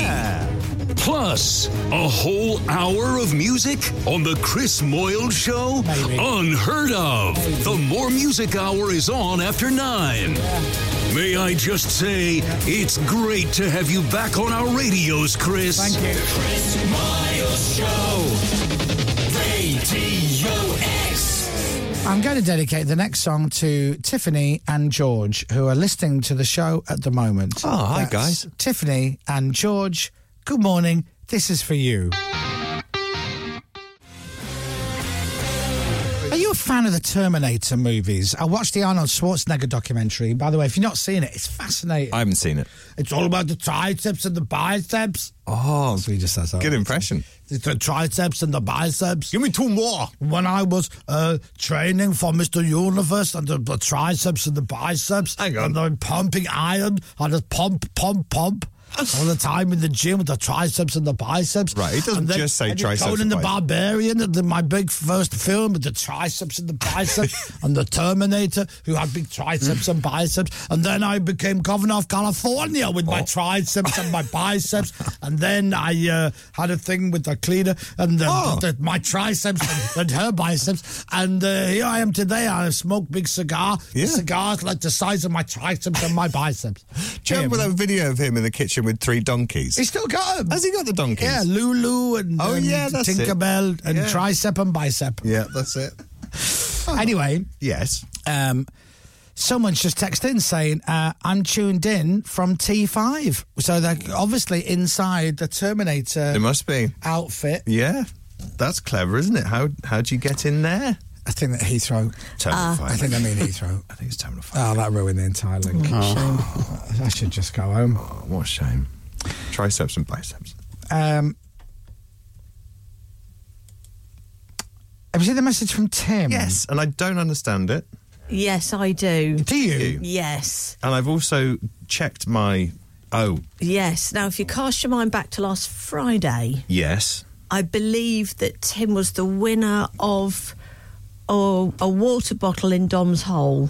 [SPEAKER 1] Plus, a whole hour of music on The Chris Moyle Show?
[SPEAKER 7] Maybe.
[SPEAKER 1] Unheard of. The More Music Hour is on after nine. May I just say, it's great to have you back on our radios, Chris.
[SPEAKER 7] Thank you. I'm going to dedicate the next song to Tiffany and George, who are listening to the show at the moment.
[SPEAKER 4] Oh, hi, guys.
[SPEAKER 7] Tiffany and George, good morning. This is for you. Are you a fan of the Terminator movies? I watched the Arnold Schwarzenegger documentary. By the way, if you've not seen it, it's fascinating.
[SPEAKER 4] I haven't seen it.
[SPEAKER 7] it's all about the triceps and the biceps.
[SPEAKER 4] Oh,
[SPEAKER 7] That's what he just says.
[SPEAKER 4] good impression.
[SPEAKER 7] It's the triceps and the biceps.
[SPEAKER 4] Give me two more.
[SPEAKER 7] when I was uh, training for Mr. Universe and the, the triceps and the biceps
[SPEAKER 4] Hang on.
[SPEAKER 7] and the pumping iron, I just pump, pump, pump. All the time in the gym with the triceps and the biceps.
[SPEAKER 4] Right, he doesn't
[SPEAKER 7] And
[SPEAKER 4] just say
[SPEAKER 7] and
[SPEAKER 4] triceps
[SPEAKER 7] Conan
[SPEAKER 4] and
[SPEAKER 7] the
[SPEAKER 4] biceps.
[SPEAKER 7] Barbarian, and then my big first film with the triceps and the biceps, and the Terminator, who had big triceps and biceps. And then I became governor of California with
[SPEAKER 4] Oh.
[SPEAKER 7] my triceps and my biceps. And then I uh, had a thing with the cleaner and the,
[SPEAKER 4] Oh.
[SPEAKER 7] the- my triceps and, and her biceps. And uh, here I am today. I smoke big cigar.
[SPEAKER 4] Yeah.
[SPEAKER 7] The cigar's like the size of my triceps and my biceps.
[SPEAKER 4] Do you remember that video of him in the kitchen with three donkeys?
[SPEAKER 7] He's still got 'em.
[SPEAKER 4] Has he got the donkeys?
[SPEAKER 7] Yeah, Lulu and,
[SPEAKER 4] Oh,
[SPEAKER 7] and
[SPEAKER 4] yeah, that's it.
[SPEAKER 7] Tinkerbell and
[SPEAKER 4] Yeah.
[SPEAKER 7] tricep and bicep.
[SPEAKER 4] Yeah, that's it.
[SPEAKER 7] Anyway,
[SPEAKER 4] Yes.
[SPEAKER 7] um, someone's just texted in saying, uh, I'm tuned in from T5. So they're obviously inside the Terminator
[SPEAKER 4] It must be.
[SPEAKER 7] outfit.
[SPEAKER 4] Yeah. That's clever, isn't it? How how do you get in there?
[SPEAKER 7] I think that Heathrow.
[SPEAKER 4] Terminal five.
[SPEAKER 7] I think I mean Heathrow.
[SPEAKER 4] I think it's terminal five.
[SPEAKER 7] Oh, that ruined the entire link. I should just go home.
[SPEAKER 4] Oh, what a shame. Triceps and biceps.
[SPEAKER 7] Um, have you seen the message from Tim?
[SPEAKER 4] Yes, and I don't understand it.
[SPEAKER 3] Yes, I do.
[SPEAKER 7] Do you?
[SPEAKER 3] Yes,
[SPEAKER 4] And I've also checked my. Oh,
[SPEAKER 3] yes. Now, if you cast your mind back to last Friday,
[SPEAKER 4] yes.
[SPEAKER 3] I believe that Tim was the winner of oh, a water bottle in Dom's hole.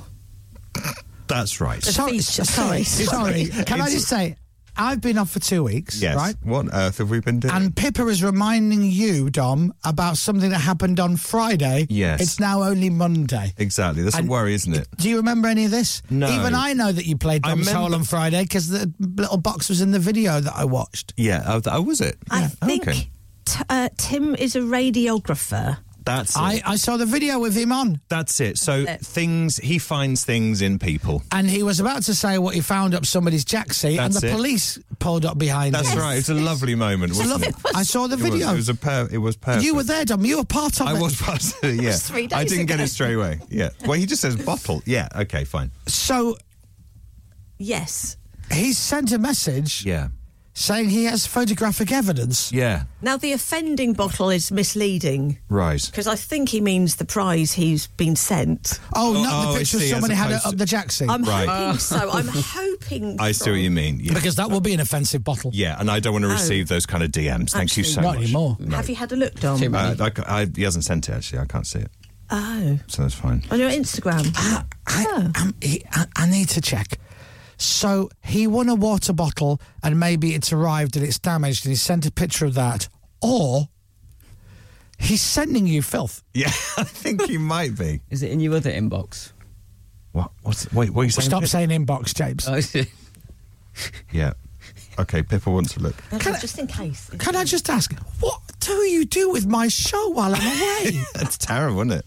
[SPEAKER 4] That's right.
[SPEAKER 7] Sorry,
[SPEAKER 3] feature,
[SPEAKER 7] sorry, sorry.
[SPEAKER 3] sorry.
[SPEAKER 7] Can I just say, I've been off for two weeks,
[SPEAKER 4] Yes.
[SPEAKER 7] right?
[SPEAKER 4] What on earth have we been doing?
[SPEAKER 7] And Pippa is reminding you, Dom, about something that happened on Friday.
[SPEAKER 4] Yes.
[SPEAKER 7] It's now only Monday.
[SPEAKER 4] exactly. That's
[SPEAKER 7] and-
[SPEAKER 4] a worry, isn't it?
[SPEAKER 7] Do you remember any of this?
[SPEAKER 4] No.
[SPEAKER 7] Even I know that you played
[SPEAKER 4] I
[SPEAKER 7] Dom's Hole
[SPEAKER 4] remember-
[SPEAKER 7] on Friday because the little box was in the video that I watched.
[SPEAKER 4] Yeah. Oh, that, oh, was it?
[SPEAKER 3] I
[SPEAKER 4] Yeah.
[SPEAKER 3] think
[SPEAKER 4] Okay.
[SPEAKER 3] t- uh, Tim is a radiographer.
[SPEAKER 4] That's it.
[SPEAKER 7] I, I saw the video with him on,
[SPEAKER 4] That's it. So
[SPEAKER 3] That's it.
[SPEAKER 4] things he finds things in people.
[SPEAKER 7] and he was about to say what he found up somebody's jacksie, and
[SPEAKER 4] That's
[SPEAKER 7] the
[SPEAKER 4] it.
[SPEAKER 7] police pulled up behind
[SPEAKER 4] That's
[SPEAKER 7] him.
[SPEAKER 4] right. It was a lovely moment,
[SPEAKER 7] I,
[SPEAKER 4] wasn't
[SPEAKER 7] love it.
[SPEAKER 4] it?
[SPEAKER 7] I saw the
[SPEAKER 4] It was-
[SPEAKER 7] video.
[SPEAKER 4] It was, a per- it was perfect.
[SPEAKER 7] you were there, Dom. You were part of
[SPEAKER 4] I
[SPEAKER 7] it.
[SPEAKER 4] was past it. Yeah,
[SPEAKER 3] three
[SPEAKER 4] I
[SPEAKER 3] days
[SPEAKER 4] didn't get
[SPEAKER 3] ago.
[SPEAKER 4] it straight away. Yeah. Well, he just says bottle. Yeah. Okay. Fine.
[SPEAKER 7] So
[SPEAKER 3] Yes.
[SPEAKER 7] He's sent a message.
[SPEAKER 4] Yeah.
[SPEAKER 7] Saying he has photographic evidence.
[SPEAKER 4] Yeah.
[SPEAKER 3] Now, the offending bottle is misleading
[SPEAKER 4] Right.
[SPEAKER 3] because I think he means the prize he's been sent.
[SPEAKER 7] Oh,
[SPEAKER 4] Oh,
[SPEAKER 7] not
[SPEAKER 4] oh, I
[SPEAKER 7] the picture
[SPEAKER 4] see, as
[SPEAKER 7] somebody had it
[SPEAKER 4] opposed
[SPEAKER 7] up
[SPEAKER 4] to-
[SPEAKER 7] the jack seat.
[SPEAKER 3] I'm
[SPEAKER 4] Right.
[SPEAKER 3] hoping so. I'm hoping.
[SPEAKER 4] I see what you mean. Yeah.
[SPEAKER 7] Because that will be an offensive bottle.
[SPEAKER 4] Yeah, and I don't want to
[SPEAKER 3] No.
[SPEAKER 4] receive those kind of DMs. Thank you so
[SPEAKER 3] Actually,
[SPEAKER 7] Not
[SPEAKER 4] much.
[SPEAKER 7] anymore.
[SPEAKER 3] Have you had a look, Dom?
[SPEAKER 4] Uh, I c- I- he hasn't sent it actually. I can't see it,
[SPEAKER 3] Oh,
[SPEAKER 4] so that's fine.
[SPEAKER 3] on your Instagram.
[SPEAKER 4] Ah,
[SPEAKER 7] I, um, he, I, I need to check. So he won a water bottle and maybe it's arrived and it's damaged and he sent a picture of that. Or he's sending you filth.
[SPEAKER 4] Yeah, I think he might be.
[SPEAKER 8] Is it in your other inbox?
[SPEAKER 4] What? What's? Wait, what are you saying?
[SPEAKER 7] Stop
[SPEAKER 4] Pip?
[SPEAKER 7] saying inbox, James.
[SPEAKER 8] Oh, is it?
[SPEAKER 4] Yeah. Okay, Pippa wants to look.
[SPEAKER 3] No,
[SPEAKER 7] Can I-
[SPEAKER 3] just in case.
[SPEAKER 7] Can I just ask, what do you do with my show while I'm away?
[SPEAKER 4] That's terrible, isn't it?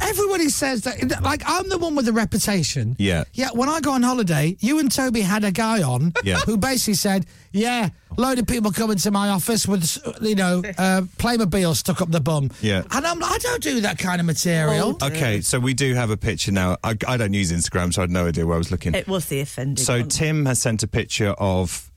[SPEAKER 7] Everybody says that, like, I'm the one with the reputation.
[SPEAKER 4] Yeah.
[SPEAKER 7] Yeah, when I go on holiday, you and Toby had a guy on
[SPEAKER 4] Yeah.
[SPEAKER 7] who basically said, yeah, load of people come into my office with, you know, uh, Playmobil stuck up the bum.
[SPEAKER 4] Yeah. Oh,
[SPEAKER 7] And I'm like, I don't do that kind of material.
[SPEAKER 4] Okay, so we do have a picture now. I, I don't use Instagram, so I had no idea where I was looking.
[SPEAKER 3] It was the offending.
[SPEAKER 4] so
[SPEAKER 3] one.
[SPEAKER 4] Tim has sent a picture of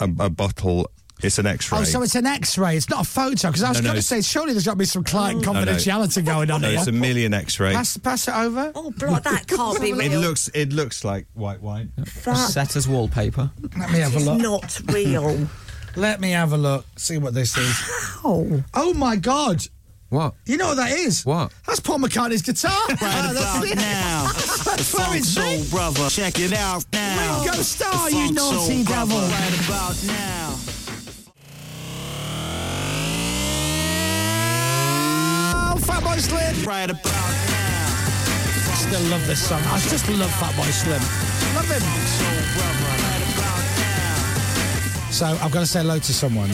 [SPEAKER 4] a, a bottle. It's an X-ray.
[SPEAKER 7] Oh, so it's an X-ray. It's not a photo because I was
[SPEAKER 4] No, no,
[SPEAKER 7] going to
[SPEAKER 4] it's-
[SPEAKER 7] say surely there's got to be some client
[SPEAKER 4] no.
[SPEAKER 7] confidentiality going on
[SPEAKER 4] no,
[SPEAKER 7] here.
[SPEAKER 4] it's a million X-ray.
[SPEAKER 7] pass, pass it over.
[SPEAKER 3] oh, blood, that can't be
[SPEAKER 4] It
[SPEAKER 3] real.
[SPEAKER 4] looks. It looks like white wine.
[SPEAKER 3] That
[SPEAKER 8] Set as wallpaper.
[SPEAKER 7] Let me have a
[SPEAKER 3] is
[SPEAKER 7] look.
[SPEAKER 3] not real.
[SPEAKER 7] Let me have a look. See what this is.
[SPEAKER 3] oh,
[SPEAKER 7] Oh my God!
[SPEAKER 8] What?
[SPEAKER 7] You know what that is?
[SPEAKER 8] What?
[SPEAKER 7] That's Paul McCartney's guitar. Oh, that's it.
[SPEAKER 5] Now,
[SPEAKER 7] That's where it's been.
[SPEAKER 5] brother, check it out now.
[SPEAKER 7] Ringo Starr, you naughty devil.
[SPEAKER 5] Right about now.
[SPEAKER 7] Oh, Fatboy Slim.
[SPEAKER 5] Right about now.
[SPEAKER 7] Still love this song. I just love Fatboy Slim. Love him. So I've got to say hello to someone.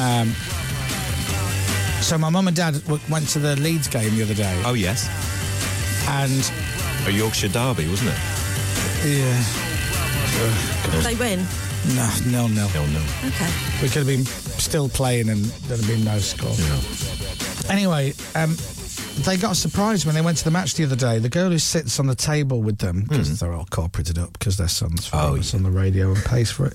[SPEAKER 7] Um, so my mum and dad w- went to the Leeds game the other day,
[SPEAKER 4] Oh yes,
[SPEAKER 7] and
[SPEAKER 4] a Yorkshire Derby, wasn't it?
[SPEAKER 7] yeah,
[SPEAKER 3] they win.
[SPEAKER 7] no, no, no.
[SPEAKER 4] No, no.
[SPEAKER 3] Okay.
[SPEAKER 7] We could have been still playing and there'd have been no score. Anyway, um, they got a surprise when they went to the match the other day. The girl who sits on the table with them, because they're all corporated up because their son's famous on the radio and pays for it.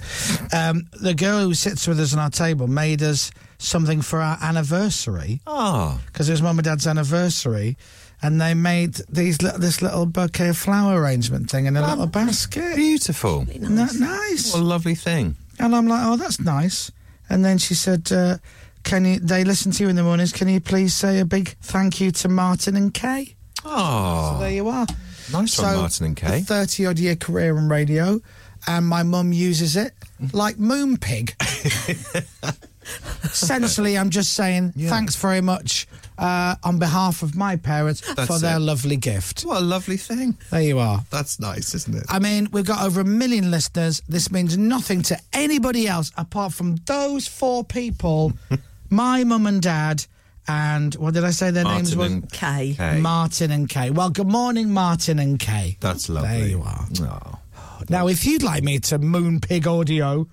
[SPEAKER 7] Um, the girl who sits with us on our table made us something for our anniversary
[SPEAKER 4] Ah,
[SPEAKER 7] because it was mum and dad's anniversary. And they made these li- this little bouquet of flower arrangement thing in a little basket.
[SPEAKER 4] beautiful.
[SPEAKER 7] Isn't that nice?
[SPEAKER 4] What a lovely thing.
[SPEAKER 7] And I'm like, oh, that's nice. And then she said, uh, can you, they listen to you in the mornings. Can you please say a big thank you to Martin and Kay?
[SPEAKER 4] Ah,
[SPEAKER 7] There you are.
[SPEAKER 4] Nice one, Martin and Kay.
[SPEAKER 7] 30 odd year career in radio. And my mum uses it
[SPEAKER 4] Mm-hmm.
[SPEAKER 7] like moon pig. Essentially, I'm just saying thanks very much uh, on behalf of my parents for their
[SPEAKER 4] it.
[SPEAKER 7] lovely gift.
[SPEAKER 4] what a lovely thing.
[SPEAKER 7] There you are.
[SPEAKER 4] That's nice, isn't it?
[SPEAKER 7] I mean, we've got over a million listeners. This means nothing to anybody else apart from those four people my mum and dad, and what did I say their names
[SPEAKER 4] Martin
[SPEAKER 7] were?
[SPEAKER 4] and
[SPEAKER 3] Kay.
[SPEAKER 4] Kay.
[SPEAKER 7] Martin and Kay. Well, good morning, Martin and Kay.
[SPEAKER 4] That's lovely.
[SPEAKER 7] There you are.
[SPEAKER 4] Oh.
[SPEAKER 7] Now, if you'd like me to moon pig audio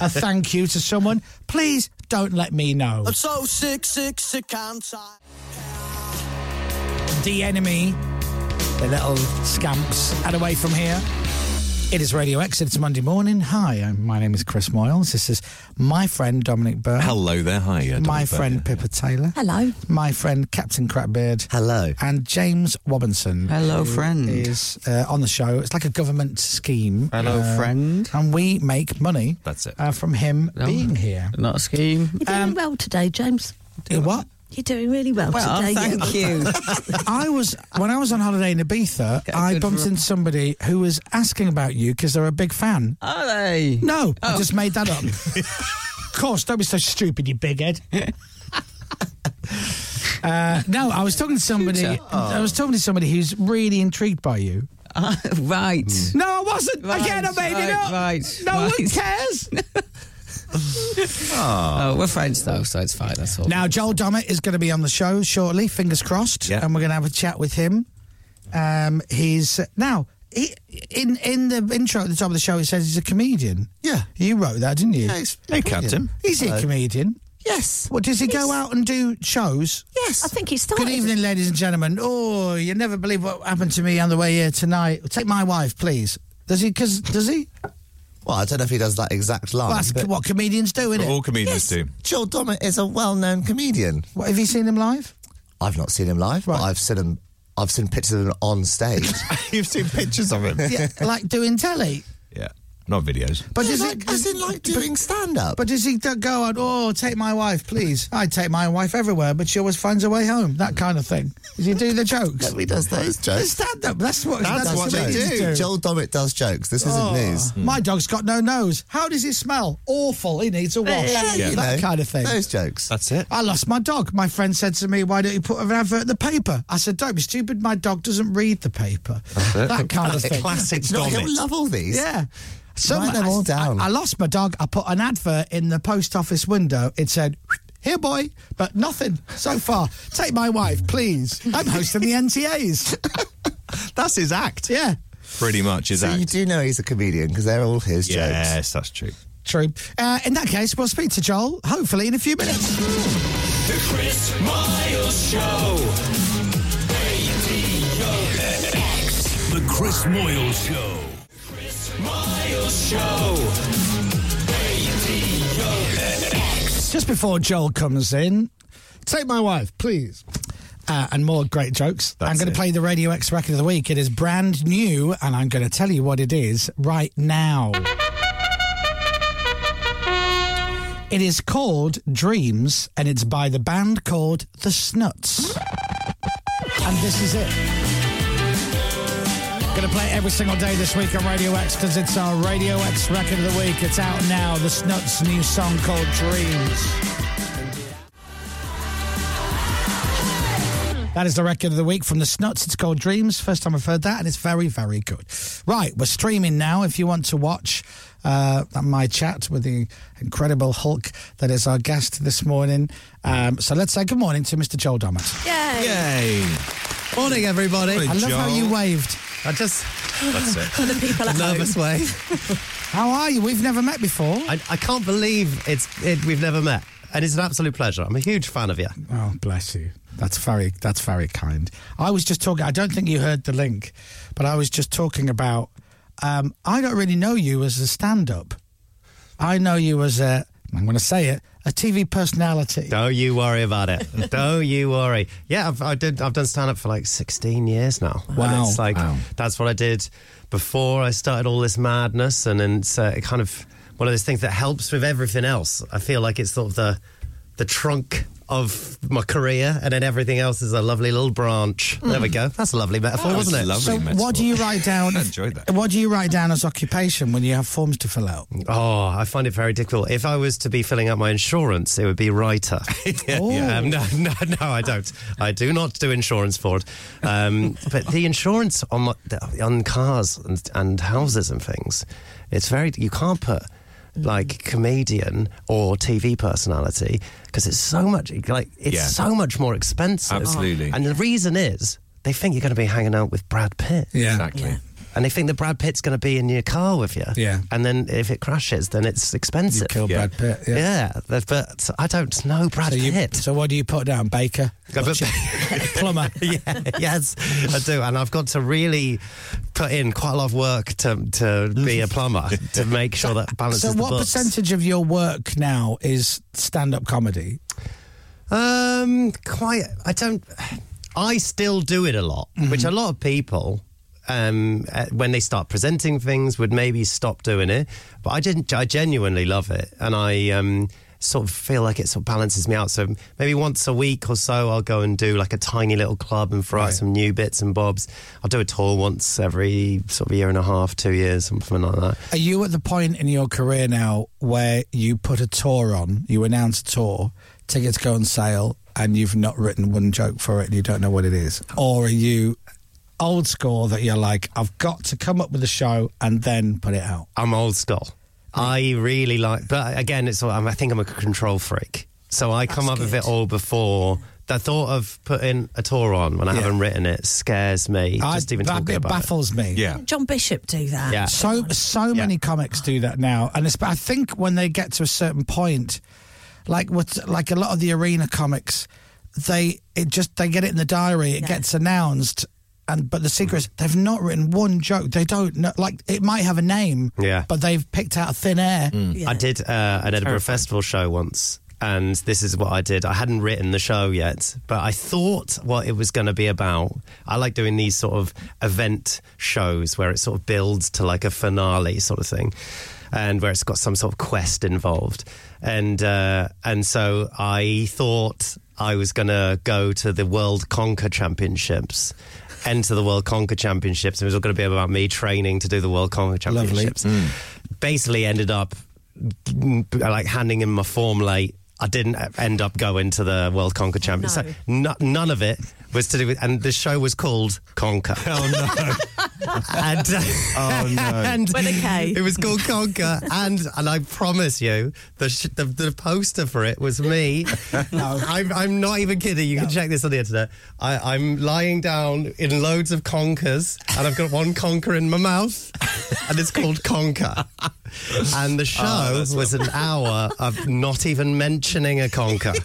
[SPEAKER 7] a thank you to someone, please don't let me know.
[SPEAKER 5] I'm so sick, sick, sick, I'm tired.
[SPEAKER 7] The Enemy, the little scamps, and away from here. It is Radio X. It's Monday morning. Hi, I'm- my name is Chris Moyles. This is my friend Dominic Byrne.
[SPEAKER 4] Hello there. Hi. uh,
[SPEAKER 7] My
[SPEAKER 4] Dominic Byrne.
[SPEAKER 7] friend Pippa Taylor.
[SPEAKER 3] Hello.
[SPEAKER 7] My friend Captain Crapbeard.
[SPEAKER 5] Hello.
[SPEAKER 7] And James Robinson.
[SPEAKER 8] Hello,
[SPEAKER 7] who
[SPEAKER 8] friend.
[SPEAKER 7] Is uh, on the show. It's like a government scheme. Uh,
[SPEAKER 8] Hello, friend.
[SPEAKER 7] And we make money.
[SPEAKER 4] That's it.
[SPEAKER 7] Uh, from him
[SPEAKER 8] No.
[SPEAKER 7] being here.
[SPEAKER 8] Not a scheme.
[SPEAKER 3] You're doing well today, James.
[SPEAKER 7] what?
[SPEAKER 3] You're doing really well,
[SPEAKER 8] Well,
[SPEAKER 3] today.
[SPEAKER 8] thank you.
[SPEAKER 7] I was when I was on holiday in Ibiza.
[SPEAKER 8] Get a
[SPEAKER 7] I
[SPEAKER 8] good
[SPEAKER 7] bumped
[SPEAKER 8] rub.
[SPEAKER 7] into somebody who was asking about you because they're a big fan.
[SPEAKER 8] Are they?
[SPEAKER 7] No,
[SPEAKER 8] Oh.
[SPEAKER 7] I just made that up. of course, don't be so stupid, you big head. Uh, no, I was talking to somebody. I was talking to somebody who's really intrigued by you.
[SPEAKER 8] Ah, right.
[SPEAKER 7] No, I wasn't.
[SPEAKER 8] Right,
[SPEAKER 7] Again, I made it
[SPEAKER 8] right,
[SPEAKER 7] up.
[SPEAKER 8] right,
[SPEAKER 7] no one
[SPEAKER 8] right.
[SPEAKER 7] cares.
[SPEAKER 8] Oh, we're friends though, so it's fine. That's all.
[SPEAKER 7] now, Joel Dommett is going to be on the show shortly. Fingers crossed,
[SPEAKER 4] Yeah.
[SPEAKER 7] and we're going to have a chat with him. Um, he's now he, in in the intro at the top of the show. It says he's a comedian.
[SPEAKER 5] Yeah.
[SPEAKER 7] you wrote that, didn't you?
[SPEAKER 4] Hey, Captain.
[SPEAKER 7] Is he a comedian?
[SPEAKER 5] Yes.
[SPEAKER 7] What does he go out and do shows?
[SPEAKER 3] Yes. I think he started.
[SPEAKER 7] Good evening, ladies and gentlemen. Oh, you never believe what happened to me on the way here tonight. Take my wife, please. Does he? Because does he?
[SPEAKER 11] Well, I don't know if he does that exact line.
[SPEAKER 7] Well, that's
[SPEAKER 11] but-
[SPEAKER 7] what comedians do, isn't it?
[SPEAKER 11] Yes, Joel Dommett is a well-known comedian.
[SPEAKER 7] What have you seen him live?
[SPEAKER 11] I've not seen him live, but I've seen him. I've seen pictures of him on stage.
[SPEAKER 4] You've seen pictures of him,
[SPEAKER 7] yeah, like doing telly.
[SPEAKER 4] yeah, not videos.
[SPEAKER 7] But does it? Does it like doing
[SPEAKER 11] stand up?
[SPEAKER 7] But does he d- go on? Oh, take my wife, please. I take my wife everywhere, but she always finds a way home. That kind of thing. Does he do the jokes?
[SPEAKER 11] Nobody does those jokes.
[SPEAKER 7] Stand up. That's what.
[SPEAKER 11] That's
[SPEAKER 7] That's,
[SPEAKER 11] what they
[SPEAKER 7] comedians
[SPEAKER 11] do. Joel Dommett does jokes. This
[SPEAKER 7] Oh,
[SPEAKER 11] isn't news.
[SPEAKER 7] My dog's got no nose. How does it smell? Awful. He needs a wash.
[SPEAKER 11] Yeah, you
[SPEAKER 7] That
[SPEAKER 11] know,
[SPEAKER 7] kind of thing.
[SPEAKER 11] Those jokes.
[SPEAKER 4] That's it.
[SPEAKER 7] I lost my dog. My friend said to me, "Why don't you put an advert in the paper?" I said, "Don't be stupid. My dog doesn't read the paper."
[SPEAKER 11] That's it.
[SPEAKER 7] That kind of
[SPEAKER 11] Classic-
[SPEAKER 7] thing.
[SPEAKER 11] classic Do you know, he'll Dommett. love all these.
[SPEAKER 7] Yeah.
[SPEAKER 11] Write them
[SPEAKER 7] I-
[SPEAKER 11] all down.
[SPEAKER 7] I, I lost my dog. I put an advert in the post office window. It said. Here, boy, but nothing so far. Take my wife, please. I'm hosting the NTAs.
[SPEAKER 4] That's his act.
[SPEAKER 7] Yeah.
[SPEAKER 4] Pretty much is
[SPEAKER 11] so
[SPEAKER 4] that.
[SPEAKER 11] you do know he's a comedian because they're all his jokes.
[SPEAKER 4] Yes, that's true.
[SPEAKER 7] True. Uh, in that case, we'll speak to Joel hopefully in a few minutes.
[SPEAKER 9] The Chris Miles Show.
[SPEAKER 1] The Chris Moyle Show.
[SPEAKER 9] Miles Show.
[SPEAKER 7] Just before Joel comes in, take my wife, please. Uh, and more great jokes. I'm going
[SPEAKER 4] it.
[SPEAKER 7] to play the Radio X record of the week. It is brand new, and I'm going to tell you what it is right now. It is called Dreams, and it's by the band called The Snuts. And this is it. Going to play it every single day this week on Radio X because it's our Radio X record of the week. It's out now. The Snuts' new song called Dreams. That is the record of the week from the Snuts. It's called Dreams. First time I've heard that, and it's very, very good. Right, we're streaming now. If you want to watch uh, my chat with the incredible Hulk that is our guest this morning, um, so let's say good morning to Mr. Joel Dommett.
[SPEAKER 3] Yay!
[SPEAKER 4] Yay!
[SPEAKER 11] Morning, everybody.
[SPEAKER 7] I love how you waved.
[SPEAKER 11] I just.
[SPEAKER 4] That's it.
[SPEAKER 3] For the people at
[SPEAKER 11] Nervous
[SPEAKER 3] home.
[SPEAKER 11] wave.
[SPEAKER 7] How are you? We've never met before.
[SPEAKER 11] I, I can't believe it's it, we've never met, and it's an absolute pleasure. I'm a huge fan of you.
[SPEAKER 7] Oh, bless you. That's very that's very kind. I was just talking. I don't think you heard the link, but I was just talking about. Um, I don't really know you as a stand-up. I know you as a. I'm going to say it. A TV personality.
[SPEAKER 11] Don't you worry about it. Don't Oh, you worry. Yeah, I've, I did. I've done stand up for like 16 years now.
[SPEAKER 7] Wow.
[SPEAKER 11] And it's like
[SPEAKER 7] Wow.
[SPEAKER 11] that's what I did before I started all this madness, and, then it's uh, kind of one of those things that helps with everything else. I feel like it's sort of the the trunk of my career, and then everything else is a lovely little branch. There we go. That's a lovely metaphor,
[SPEAKER 4] That was
[SPEAKER 11] wasn't it?
[SPEAKER 4] lovely
[SPEAKER 7] So, what do you write down? I enjoyed that. What do you write down as occupation when you have forms to fill out?
[SPEAKER 11] Oh, I find it very difficult. If I was to be filling out my insurance, it would be writer.
[SPEAKER 7] yeah.
[SPEAKER 11] Um, no, no, no, I don't. I do not do insurance for it. Um, but the insurance on my, the- on cars and, and houses and things, it's very. You can't put like comedian or TV personality because it's so much like it's
[SPEAKER 4] Yeah.
[SPEAKER 11] so much more expensive.
[SPEAKER 4] Absolutely.
[SPEAKER 11] And the reason is they think you're going to be hanging out with Brad Pitt.
[SPEAKER 7] Yeah.
[SPEAKER 4] Exactly.
[SPEAKER 11] And they think that Brad Pitt's going to be in your car with you.
[SPEAKER 7] Yeah.
[SPEAKER 11] And then if it crashes, then it's expensive.
[SPEAKER 7] kill
[SPEAKER 11] yeah.
[SPEAKER 7] Brad Pitt, yeah.
[SPEAKER 11] that- But I don't know Brad
[SPEAKER 7] so, you,
[SPEAKER 11] Pitt.
[SPEAKER 7] so what do you put down? Baker,
[SPEAKER 11] I put-
[SPEAKER 7] plumber.
[SPEAKER 11] yeah, yes, I do. And I've got to really put in quite a lot of work to, to be a plumber to make sure that balances
[SPEAKER 7] So
[SPEAKER 11] the
[SPEAKER 7] what
[SPEAKER 11] books.
[SPEAKER 7] percentage of your work now is stand-up comedy?
[SPEAKER 11] Um, quite. I don't. I still do it a lot, which a lot of people, um, uh, when they start presenting things, would maybe stop doing it. But I didn't. I genuinely love it, and I um sort of feel like it sort of balances me out. So maybe once a week or so, I'll go and do like a tiny little club and throw out some new bits and bobs. I'll do a tour once every sort of year and a half, two years, something like that.
[SPEAKER 7] Are you at the point in your career now where you put a tour on, you announce a tour, tickets go on sale, and you've not written one joke for it and you don't know what it is? Or are you old school that you're like, I've got to come up with a show and then put it out?
[SPEAKER 11] I'm old school. I really like, but again, it's all- I'm- I think I'm a control freak, so I come up with it all before. The thought of putting a tour on when I haven't written it scares me.
[SPEAKER 7] I-
[SPEAKER 11] just even
[SPEAKER 7] that
[SPEAKER 11] talking
[SPEAKER 7] bit
[SPEAKER 11] about
[SPEAKER 7] baffles me.
[SPEAKER 11] Yeah.
[SPEAKER 3] John Bishop do that.
[SPEAKER 11] Yeah.
[SPEAKER 7] So so many comics do that now, and it's, I think when they get to a certain point, like what like a lot of the arena comics, they it just they get it in the diary, it gets announced, and but the secret is they've not written one joke. They don't know. Like it might have a name,
[SPEAKER 11] Yeah.
[SPEAKER 7] but they've picked out of thin air.
[SPEAKER 11] I did uh, an Edinburgh Festival show once, and this is what I did. I hadn't written the show yet, but I thought what it was going to be about. I like doing these sort of event shows where it sort of builds to like a finale sort of thing, and where it's got some sort of quest involved. And uh, and so I thought I was going to go to the World Conquer Championships. Enter the World Conquer Championships. and It was all going to be about me training to do the World Conquer Championships basically ended up like handing in my form late. I didn't end up going to the World Conquer Champions. So no, none of it was to do with, and the show was called Conquer. Oh no! and, uh,
[SPEAKER 5] Oh, no. With a K.
[SPEAKER 11] It was called Conquer, and and I promise you, the sh- the, the poster for it was me. I'm I'm not even kidding. You can check this on the internet. I, I'm lying down in loads of conkers, and I've got one conker in my mouth, and it's called Conquer. And the show
[SPEAKER 5] Oh, that's
[SPEAKER 11] was an hour of not even mentioning a conker.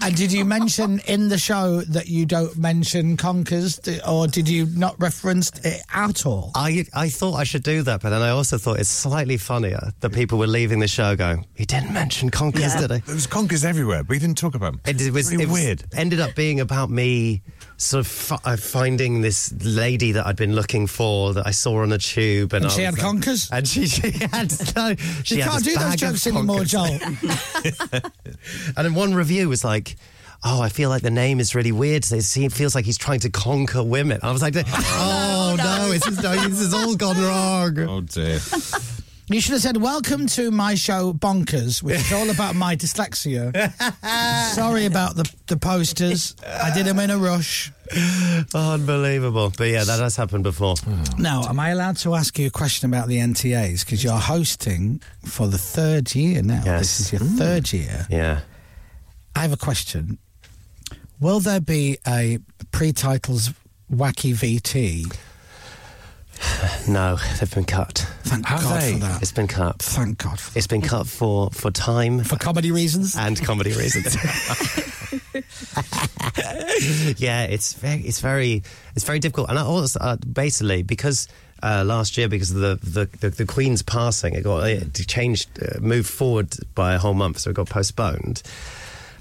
[SPEAKER 7] And did you mention in the show that you don't mention conkers, d- or did you not reference it at all?
[SPEAKER 11] I I thought I should do that, but then I also thought it's slightly funnier that people were leaving the show going, "He didn't mention conkers,
[SPEAKER 13] Yeah.
[SPEAKER 11] did he?"
[SPEAKER 13] There was conkers everywhere, but he didn't talk about them.
[SPEAKER 11] It, was,
[SPEAKER 13] Really
[SPEAKER 11] it was-
[SPEAKER 13] weird.
[SPEAKER 11] ended up being about me sort of fi- uh, finding this lady that I'd been looking for that I saw on a tube, and,
[SPEAKER 7] And
[SPEAKER 11] I
[SPEAKER 7] she
[SPEAKER 11] was
[SPEAKER 7] had
[SPEAKER 11] like-
[SPEAKER 7] conkers?
[SPEAKER 11] and she, she had no, she
[SPEAKER 7] you
[SPEAKER 11] had
[SPEAKER 7] can't
[SPEAKER 11] this
[SPEAKER 7] do those
[SPEAKER 11] bag of
[SPEAKER 7] jokes anymore,
[SPEAKER 11] conkers.
[SPEAKER 7] Joel.
[SPEAKER 11] And then one review was like, "Oh, I feel like the name is really weird. It se- feels like he's trying to conquer women." I was like, "Oh, no, it's just, no, this has all gone wrong."
[SPEAKER 13] Oh dear.
[SPEAKER 7] You should have said, "Welcome to my show, Bonkers," which is all about my dyslexia. Sorry about the the posters. I did them in a rush.
[SPEAKER 11] Unbelievable. But yeah, that has happened before.
[SPEAKER 7] Now, am I allowed to ask you a question about the NTAs? Because you're hosting for the third year now. This is your third year.
[SPEAKER 11] Yeah.
[SPEAKER 7] I have a question. Will there be a pre-titles wacky VT?
[SPEAKER 11] No, they've been cut.
[SPEAKER 7] Thank Have God they? for that.
[SPEAKER 11] It's been cut.
[SPEAKER 7] Thank God.
[SPEAKER 11] it's Uh, been cut for for time for
[SPEAKER 7] comedy reasons
[SPEAKER 11] and comedy reasons. yeah, it's very it's very it's very difficult, and I also uh, basically because. Uh, last year, because of the, the, the, the Queen's passing, it got it changed, uh, moved forward by a whole month, so it got postponed.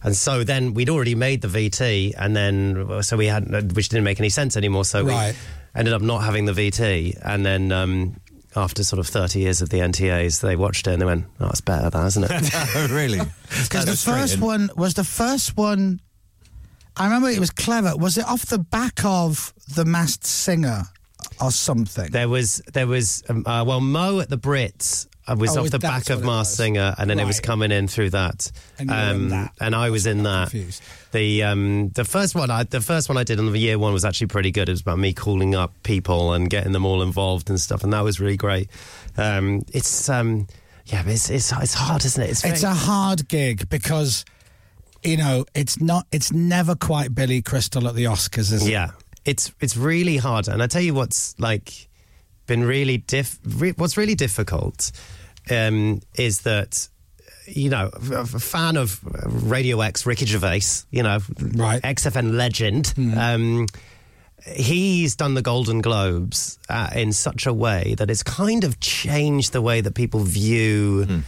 [SPEAKER 11] And so then we'd already made the VT, and then uh, so we had, which didn't make any sense anymore. So
[SPEAKER 7] Right.
[SPEAKER 11] we ended up not having the VT, and then um, after sort of thirty years of the NTAs, they watched it and they went, "Oh, it's better, that isn't it?"
[SPEAKER 13] really?
[SPEAKER 7] Because the first one was the first one. I remember it was clever. Was it off the back of the Masked Singer or something?
[SPEAKER 11] There was there was um, uh, well Mo at the Brits uh, was
[SPEAKER 7] Oh,
[SPEAKER 11] off
[SPEAKER 7] was-
[SPEAKER 11] the
[SPEAKER 7] that's
[SPEAKER 11] back of
[SPEAKER 7] what it
[SPEAKER 11] Masked
[SPEAKER 7] was.
[SPEAKER 11] Singer, and then it was
[SPEAKER 7] Right.
[SPEAKER 11] coming in through that. Um,
[SPEAKER 7] And you were in that.
[SPEAKER 11] and I was in that. The um, the first one I the first one I did on the year one was actually pretty good. It was about me calling up people and getting them all involved and stuff, and that was really great. Um, it's um, yeah, but it's, it's it's hard, isn't it?
[SPEAKER 7] it's a
[SPEAKER 11] very-
[SPEAKER 7] hard gig because you know it's not. It's never quite Billy Crystal at the Oscars, is it?
[SPEAKER 11] yeah it's it's really hard and i tell you what's like been really diff re- what's really difficult um is that you know a a fan of uh, radio x ricky gervais you know right xfn legend um he's done the Golden Globes uh, in such a way that it's kind of changed the way that people view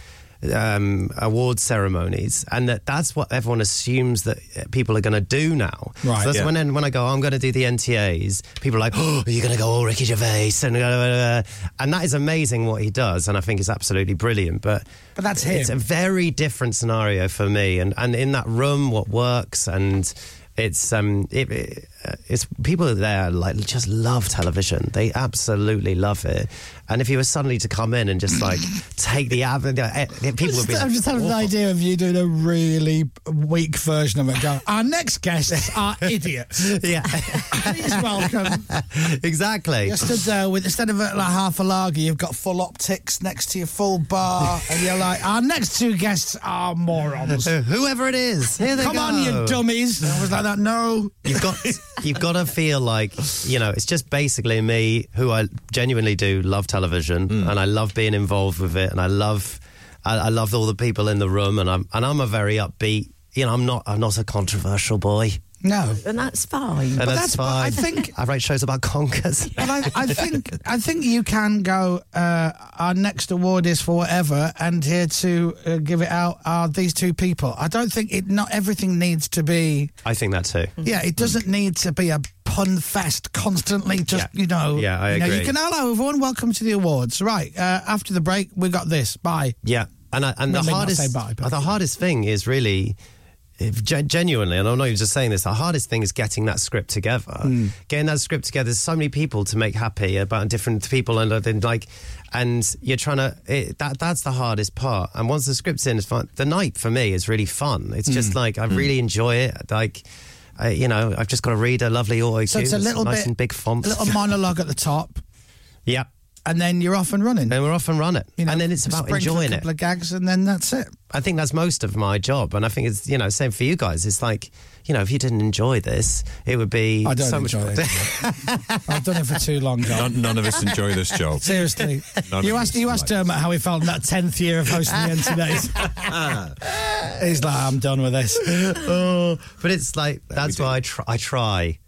[SPEAKER 11] um, award ceremonies, and that that's what everyone assumes that uh, people are going to do now.
[SPEAKER 5] Right,
[SPEAKER 11] So that's
[SPEAKER 5] yeah.
[SPEAKER 11] when when I go, "Oh, I'm going to do the NTAs. People are like, "Oh, are you going to go all Ricky Gervais?" And, and that is amazing what he does, and I think it's absolutely brilliant. But
[SPEAKER 7] But that's him.
[SPEAKER 11] It's a very different scenario for me, and and in that room, what works, and it's um, it, it, uh, it's people there like just love television. They absolutely love it. And if you were suddenly to come in and just like take the av- eh, people would be.
[SPEAKER 7] I'm just having an idea of you doing a really weak version of it. Going, our next guests are idiots.
[SPEAKER 11] yeah.
[SPEAKER 7] Please welcome.
[SPEAKER 11] exactly.
[SPEAKER 7] You're stood there with instead of uh, like half a lager, you've got full optics next to your full bar, and you're like, our next two guests are morons.
[SPEAKER 11] Whoever it is, here they
[SPEAKER 7] come on, you
[SPEAKER 11] go."
[SPEAKER 7] dummies! I was like that. No,
[SPEAKER 11] You've got you've got to feel like you know it's just basically me who I genuinely do love television and I love being involved with it and I love I, I love all the people in the room and I'm and I'm a very upbeat you know I'm not I'm not a controversial boy
[SPEAKER 7] No,
[SPEAKER 3] and that's fine.
[SPEAKER 7] But
[SPEAKER 11] And that's,
[SPEAKER 7] that's what
[SPEAKER 11] fine.
[SPEAKER 7] I think-
[SPEAKER 11] I write shows about conkers.
[SPEAKER 7] But I, I think I think you can go. Uh, our next award is for whatever, and here to uh, give it out are these two people. I don't think it. Not everything needs to be.
[SPEAKER 11] I think that too.
[SPEAKER 7] Yeah, it doesn't need to be a pun fest constantly. Just you know.
[SPEAKER 11] Yeah, I
[SPEAKER 7] you know,
[SPEAKER 11] agree.
[SPEAKER 7] You can hello everyone. Welcome to the awards. Right uh, after the break, we got this. Bye.
[SPEAKER 11] Yeah, and I, and
[SPEAKER 7] Well,
[SPEAKER 11] the
[SPEAKER 7] maybe not say
[SPEAKER 11] hardest
[SPEAKER 7] bye,
[SPEAKER 11] the hardest thing is really. If gen- genuinely, and I'm not even just saying this, the hardest thing is getting that script together.
[SPEAKER 14] Mm.
[SPEAKER 11] Getting that script together. There's so many people to make happy about different people, and uh, then like, and you're trying to it, that. That's the hardest part. And once the script's in, it's fun. The night for me is really fun. It's just
[SPEAKER 7] Mm.
[SPEAKER 11] like I
[SPEAKER 7] Mm.
[SPEAKER 11] really enjoy it. Like, I, you know, I've just got to read a lovely auto
[SPEAKER 7] So it's a little
[SPEAKER 11] nice
[SPEAKER 7] bit-
[SPEAKER 11] and big font.
[SPEAKER 7] A little monologue at the top,
[SPEAKER 11] yeah,
[SPEAKER 7] and then you're off and running.
[SPEAKER 11] and we're off and running. and then it's about
[SPEAKER 7] Sprinkle
[SPEAKER 11] enjoying
[SPEAKER 7] a
[SPEAKER 11] it.
[SPEAKER 7] couple of gags, and then that's it.
[SPEAKER 11] I think that's most of my job, and I think it's you know same for you guys. It's like you know if you didn't enjoy this, it would be
[SPEAKER 7] I don't
[SPEAKER 11] so
[SPEAKER 7] enjoy it.
[SPEAKER 11] much.
[SPEAKER 7] I've done it for too long. John.
[SPEAKER 13] None, none of us enjoy this job.
[SPEAKER 7] Seriously.
[SPEAKER 13] None
[SPEAKER 7] you
[SPEAKER 13] of
[SPEAKER 7] asked
[SPEAKER 13] us
[SPEAKER 7] you asked Dermot how he felt in that tenth year of hosting the end today. He's like, I'm done with this.
[SPEAKER 11] oh, but it's like that's why I try, I try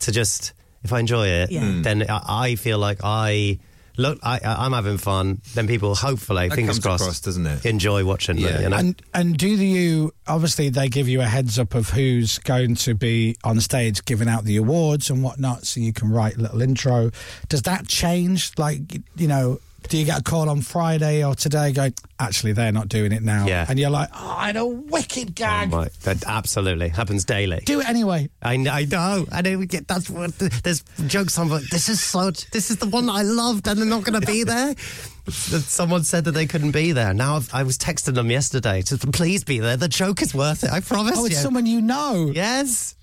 [SPEAKER 11] to just if I enjoy it,
[SPEAKER 7] Yeah. Mm.
[SPEAKER 11] then I, I feel like I look I, I- I'm having fun. Then people hopefully
[SPEAKER 13] That
[SPEAKER 11] fingers
[SPEAKER 13] comes
[SPEAKER 11] crossed,
[SPEAKER 13] across, doesn't it?
[SPEAKER 11] Enjoy watching yeah. You know?
[SPEAKER 7] And and do you obviously they give you a heads up of who's going to be on stage giving out the awards and whatnot, so you can write a little intro. Does that change? Like you know, do you get a call on Friday or today going, actually they're not doing it now?
[SPEAKER 11] Yeah.
[SPEAKER 7] And you're like, oh, I had a wicked gag.
[SPEAKER 11] Right, that absolutely happens daily.
[SPEAKER 7] do it anyway.
[SPEAKER 11] I know, I know, I know. we get- That's what there's jokes. I'm like, this is so. This is the one that I loved, and they're not going to be there. That Someone said that they couldn't be there. Now I've, I was texting them yesterday to please be there. The joke is worth it. I promise.
[SPEAKER 7] Oh, it's
[SPEAKER 11] you.
[SPEAKER 7] someone you know.
[SPEAKER 11] Yes.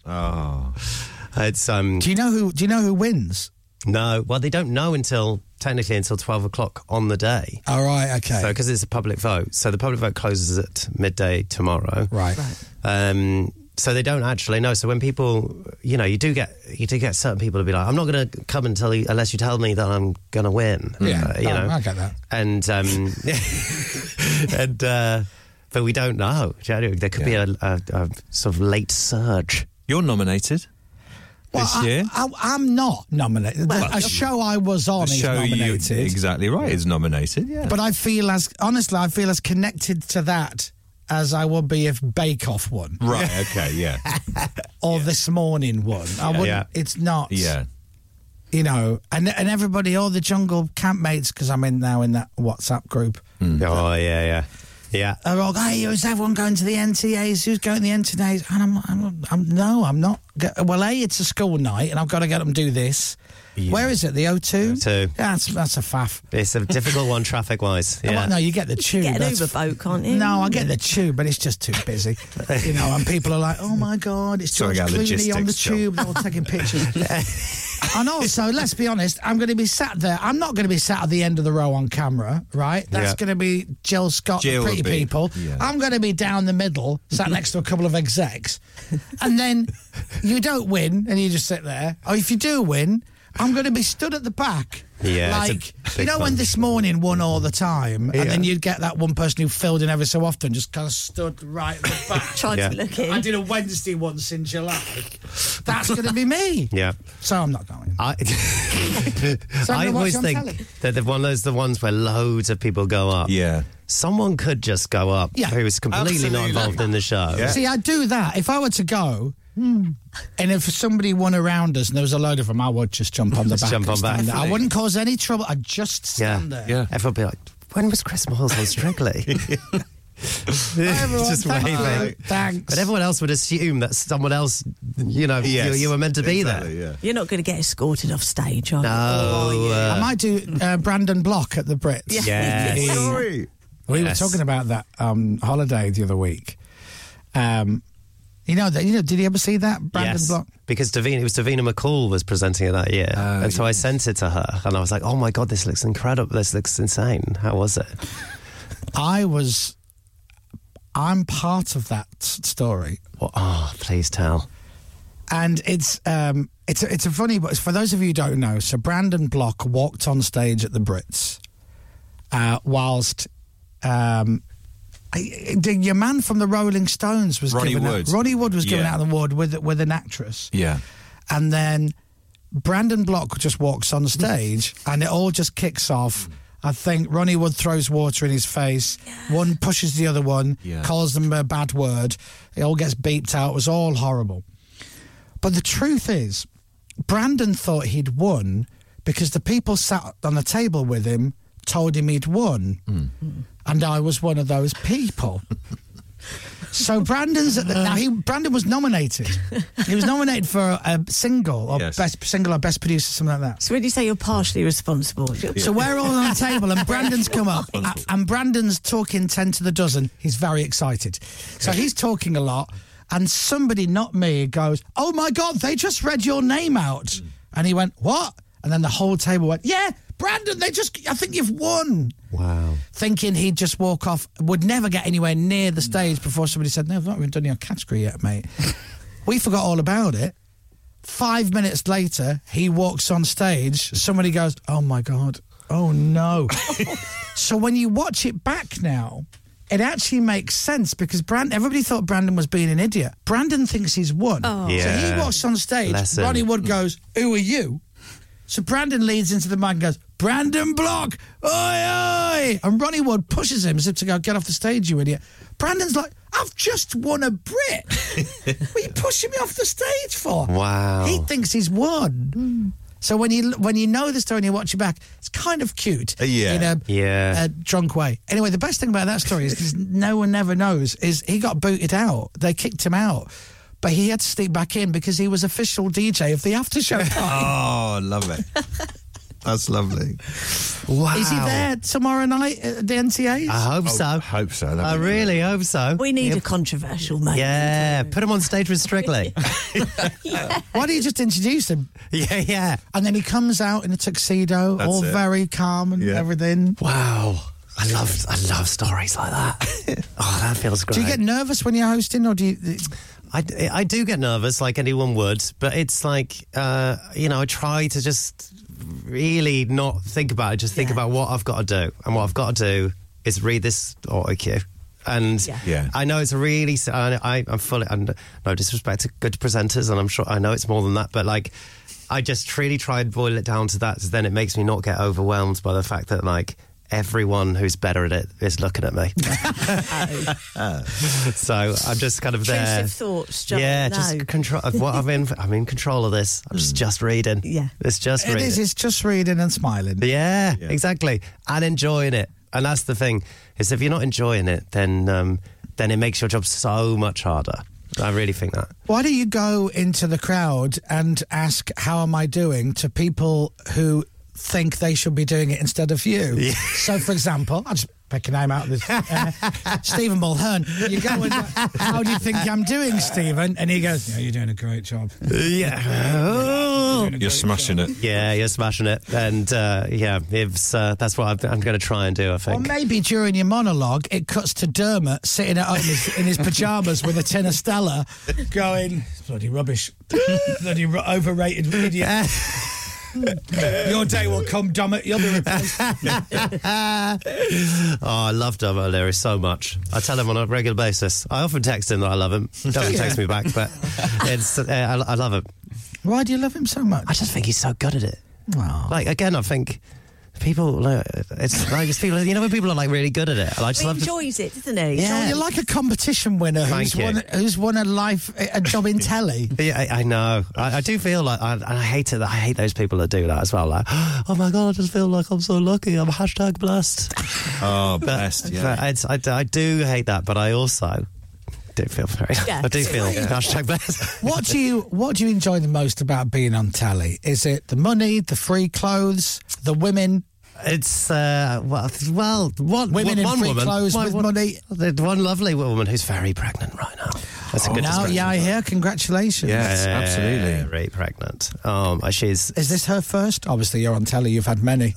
[SPEAKER 13] Ah.
[SPEAKER 11] Oh, it's um.
[SPEAKER 7] Do you know who? Do you know who wins?
[SPEAKER 11] No, well, they don't know until technically until twelve o'clock on the day.
[SPEAKER 7] All right. Okay.
[SPEAKER 11] So because it's a public vote, so the public vote closes at midday tomorrow.
[SPEAKER 7] Right.
[SPEAKER 11] Um, so they don't actually know. So when people, you know, you do get you do get certain people to be like, I'm not going to come and tell you unless you tell me that I'm going to win.
[SPEAKER 7] Yeah.
[SPEAKER 11] Uh, you
[SPEAKER 7] Oh,
[SPEAKER 11] know.
[SPEAKER 7] I get that.
[SPEAKER 11] And um, and uh, but we don't know. Do you know, There could be a, a, a sort of late surge.
[SPEAKER 13] You're nominated this
[SPEAKER 7] I,
[SPEAKER 13] year.
[SPEAKER 7] I, I'm not nominated.
[SPEAKER 13] Well, um,
[SPEAKER 7] a show I was on
[SPEAKER 13] The
[SPEAKER 7] is
[SPEAKER 13] show you-
[SPEAKER 7] nominated.
[SPEAKER 13] exactly right. Is nominated. Yeah.
[SPEAKER 7] But I feel as honestly, I feel as connected to that as I would be if Bake Off won
[SPEAKER 13] Right. Okay. Yeah.
[SPEAKER 7] or This Morning won.
[SPEAKER 13] Yeah.
[SPEAKER 7] I wouldn't.
[SPEAKER 13] Yeah.
[SPEAKER 7] It's not.
[SPEAKER 13] yeah.
[SPEAKER 7] You know, and and everybody, all the jungle campmates, because I'm in now in that WhatsApp group.
[SPEAKER 11] Oh yeah, yeah, yeah.
[SPEAKER 7] Are all hey, who's everyone going to the NTAs? Who's going to the NTAs? And I'm, I'm, I'm no, I'm not. go- Well, a, it's a school night, and I've got to get them to do this. Where is it? The O2.
[SPEAKER 11] O2.
[SPEAKER 7] That's that's a faff.
[SPEAKER 11] "Oh, It's a difficult one traffic wise.
[SPEAKER 7] Yeah.
[SPEAKER 11] Yeah.
[SPEAKER 7] no, you get the tube.
[SPEAKER 3] get an
[SPEAKER 7] that's-
[SPEAKER 3] Uber boat, can't you?
[SPEAKER 7] No, I get the tube, but it's just too busy. you know, and people are like, oh my God, it's
[SPEAKER 13] Sorry
[SPEAKER 7] George
[SPEAKER 13] about
[SPEAKER 7] Clooney on the
[SPEAKER 13] logistics, Joe.
[SPEAKER 7] tube. They're all taking pictures. and also, let's be honest, I'm going to be sat there. I'm not going to be sat at the end of the row on camera, right? That's
[SPEAKER 13] Yeah.
[SPEAKER 7] going to be Jill Scott,
[SPEAKER 13] Jill
[SPEAKER 7] the
[SPEAKER 13] will
[SPEAKER 7] pretty
[SPEAKER 13] be-
[SPEAKER 7] people.
[SPEAKER 13] yeah.
[SPEAKER 7] I'm going to be down the middle, sat next to a couple of execs. And then you don't win and you just sit there. Or if you do win, I'm going to be stood at the back.
[SPEAKER 11] Yeah, it's a
[SPEAKER 7] Like, you
[SPEAKER 11] big
[SPEAKER 7] know, when
[SPEAKER 11] fun.
[SPEAKER 7] this morning won all the time,
[SPEAKER 11] Yeah.
[SPEAKER 7] and then you'd get that one person who filled in ever so often, just kind of stood right at the back.
[SPEAKER 3] Tried
[SPEAKER 11] Yeah.
[SPEAKER 3] to look in.
[SPEAKER 7] I did a Wednesday once in July. That's going to be me.
[SPEAKER 11] Yeah.
[SPEAKER 7] So I'm not going.
[SPEAKER 11] I,
[SPEAKER 7] So
[SPEAKER 11] I
[SPEAKER 7] I'm gonna watch
[SPEAKER 11] always
[SPEAKER 7] it on
[SPEAKER 11] think
[SPEAKER 7] telly.
[SPEAKER 11] that the one of those the ones where loads of people go up.
[SPEAKER 13] Yeah.
[SPEAKER 11] Someone could just go up
[SPEAKER 7] Yeah.
[SPEAKER 11] who is completely not
[SPEAKER 13] Absolutely.
[SPEAKER 11] involved in the show.
[SPEAKER 7] See, I do that. If I were to go,
[SPEAKER 11] Hmm.
[SPEAKER 7] and if somebody won around us and there was a load of them, I would just jump on the
[SPEAKER 11] Just
[SPEAKER 7] back.
[SPEAKER 11] jump
[SPEAKER 7] and
[SPEAKER 11] on back.
[SPEAKER 7] stand there. I wouldn't cause any trouble. I'd just
[SPEAKER 11] Yeah.
[SPEAKER 7] stand there.
[SPEAKER 11] yeah. Everyone would be like, when was Chris Miles on Strictly?
[SPEAKER 7] everyone,
[SPEAKER 11] just
[SPEAKER 7] thank you.
[SPEAKER 11] waving.
[SPEAKER 7] Thanks.
[SPEAKER 11] But everyone else would assume that someone else, you know,
[SPEAKER 13] Yes,
[SPEAKER 11] you, you were meant to be there.
[SPEAKER 3] You're not going to get escorted off stage, are you?
[SPEAKER 11] No.
[SPEAKER 7] I
[SPEAKER 11] uh,
[SPEAKER 7] might do uh, Brandon Block at the Brits.
[SPEAKER 11] Yes.
[SPEAKER 7] He-
[SPEAKER 13] Sorry.
[SPEAKER 7] We
[SPEAKER 11] Yes.
[SPEAKER 7] were talking about that um, holiday the other week. Um, you know that you know. Did you ever see that Brandon
[SPEAKER 11] yes.
[SPEAKER 7] Block?
[SPEAKER 11] Because Davina, it was Davina McCall was presenting it that year, and so I sent it to her, and I was like, "Oh my god, this looks incredible! This looks insane! How was it?"
[SPEAKER 7] I was. I'm part of that s- story,
[SPEAKER 11] Well, oh, please tell.
[SPEAKER 7] and it's um, it's a, it's a funny. But for those of you who don't know, so Brandon Block walked on stage at the Brits, uh, whilst um, I- the- your man from the Rolling Stones was
[SPEAKER 13] Ronnie
[SPEAKER 7] given out-
[SPEAKER 13] Wood.
[SPEAKER 7] Ronnie Wood was given
[SPEAKER 13] Yeah.
[SPEAKER 7] out an award with with an actress,
[SPEAKER 13] Yeah.
[SPEAKER 7] and then Brandon Block just walks on stage, and it all just kicks off. I think Ronnie Wood throws water in his face. One pushes the other one,
[SPEAKER 13] Yeah.
[SPEAKER 7] calls them a bad word. It all gets beeped out. It was all horrible. But the truth is, Brandon thought he'd won because the people sat on the table with him told him he'd won. And I was one of those people. so Brandon's at the, now he Brandon was nominated. He was nominated for a single or best single or best producer, something like that.
[SPEAKER 3] So when you say you're partially responsible,
[SPEAKER 7] So we're all on the table, and Brandon's come up, a- and Brandon's talking ten to the dozen. He's very excited, so he's talking a lot, and somebody, not me, goes, "Oh my god, they just read your name out," and he went, "What?" And then the whole table went, "Yeah, Brandon, they just, I think you've won."
[SPEAKER 11] Wow.
[SPEAKER 7] Thinking he'd just walk off, would never get anywhere near the stage before somebody said, "No, I've not even done your category yet, mate." we forgot all about it. Five minutes later, he walks on stage. Somebody goes, Oh my God. Oh no. so when you watch it back now, it actually makes sense because Brand- everybody thought Brandon was being an idiot. Brandon thinks he's won.
[SPEAKER 11] Oh.
[SPEAKER 7] So he
[SPEAKER 11] Yeah.
[SPEAKER 7] walks on stage.
[SPEAKER 11] Lesson.
[SPEAKER 7] Ronnie Wood goes, Who are you? So Brandon leads into the mic and goes, Brandon Block, oi, oi. And Ronnie Wood pushes him as if to go, Get off the stage, you idiot. Brandon's like, I've just won a Brit. what are you pushing me off the stage for?
[SPEAKER 11] Wow.
[SPEAKER 7] He thinks he's won. So when you when you know the story and you watch it back, it's kind of cute
[SPEAKER 11] Uh, yeah.
[SPEAKER 7] in a,
[SPEAKER 11] Yeah.
[SPEAKER 7] a drunk way. Anyway, the best thing about that story is 'cause no one never knows is he got booted out. They kicked him out, but he had to sneak back in because he was official DJ of the after show party.
[SPEAKER 13] Oh, love it. That's lovely.
[SPEAKER 11] Wow. Uh-huh.
[SPEAKER 7] Is he there tomorrow night at the NCAs?
[SPEAKER 11] I hope so. I
[SPEAKER 13] hope so.
[SPEAKER 11] I really hope so.
[SPEAKER 3] We need a controversial moment.
[SPEAKER 11] Yeah, put him on stage with Strictly.
[SPEAKER 7] Why do you just introduce him?
[SPEAKER 11] yeah, yeah.
[SPEAKER 7] And then he comes out in a tuxedo,
[SPEAKER 11] That's
[SPEAKER 7] all
[SPEAKER 11] it.
[SPEAKER 7] very calm and everything.
[SPEAKER 11] Wow. I love I love stories like that. oh, that feels great.
[SPEAKER 7] Do you get nervous when you're hosting, or do you?
[SPEAKER 11] I, I do get nervous, like anyone would, but it's like, uh, you know, I try to just really not think about it, just think about what I've got to do. And what I've got to do is read this auto cue. And
[SPEAKER 13] Yeah. Yeah.
[SPEAKER 11] I know it's a really, s- I, I- I'm fully, and no disrespect to good presenters, and I'm sure I know it's more than that, but like, I just really try and boil it down to that. So then it makes me not get overwhelmed by the fact that, like, everyone who's better at it is looking at me. so I'm just kind of there.
[SPEAKER 3] Intrusive thoughts, John.
[SPEAKER 11] Yeah,
[SPEAKER 3] No.
[SPEAKER 11] just control. of What I'm in, I'm in control of this. I'm just, just reading. Yeah, it's just
[SPEAKER 7] It
[SPEAKER 11] reading.
[SPEAKER 7] is. It's just reading and smiling.
[SPEAKER 11] yeah, exactly, and enjoying it. And that's the thing is, if you're not enjoying it, then um, then it makes your job so much harder. I really think that.
[SPEAKER 7] Why do you go into the crowd and ask, How am I doing? to people who think they should be doing it instead of you? So, for example, I'll just pick a name out of this uh, Stephen Mulhern. You go and go, How do you think I'm doing, Stephen? And he goes, Yeah, you're doing a great job.
[SPEAKER 11] Yeah,
[SPEAKER 13] You're smashing it.
[SPEAKER 11] Yeah, you're smashing it, and uh, yeah, it's, uh, that's what I'm, I'm going to try and do. I
[SPEAKER 7] Or
[SPEAKER 11] think.
[SPEAKER 7] maybe during your monologue, it cuts to Dermot sitting at home in his, in his pajamas with a tin of Stella, going bloody rubbish, bloody ru- overrated idiot. Your day will come, Dermot. You'll be replaced.
[SPEAKER 11] oh, I love Dom O'Leary so much. I tell him on a regular basis. I often text him that I love him. He doesn't
[SPEAKER 7] Yeah.
[SPEAKER 11] text me back, but it's uh, I, I love him.
[SPEAKER 7] Why do you love him so much? I
[SPEAKER 11] just think he's so good at it.
[SPEAKER 7] Wow.
[SPEAKER 11] Like again, I think people. like, It's like it's people. You know when people are like really good at it. And I just
[SPEAKER 3] He
[SPEAKER 11] love. To,
[SPEAKER 3] enjoys it, doesn't he?
[SPEAKER 11] Yeah.
[SPEAKER 7] You're like a competition winner
[SPEAKER 11] Thank
[SPEAKER 7] who's
[SPEAKER 11] you.
[SPEAKER 7] won, who's won a life a job in telly.
[SPEAKER 11] yeah, I, I know. I, I do feel like I, and I hate it. that- I hate those people that do that as well. Like, oh my god, I just feel like I'm so lucky. I'm hashtag blessed.
[SPEAKER 13] Oh, best. Yeah.
[SPEAKER 11] But it's, I, I do hate that, but I also do feel very.
[SPEAKER 7] Yeah.
[SPEAKER 11] I do feel
[SPEAKER 7] Yeah.
[SPEAKER 11] hashtag blessed.
[SPEAKER 7] What do you What do you enjoy the most about being on telly? Is it the money, the free clothes, the women?
[SPEAKER 11] It's uh, well, well, one
[SPEAKER 7] Women in
[SPEAKER 11] one
[SPEAKER 7] free
[SPEAKER 11] woman,
[SPEAKER 7] clothes
[SPEAKER 11] one,
[SPEAKER 7] with
[SPEAKER 11] one-
[SPEAKER 7] money.
[SPEAKER 11] the one lovely woman who's very pregnant right now. That's a good.
[SPEAKER 7] no,
[SPEAKER 11] description.
[SPEAKER 7] Oh, yeah, I hear. Congratulations.
[SPEAKER 11] Very pregnant. Um, she's.
[SPEAKER 7] Is this her first? Obviously, you're on telly. You've had many.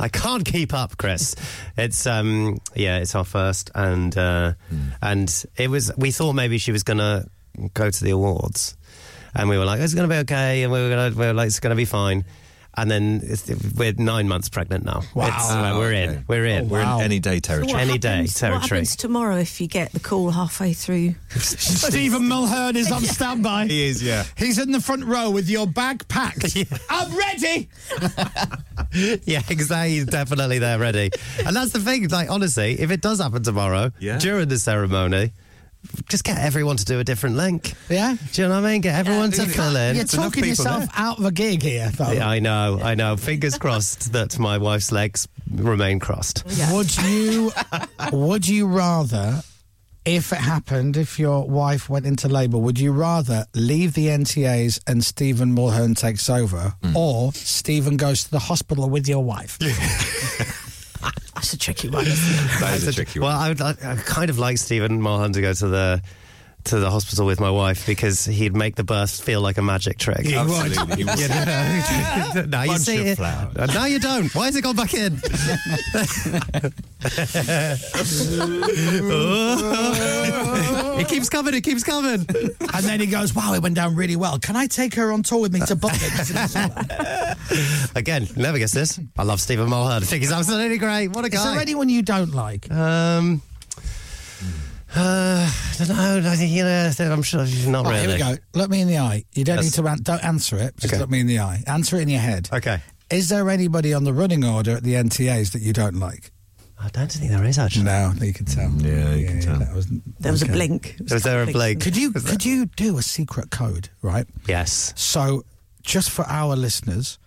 [SPEAKER 11] I can't keep up, Chris. It's um, yeah, it's our first, and uh, and it was. We thought maybe she was gonna go to the awards, and we were like, it's gonna be okay, and we were gonna, we were like, it's gonna be fine.
[SPEAKER 15] And then it's, we're nine months pregnant now.
[SPEAKER 3] Wow.
[SPEAKER 15] It's- uh, we're in. We're in.
[SPEAKER 3] Oh, We're in wow.
[SPEAKER 16] any day
[SPEAKER 3] So what
[SPEAKER 15] any day
[SPEAKER 3] happens- What
[SPEAKER 15] territory.
[SPEAKER 3] happens tomorrow if you get the call halfway through?
[SPEAKER 7] Stephen Mulhern is on standby.
[SPEAKER 4] He is, yeah.
[SPEAKER 7] He's in the front row with your bag packed. I'm ready.
[SPEAKER 15] yeah, exactly. He's definitely there ready. And that's the thing. Like, honestly, if it does happen tomorrow during the ceremony, just get everyone to do a different link.
[SPEAKER 7] Yeah.
[SPEAKER 15] Do you know what I mean? Get everyone to fill in.
[SPEAKER 7] You're talking yourself out of a gig here. though.
[SPEAKER 15] Yeah, I know, I know. Fingers crossed that my wife's legs remain crossed.
[SPEAKER 7] Would you would you rather if it happened, if your wife went into labour, would you rather leave the NTAs and Stephen Mulhern takes over, or Stephen goes to the hospital with your wife?
[SPEAKER 3] That's a tricky one.
[SPEAKER 15] That is a tricky one. Well, I, would, I, I kind of like Stephen Mulhern to go to the to the hospital with my wife because he'd make the birth feel like a magic trick.
[SPEAKER 17] He would. Absolutely, he would.
[SPEAKER 15] You know? now you
[SPEAKER 17] Bunch
[SPEAKER 15] see
[SPEAKER 17] of
[SPEAKER 15] it.
[SPEAKER 17] flowers.
[SPEAKER 15] Now you don't. Why has it gone back in? it keeps coming. It keeps coming.
[SPEAKER 7] And then he goes, "Wow, it went down really well. Can I take her on tour with me to Boston?"
[SPEAKER 15] Again, never gets this. I love Stephen Mulhern. I think he's absolutely great. What a guy.
[SPEAKER 7] Is there anyone you don't like?
[SPEAKER 15] Um,
[SPEAKER 7] Hmm.
[SPEAKER 15] uh, I don't know. I think, you know, I'm sure not
[SPEAKER 7] Oh,
[SPEAKER 15] really.
[SPEAKER 7] Here we go. Look me in the eye. You don't
[SPEAKER 15] Yes.
[SPEAKER 7] need to an- don't answer it. Just
[SPEAKER 15] Okay.
[SPEAKER 7] look me in the eye. Answer it in your head.
[SPEAKER 15] Okay.
[SPEAKER 7] Is there anybody on the running order at the NTAs that you don't like?
[SPEAKER 15] I don't think there is actually.
[SPEAKER 7] No, you can tell. Yeah, you can tell.
[SPEAKER 3] There was a blink.
[SPEAKER 15] Was there a blink?
[SPEAKER 7] Could you could you do a secret code, right?
[SPEAKER 15] Yes.
[SPEAKER 7] So, just for our listeners,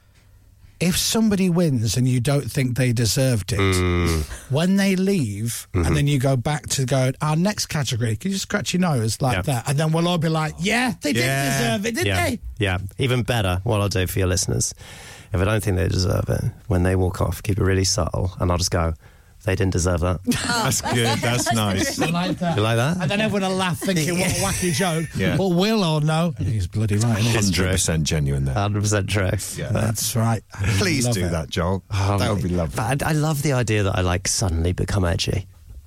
[SPEAKER 7] if somebody wins and you don't think they deserved it, when they leave
[SPEAKER 17] Mhm.
[SPEAKER 7] and then you go back to go our next category, can you just scratch your nose like that, and then we'll all be like, yeah, they did deserve it, didn't
[SPEAKER 15] yeah.
[SPEAKER 7] they?
[SPEAKER 15] Yeah. Even better, what I'll do for your listeners, if I don't think they deserve it, when they walk off, keep it really subtle, and I'll just go, they didn't deserve that.
[SPEAKER 4] That's good. That's nice.
[SPEAKER 7] I like that.
[SPEAKER 15] You like that?
[SPEAKER 7] And then everyone will laugh thinking, what a wacky joke.
[SPEAKER 4] Yeah.
[SPEAKER 7] But we'll all know. He's bloody right. isn't he?
[SPEAKER 4] 100% genuine there.
[SPEAKER 15] 100% true.
[SPEAKER 4] Yeah.
[SPEAKER 7] That's right.
[SPEAKER 4] Please
[SPEAKER 7] Love
[SPEAKER 4] do
[SPEAKER 7] it.
[SPEAKER 4] that, Joel.
[SPEAKER 11] Oh,
[SPEAKER 15] Um,
[SPEAKER 4] that would be lovely.
[SPEAKER 15] But I, I love the idea that I like suddenly become edgy.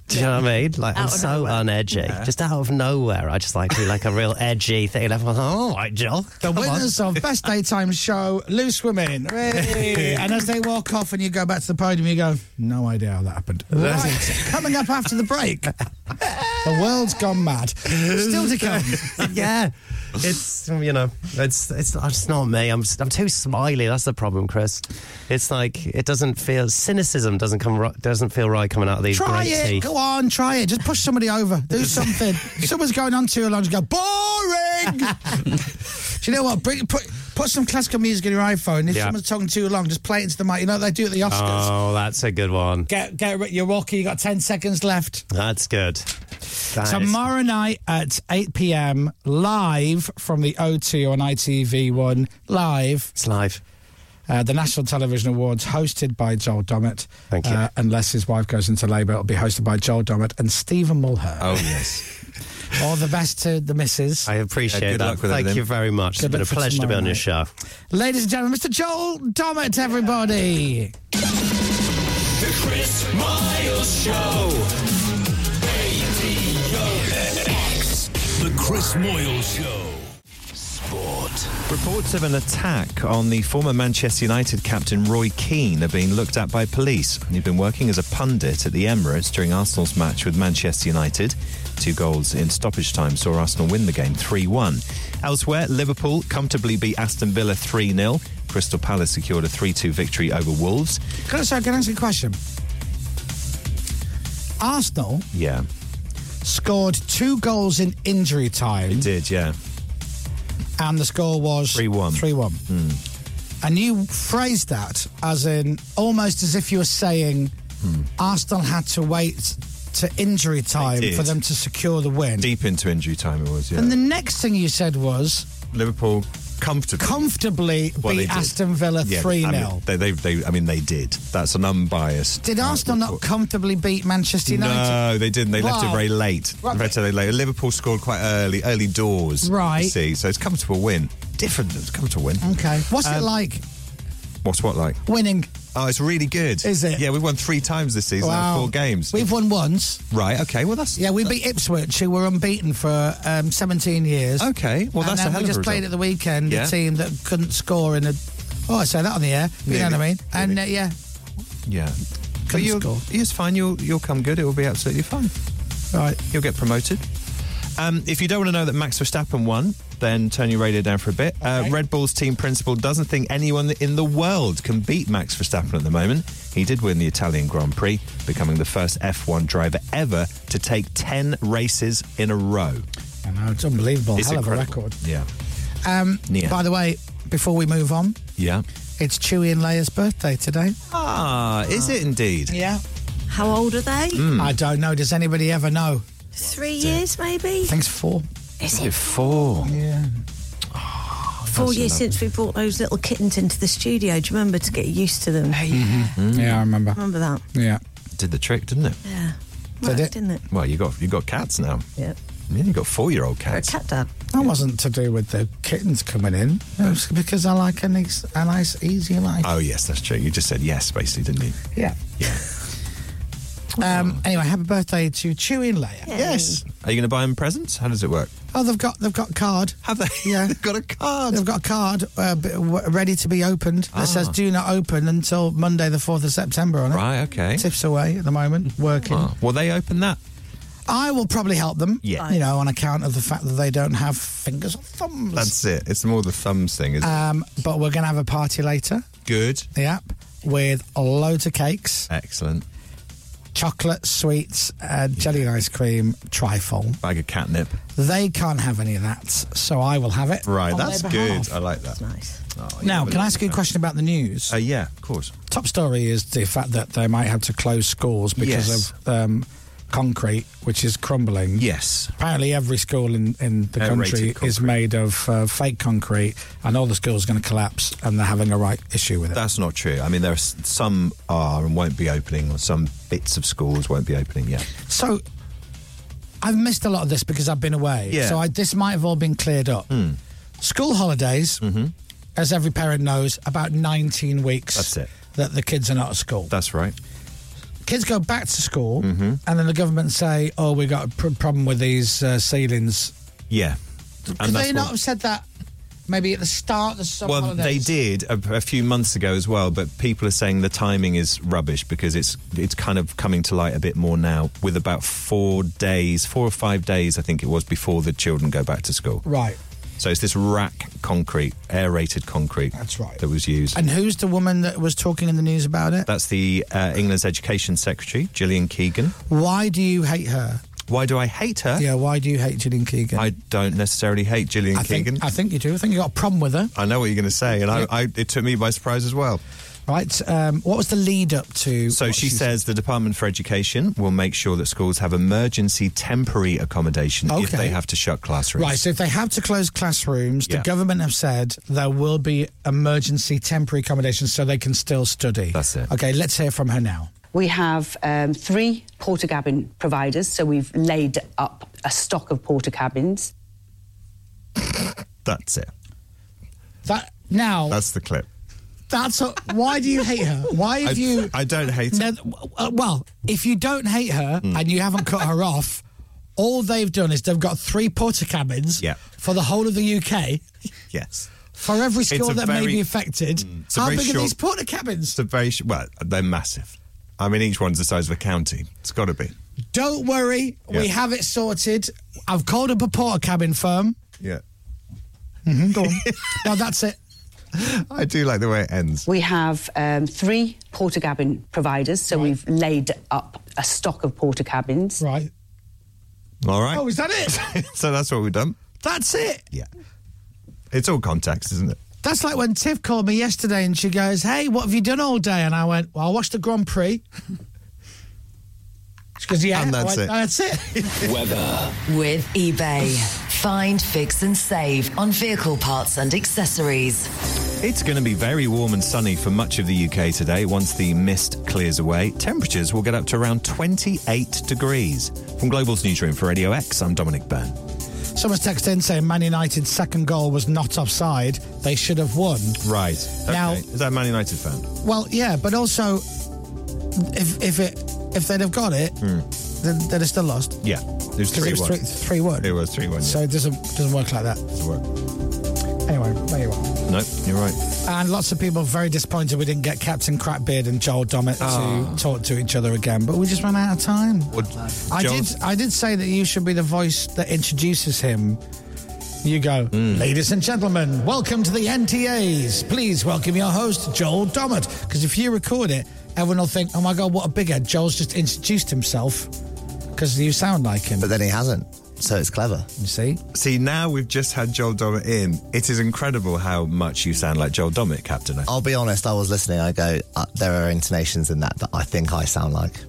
[SPEAKER 15] Do you know what I mean? Like I'm
[SPEAKER 4] Out of
[SPEAKER 15] so unedgy, just out of nowhere. I just like to be like a real edgy thing, and everyone's like, "All right, Joel."
[SPEAKER 7] The
[SPEAKER 15] come on."
[SPEAKER 7] winners of Best Daytime Show, Loose Women. Hooray. and as they walk off and you go back to the podium, you go, no idea how that happened. Right. Coming up after the break, the world's gone mad. Still to come.
[SPEAKER 15] yeah, it's you know, it's it's oh, it's not me. I'm I'm too smiley. That's the problem, Chris. It's like it doesn't feel cynicism doesn't come ri- doesn't feel right coming out of these
[SPEAKER 7] Try
[SPEAKER 15] great
[SPEAKER 7] it.
[SPEAKER 15] teeth.
[SPEAKER 7] Go on, try it. Just push somebody over. Do something. Someone's going on too long. Just go, boring. do you know what? Bring, put, put some classical music in your iPhone. If
[SPEAKER 15] Yeah.
[SPEAKER 7] someone's talking too long, just play it into the mic. You know what they do at the Oscars?
[SPEAKER 15] Oh, that's a good one.
[SPEAKER 7] Get, get, you're walking, you got 10 seconds left.
[SPEAKER 15] That's good. That is-
[SPEAKER 7] Tomorrow night at 8 p.m. live from the O2 on ITV1 live.
[SPEAKER 15] It's live.
[SPEAKER 7] Uh, the National Television Awards, hosted by Joel Dommett. Thank you. unless his wife goes into labour, it'll be hosted by Joel Dommett and Stephen Mulhern.
[SPEAKER 4] Oh, yes.
[SPEAKER 7] All the best to the missus.
[SPEAKER 15] I appreciate
[SPEAKER 4] Yeah, good
[SPEAKER 15] that.
[SPEAKER 4] luck with
[SPEAKER 15] Thank
[SPEAKER 4] everything.
[SPEAKER 15] you very much.
[SPEAKER 7] Good
[SPEAKER 15] it's been a
[SPEAKER 7] luck for
[SPEAKER 15] pleasure to be
[SPEAKER 7] tomorrow
[SPEAKER 15] on your
[SPEAKER 7] night.
[SPEAKER 15] show.
[SPEAKER 7] Ladies and gentlemen, Mr. Joel Dommett, everybody.
[SPEAKER 18] The Chris Miles Show.
[SPEAKER 1] The Chris Moyle Show.
[SPEAKER 16] Reports of an attack on the former Manchester United captain Roy Keane are being looked at by police. He'd been working as a pundit at the Emirates during Arsenal's match with Manchester United. Two goals in stoppage time saw Arsenal win the game 3 1. Elsewhere, Liverpool comfortably beat Aston Villa 3 0. Crystal Palace secured a 3 2 victory over Wolves.
[SPEAKER 7] Can I, sorry, can I ask you a question? Arsenal
[SPEAKER 16] Yeah.
[SPEAKER 7] scored two goals in injury time. It
[SPEAKER 16] did, yeah.
[SPEAKER 7] And the score was 3 1. 3 1.
[SPEAKER 4] Hmm.
[SPEAKER 7] And you phrased that as in almost as if you were saying
[SPEAKER 4] Hmm.
[SPEAKER 7] Arsenal had to wait to injury time
[SPEAKER 4] did.
[SPEAKER 7] for them to secure the win.
[SPEAKER 4] Deep into injury time it was, yeah.
[SPEAKER 7] And the next thing you said was
[SPEAKER 4] Liverpool comfortably.
[SPEAKER 7] comfortably
[SPEAKER 4] Well, they
[SPEAKER 7] beat
[SPEAKER 4] did.
[SPEAKER 7] Aston Villa 3 0.
[SPEAKER 4] Yeah, I mean, they, they, they, I mean, they did. That's an unbiased.
[SPEAKER 7] did Arsenal not comfortably beat Manchester United?
[SPEAKER 4] No, they didn't. They left it
[SPEAKER 7] Wow.
[SPEAKER 4] very late.
[SPEAKER 7] Right.
[SPEAKER 4] Left it very late. Liverpool scored quite early, early doors. you
[SPEAKER 7] Right.
[SPEAKER 4] see, so it's a comfortable win. Different. It's a comfortable win.
[SPEAKER 7] Okay. What's it
[SPEAKER 4] Um,
[SPEAKER 7] like
[SPEAKER 4] What's what like?
[SPEAKER 7] winning?
[SPEAKER 4] Oh, it's really good. Is it? Yeah, we've won three times this season. out
[SPEAKER 7] Wow.
[SPEAKER 4] of Four games.
[SPEAKER 7] We've won once.
[SPEAKER 4] Right. Okay. Well, that's
[SPEAKER 7] Yeah, we beat Ipswich, who were unbeaten for um, 17 years.
[SPEAKER 4] Okay, well,
[SPEAKER 7] And
[SPEAKER 4] that's
[SPEAKER 7] then
[SPEAKER 4] a hell
[SPEAKER 7] we
[SPEAKER 4] of a
[SPEAKER 7] just played
[SPEAKER 4] result.
[SPEAKER 7] at the weekend
[SPEAKER 4] Yeah.
[SPEAKER 7] a team that couldn't score in a Oh, I say that on the air. But you know what I mean? And uh, yeah,
[SPEAKER 4] Yeah.
[SPEAKER 7] Couldn't
[SPEAKER 4] you'll-
[SPEAKER 7] score.
[SPEAKER 4] It's fine. You'll, you'll come good. It will be absolutely fine.
[SPEAKER 7] Right.
[SPEAKER 4] You'll get promoted. Um, if you don't want to know that Max Verstappen won, then turn your radio down for a bit. Uh, Red Bull's team principal doesn't think anyone in the world can beat Max Verstappen at the moment. He did win the Italian Grand Prix, becoming the first F1 driver ever to take 10 races in a row.
[SPEAKER 7] I know, it's unbelievable.
[SPEAKER 4] It's
[SPEAKER 7] Hell of a
[SPEAKER 4] incredible.
[SPEAKER 7] record.
[SPEAKER 4] Yeah.
[SPEAKER 7] Um,
[SPEAKER 4] Yeah.
[SPEAKER 7] By the way, before we move on,
[SPEAKER 4] Yeah.
[SPEAKER 7] it's Chewy and Leia's birthday today.
[SPEAKER 4] Ah, is it indeed?
[SPEAKER 7] Yeah. How old are they?
[SPEAKER 4] Mm.
[SPEAKER 7] I don't know. Does anybody ever know?
[SPEAKER 3] Three years, maybe?
[SPEAKER 7] I think it's four.
[SPEAKER 3] Is it
[SPEAKER 4] four?
[SPEAKER 7] Yeah.
[SPEAKER 3] Four
[SPEAKER 7] that's
[SPEAKER 3] years
[SPEAKER 7] enough.
[SPEAKER 3] since we brought those little kittens into the studio. Do you remember to get used to them?
[SPEAKER 7] Yeah, I remember.
[SPEAKER 3] Remember that?
[SPEAKER 7] Yeah.
[SPEAKER 4] Did the trick, didn't it?
[SPEAKER 3] Yeah.
[SPEAKER 7] Did
[SPEAKER 3] Worked,
[SPEAKER 7] it?
[SPEAKER 3] Didn't it?
[SPEAKER 4] Well, you got you got cats now.
[SPEAKER 3] Yep.
[SPEAKER 4] Yeah, you got four year old cats.
[SPEAKER 3] Cat dad.
[SPEAKER 7] That wasn't to do with the kittens coming in. It was because I like a nice, a nice easy life.
[SPEAKER 4] Oh yes, that's true. You just said yes, basically, didn't you?
[SPEAKER 7] Yeah. Um, anyway, happy birthday to Chewy and Leia. Yes.
[SPEAKER 4] Are you going to buy them presents? How does it work?
[SPEAKER 7] Oh, they've got they've got a card.
[SPEAKER 4] Have they?
[SPEAKER 7] Yeah,
[SPEAKER 4] they've got a card.
[SPEAKER 7] They've got a card uh, b- w- ready to be opened that says
[SPEAKER 4] Ah.
[SPEAKER 7] "Do not open until Monday, the fourth of September." On it.
[SPEAKER 4] Right, okay.
[SPEAKER 7] Tips away at the moment, working.
[SPEAKER 4] Oh, will they open that?
[SPEAKER 7] I will probably help them.
[SPEAKER 4] Yeah.
[SPEAKER 7] You know, on account of the fact that they don't have fingers or thumbs.
[SPEAKER 4] That's it. It's more the thumbs thing, isn't
[SPEAKER 7] Um, but we're going to have a party later.
[SPEAKER 4] it? Good.
[SPEAKER 7] Yep. With loads of cakes,
[SPEAKER 4] Excellent.
[SPEAKER 7] chocolate, sweets, uh, jelly and ice cream, trifle.
[SPEAKER 4] Bag of catnip.
[SPEAKER 7] They can't have any of that, so I will have it.
[SPEAKER 4] Right,
[SPEAKER 7] on their
[SPEAKER 4] that's
[SPEAKER 7] behalf.
[SPEAKER 4] good. I like that. Oh, That's nice.
[SPEAKER 7] Now, can I ask you a question about the news?
[SPEAKER 4] Uh, yeah, of course.
[SPEAKER 7] Top story is the fact that they might have to close schools because
[SPEAKER 4] Yes.
[SPEAKER 7] of um, concrete, which is crumbling.
[SPEAKER 4] Yes.
[SPEAKER 7] Apparently, every school in, in the
[SPEAKER 4] Aerated
[SPEAKER 7] country is made of uh, fake concrete, and all the schools are going to collapse, and they're having a right issue with it.
[SPEAKER 4] That's not true. I mean, there are s- some are and won't be opening, or some bits of schools won't be opening yet.
[SPEAKER 7] So, I've missed a lot of this because I've been away.
[SPEAKER 4] Yeah. Hmm.
[SPEAKER 7] So, I, this might have all been cleared up. School holidays,
[SPEAKER 4] Mm-hmm.
[SPEAKER 7] as every parent knows, about 19 weeks
[SPEAKER 4] That's it.
[SPEAKER 7] that the kids are not at school.
[SPEAKER 4] That's right.
[SPEAKER 7] kids go back to school
[SPEAKER 4] Mm-hmm.
[SPEAKER 7] and then the government say oh we got a pr- problem with these uh, ceilings
[SPEAKER 4] Yeah.
[SPEAKER 7] could
[SPEAKER 4] that's
[SPEAKER 7] they not
[SPEAKER 4] what-
[SPEAKER 7] have said that maybe at the start of the summer
[SPEAKER 4] well,
[SPEAKER 7] holidays?
[SPEAKER 4] they did a, a few months ago as well, but people are saying the timing is rubbish because it's it's kind of coming to light a bit more now. With about four days, four or five days, I think it was before the children go back to school.
[SPEAKER 7] right
[SPEAKER 4] So it's this rack concrete, aerated concrete.
[SPEAKER 7] That's right.
[SPEAKER 4] That was used.
[SPEAKER 7] and who's the woman that was talking in the news about it
[SPEAKER 4] That's the uh, England's Education Secretary, Gillian Keegan.
[SPEAKER 7] why do you hate her
[SPEAKER 4] Why do I hate her?
[SPEAKER 7] yeah why do you hate Gillian Keegan
[SPEAKER 4] I don't necessarily hate Gillian
[SPEAKER 7] I
[SPEAKER 4] Keegan.
[SPEAKER 7] think, I think you do I think you got a problem with her
[SPEAKER 4] I know what you're going to say, and I, I, it took me by surprise as well.
[SPEAKER 7] right um, what was the lead up to
[SPEAKER 4] So
[SPEAKER 7] what
[SPEAKER 4] she
[SPEAKER 7] she
[SPEAKER 4] says the Department for Education will make sure that schools have emergency temporary accommodation if
[SPEAKER 7] Okay.
[SPEAKER 4] they have to shut classrooms.
[SPEAKER 7] Right, so if they have to close classrooms,
[SPEAKER 4] Yeah.
[SPEAKER 7] the government have said there will be emergency temporary accommodations so they can still study.
[SPEAKER 4] That's it.
[SPEAKER 7] Okay, let's hear from her now.
[SPEAKER 14] We have um, three porter cabin providers, so we've laid up a stock of porter cabins.
[SPEAKER 4] That's it.
[SPEAKER 7] That now
[SPEAKER 4] That's the clip.
[SPEAKER 7] that's a, why do you hate her? Why
[SPEAKER 4] I,
[SPEAKER 7] have you?
[SPEAKER 4] I don't hate Hmm.
[SPEAKER 7] No,
[SPEAKER 4] it.
[SPEAKER 7] uh, well, if you don't hate her and you haven't cut her off, all they've done is they've got three porter cabins
[SPEAKER 4] Yeah.
[SPEAKER 7] for the whole of the UK
[SPEAKER 4] Yes.
[SPEAKER 7] for every
[SPEAKER 4] It's
[SPEAKER 7] school
[SPEAKER 4] a
[SPEAKER 7] that may
[SPEAKER 4] very- Hmm,
[SPEAKER 7] be affected.
[SPEAKER 4] it's a
[SPEAKER 7] How
[SPEAKER 4] very
[SPEAKER 7] big are
[SPEAKER 4] short-
[SPEAKER 7] these porter cabins?
[SPEAKER 4] It's a very, sh- well, they're massive. I mean, each one's the size of a county. It's got to be.
[SPEAKER 7] Don't worry, we
[SPEAKER 4] Yeah.
[SPEAKER 7] have it sorted. I've called up a porter cabin firm.
[SPEAKER 4] Yeah. Hmm.
[SPEAKER 7] Mm-hmm, go on. no, that's it.
[SPEAKER 4] I do like the way it ends.
[SPEAKER 14] We have um, three porter cabin providers, so we've laid up a stock of porter cabins.
[SPEAKER 7] Right.
[SPEAKER 4] All right.
[SPEAKER 7] Oh, is that it?
[SPEAKER 4] so that's what we've done.
[SPEAKER 7] That's it.
[SPEAKER 4] Yeah. It's all context, isn't it?
[SPEAKER 7] That's like when Tiff called me yesterday and she goes, Hey, what have you done all day? And I went, Well, I watched the Grand Prix. She goes, Yeah.
[SPEAKER 4] And
[SPEAKER 7] I
[SPEAKER 4] that's
[SPEAKER 7] went,
[SPEAKER 4] it.
[SPEAKER 7] "Oh, That's it.
[SPEAKER 9] Weather.
[SPEAKER 2] With eBay. Find, fix, and save on vehicle parts and accessories.
[SPEAKER 4] It's going to be very warm and sunny for much of the UK today once the mist clears away. Temperatures will get up to around 28 degrees. From Global's newsroom for Radio X, I'm Dominic Byrne.
[SPEAKER 7] Someone's texted in saying Man United's second goal was not offside. They should have won.
[SPEAKER 4] Right.
[SPEAKER 7] Now-
[SPEAKER 4] is that a Man United fan?
[SPEAKER 7] Well, yeah, but also, if if it if they'd have got it, then they'd have still lost.
[SPEAKER 4] Yeah. It was
[SPEAKER 7] Because
[SPEAKER 4] 3
[SPEAKER 7] it was
[SPEAKER 4] 1.
[SPEAKER 7] three, three one.
[SPEAKER 4] It was 3 1.
[SPEAKER 7] So it doesn't doesn't work like that.
[SPEAKER 4] yeah.
[SPEAKER 7] Anyway, there you are.
[SPEAKER 4] Nope, you're right.
[SPEAKER 7] And lots of people very disappointed we didn't get Captain Crackbeard and Joel Dommett
[SPEAKER 4] Ah.
[SPEAKER 7] to talk to each other again, but we just ran out of time. I
[SPEAKER 4] Joel-
[SPEAKER 7] did. I did say that you should be the voice that introduces him. You go,
[SPEAKER 15] Hmm.
[SPEAKER 7] ladies and gentlemen, welcome to the NTAs. Please welcome your host, Joel Dommett. Because if you record it, everyone will think, oh my God, what a big head. Joel's just introduced himself because you sound like him. But
[SPEAKER 15] then he hasn't. So it's clever.
[SPEAKER 7] You see?
[SPEAKER 4] See, now we've just had Joel Dommett in. It is incredible how much you sound like Joel Dommett, Captain. I
[SPEAKER 15] I'll be honest, I was listening. I go, uh, there are intonations in that that I think I sound like.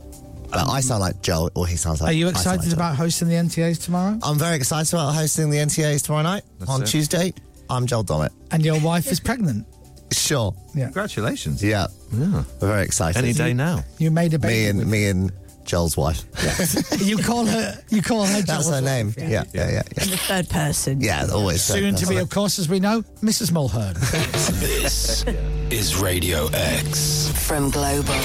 [SPEAKER 15] But I sound like Joel, or he sounds like.
[SPEAKER 7] Are you
[SPEAKER 15] I sound like
[SPEAKER 7] excited
[SPEAKER 15] Joel.
[SPEAKER 7] about hosting the NTAs tomorrow?
[SPEAKER 15] I'm very excited about hosting the NTAs tomorrow night
[SPEAKER 7] That's
[SPEAKER 15] on
[SPEAKER 7] it.
[SPEAKER 15] Tuesday. I'm Joel Dommett.
[SPEAKER 7] And your wife is pregnant.
[SPEAKER 15] Sure.
[SPEAKER 7] Yeah.
[SPEAKER 4] Congratulations.
[SPEAKER 15] Yeah. We're very excited.
[SPEAKER 4] Any day now.
[SPEAKER 7] You made a
[SPEAKER 15] Me
[SPEAKER 7] baby
[SPEAKER 15] and me and Joel's wife.
[SPEAKER 7] you call her. You call her.
[SPEAKER 15] That's her name. Yeah. Yeah. Yeah. yeah,
[SPEAKER 3] In the third person.
[SPEAKER 15] Yeah, always. third
[SPEAKER 7] Soon to be,
[SPEAKER 15] person.
[SPEAKER 7] of course, as we know, Mrs. Mulhern.
[SPEAKER 9] This is Radio X.
[SPEAKER 2] From Global.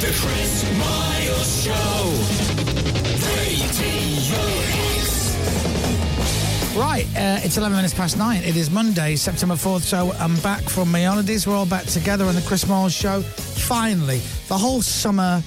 [SPEAKER 9] The Chris Miles Show. Radio X.
[SPEAKER 7] Right, uh, it's 11 minutes past nine. It is Monday, September 4th, so I'm back from my holidays. We're all back together on the Chris Miles show. Finally, the whole summer